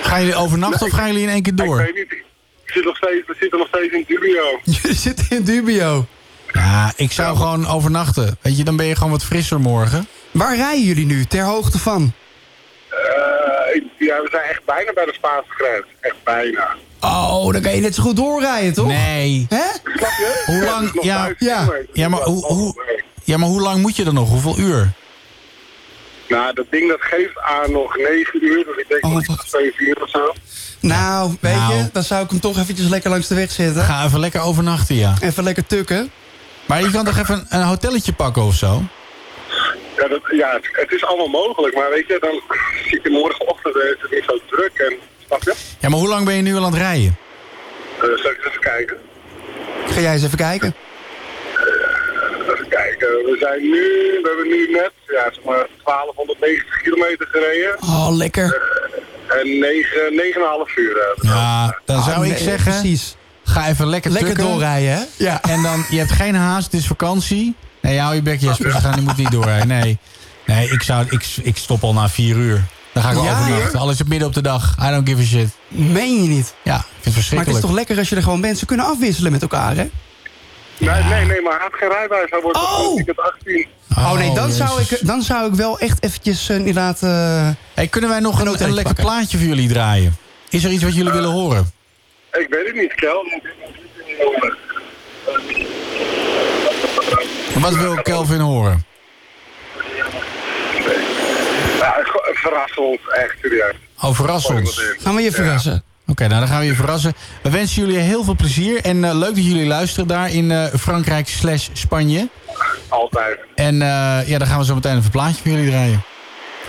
S8: Gaan jullie overnachten of gaan jullie in één keer door?
S1: Ik weet niet. We zitten nog steeds, we zitten nog steeds in dubio.
S9: Jullie zitten in dubio.
S8: Ja, ik zou gewoon overnachten. Weet je, dan ben je gewoon wat frisser morgen.
S9: Waar rijden jullie nu, ter hoogte van?
S1: Eh, ik- ja, we zijn echt bijna bij de Spaanse grens. Echt bijna.
S9: Oh, dan kan je net zo goed doorrijden, toch?
S8: Nee.
S9: Hè?
S1: Snap je?
S8: Hoe
S1: Het is
S8: lang?
S1: nog
S8: Ja,
S1: thuis.
S8: ja, ja, maar hoe, hoe, ja, maar hoe lang moet je dan nog? Hoeveel uur?
S1: Nou, dat ding dat geeft aan nog 9 uur, dus ik denk nog 7 uur of zo.
S9: Nou, weet je, dan zou ik hem toch eventjes lekker langs de weg zetten.
S8: Ga even lekker overnachten, ja.
S9: Even lekker tukken.
S8: Maar je kan toch even een hotelletje pakken of zo?
S1: Ja, dat, ja het, het is allemaal mogelijk, maar weet je, dan zit je morgenochtend, eh, het is niet zo druk en snap je?
S8: Ja, maar hoe lang ben je nu al aan het rijden?
S1: Eh, zal ik eens even kijken?
S9: Ga jij eens even kijken.
S1: Eh, Even kijken, we zijn nu, we hebben nu net, ja, zeg maar 1290 kilometer gereden. Eh,
S9: Oh, lekker.
S1: En 9, 9,5 uur. eh.
S8: Ja, dan zou
S1: Ah,
S8: ik
S1: nee,
S8: zeggen...
S9: precies.
S8: Ga even lekker
S9: Lekker
S8: tukken.
S9: doorrijden, hè? Ja.
S8: En dan, je hebt geen haast, het is vakantie. Nee, hou je bek, Jesper. We gaan, je moet niet doorrijden. Nee, nee ik, zou, ik, ik stop al na vier uur. Dan ga ik wel
S9: Ja,
S8: overnachten.
S9: joh?
S8: Alles op midden op de dag. I don't give a shit.
S9: Meen je niet?
S8: Ja, ik vind het
S9: Maar het is
S8: verschrikkelijk.
S9: toch lekker als je er gewoon bent. Ze kunnen afwisselen met elkaar, hè?
S1: Nee, nee, nee, maar hij had geen rijbewijs, hij wordt oh! weekend 18.
S9: Oh, nee, dan zou, ik, dan zou ik wel echt eventjes eh, inderdaad... eh,
S8: Hey, kunnen wij nog een, een
S9: hotelletje
S8: lekker plaatje voor jullie draaien? Is er iets wat jullie willen horen?
S1: Eh, Ik weet het niet, Kel.
S8: Wat wil Kelvin
S1: Ja,
S8: horen?
S1: het is gewoon- het verrast ons echt serieus.
S8: Oh, verras
S1: Gooi
S8: ons.
S1: wat in.
S9: Gaan we je verrassen?
S8: Oké, nou dan gaan we je verrassen. We wensen jullie heel veel plezier. En eh, leuk dat jullie luisteren daar in eh, Frankrijk slash Spanje.
S1: Altijd.
S8: En eh, ja, dan gaan we zo meteen even een plaatje voor jullie draaien.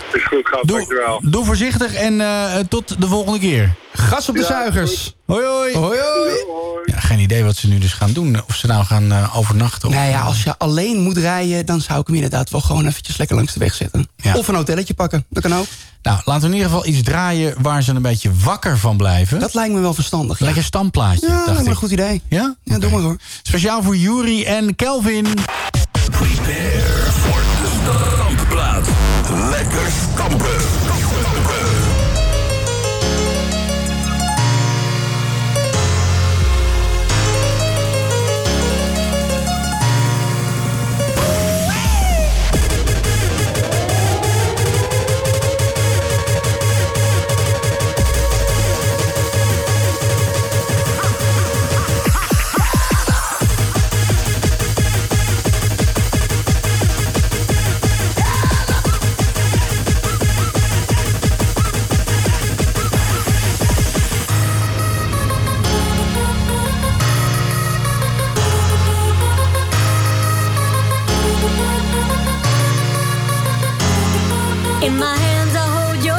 S1: Het is goed, gehad, dankjewel.
S8: Doe voorzichtig en eh, tot de volgende keer.
S9: Gas op de zuigers.
S8: Hoi hoi.
S9: Hoi hoi.
S8: Ja, geen idee wat ze nu dus gaan doen. Of ze nou gaan eh, overnachten. Of...
S9: Nou ja, als je alleen moet rijden, dan zou ik hem inderdaad wel gewoon eventjes lekker langs de weg zetten. Of een hotelletje pakken, dat kan ook.
S8: Nou, laten we in ieder geval iets draaien waar ze een beetje wakker van blijven. Dat
S9: lijkt me wel verstandig.
S8: Lekker stamplaatje,
S9: Ja,
S8: dacht
S9: dat is
S8: ik.
S9: een goed idee.
S8: Ja?
S9: Ja, doe maar hoor.
S8: Speciaal voor Jury en Kelvin.
S4: Stampplaat. Lekker stampen.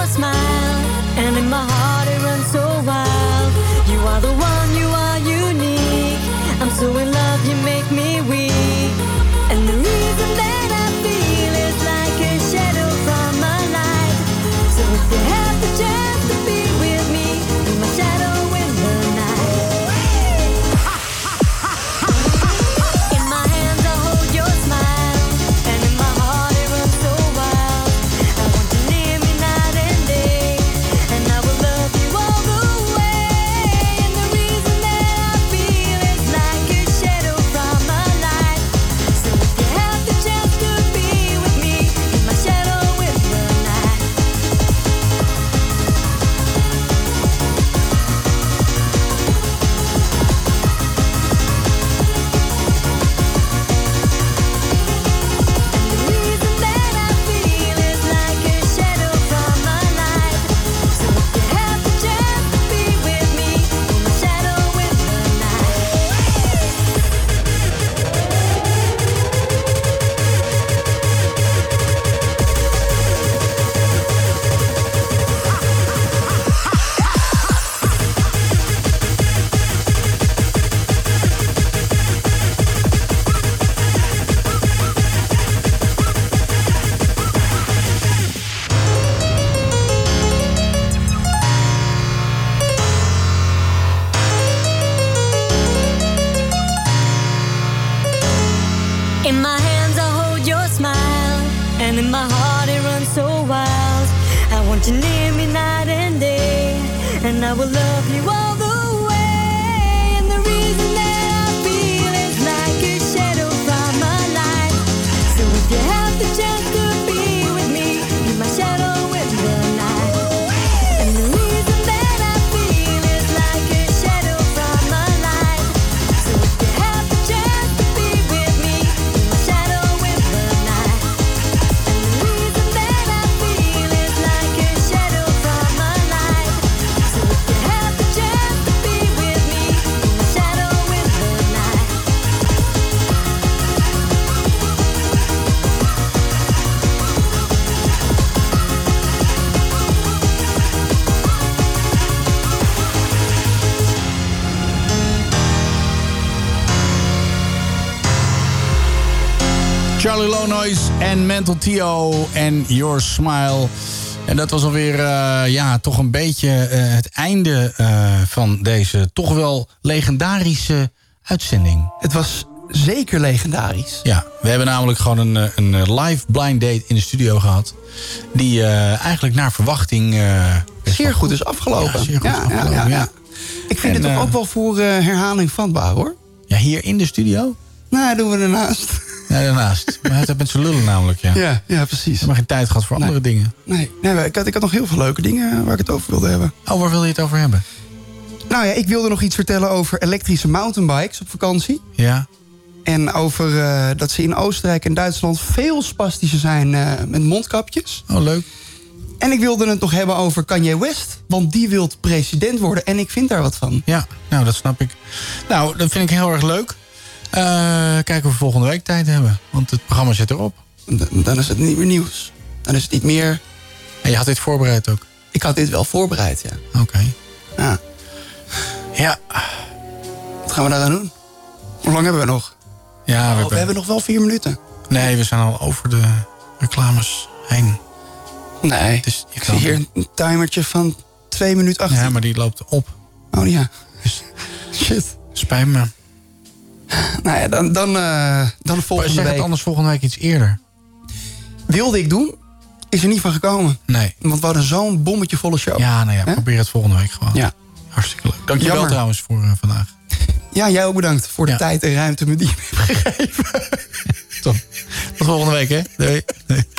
S4: smile, and in my heart it runs so wild. You are the one, you are unique. I'm so in love, you make me weak. And the reason that I feel is like a shadow from my life. So if you have the chance to be with me, be my shadow in the night. In my hands I hold your smile, and in my heart it runs so wild. I want you near me night and day, and I will love you all the way. And the reason that I feel is like a shadow from my life. So if you have the chance to be with me, be my shadow in the night. In my hands I hold your smile, and in my heart it runs so wild. I want you near me night and day, and I will love you all the way. And the reason that I feel is like a shadow from my life. So if you have the chance to be with me, be my shadow in the night. And the reason that I feel is like a shadow from my life. So if you have the chance to be with me.
S8: Charlie Lonois en Mental Tio en Your Smile. En dat was alweer eh, ja, toch een beetje eh, het einde eh, van deze toch wel legendarische uitzending.
S9: Het was zeker legendarisch.
S8: Ja, we hebben namelijk gewoon een, eh, een eh, live blind date in de studio gehad. Die eh, eigenlijk naar verwachting... zeer goed
S9: is afgelopen.
S8: Ja, zeer goed is
S9: Ja, ja,
S8: afgelopen,
S9: ja, ja.
S8: ja.
S9: Ik vind
S8: En,
S9: het toch
S8: eh,
S9: ook wel voor eh, herhaling vatbaar, hoor.
S8: Ja, hier in de studio?
S9: Nou, doen we ernaast.
S8: Ja, daarnaast. Maar het heeft met z'n lullen namelijk, ja.
S9: Ja, ja, precies.
S8: Maar geen tijd gehad voor andere dingen.
S9: Nee, nee maar ik, had, ik had nog heel veel leuke dingen eh, waar ik het over wilde hebben.
S8: Oh, waar wil je het over hebben?
S9: Nou ja, ik wilde nog iets vertellen over elektrische mountainbikes op vakantie.
S8: Ja.
S9: En over eh, dat ze in Oostenrijk en Duitsland veel spastischer zijn eh, met mondkapjes.
S8: Oh, leuk.
S9: En ik wilde het nog hebben over Kanye West. Want die wil president worden en ik vind daar wat van.
S8: Ja, nou, dat snap ik. Nou, dat vind ik heel erg leuk. Eh, kijken of we volgende week tijd hebben. Want het programma zit erop.
S9: Dan, is het niet meer nieuws. Dan is het niet meer...
S8: En je had dit voorbereid ook?
S9: Ik had dit wel voorbereid, ja.
S8: Oké.
S9: Ja.
S8: Ja.
S9: Wat gaan we daaraan doen? Hoe lang hebben we nog?
S8: Ja, we,
S9: Oh, we hebben nog wel vier minuten.
S8: Nee, we zijn al over de reclames heen.
S9: Nee,
S8: dus
S9: ik zie hier een timertje van 2 minuten 18.
S8: Ja, maar die loopt op. Dus
S9: Oh ja. Shit.
S8: Spijt me.
S9: Nou ja, dan, dan, eh, dan volgende
S8: zeg het
S9: week.
S8: anders volgende week iets eerder.
S9: Wilde ik doen, is er niet van gekomen.
S8: Nee.
S9: Want we hadden zo'n bommetje volle show.
S8: Ja, nou ja, probeer het volgende week gewoon.
S9: Ja.
S8: Hartstikke leuk. Dankjewel
S9: Jammer.
S8: trouwens voor eh, vandaag.
S9: Ja, jij ook bedankt voor de tijd en ruimte die je me hebt gegeven.
S8: Tot volgende week, hè? Nee. nee.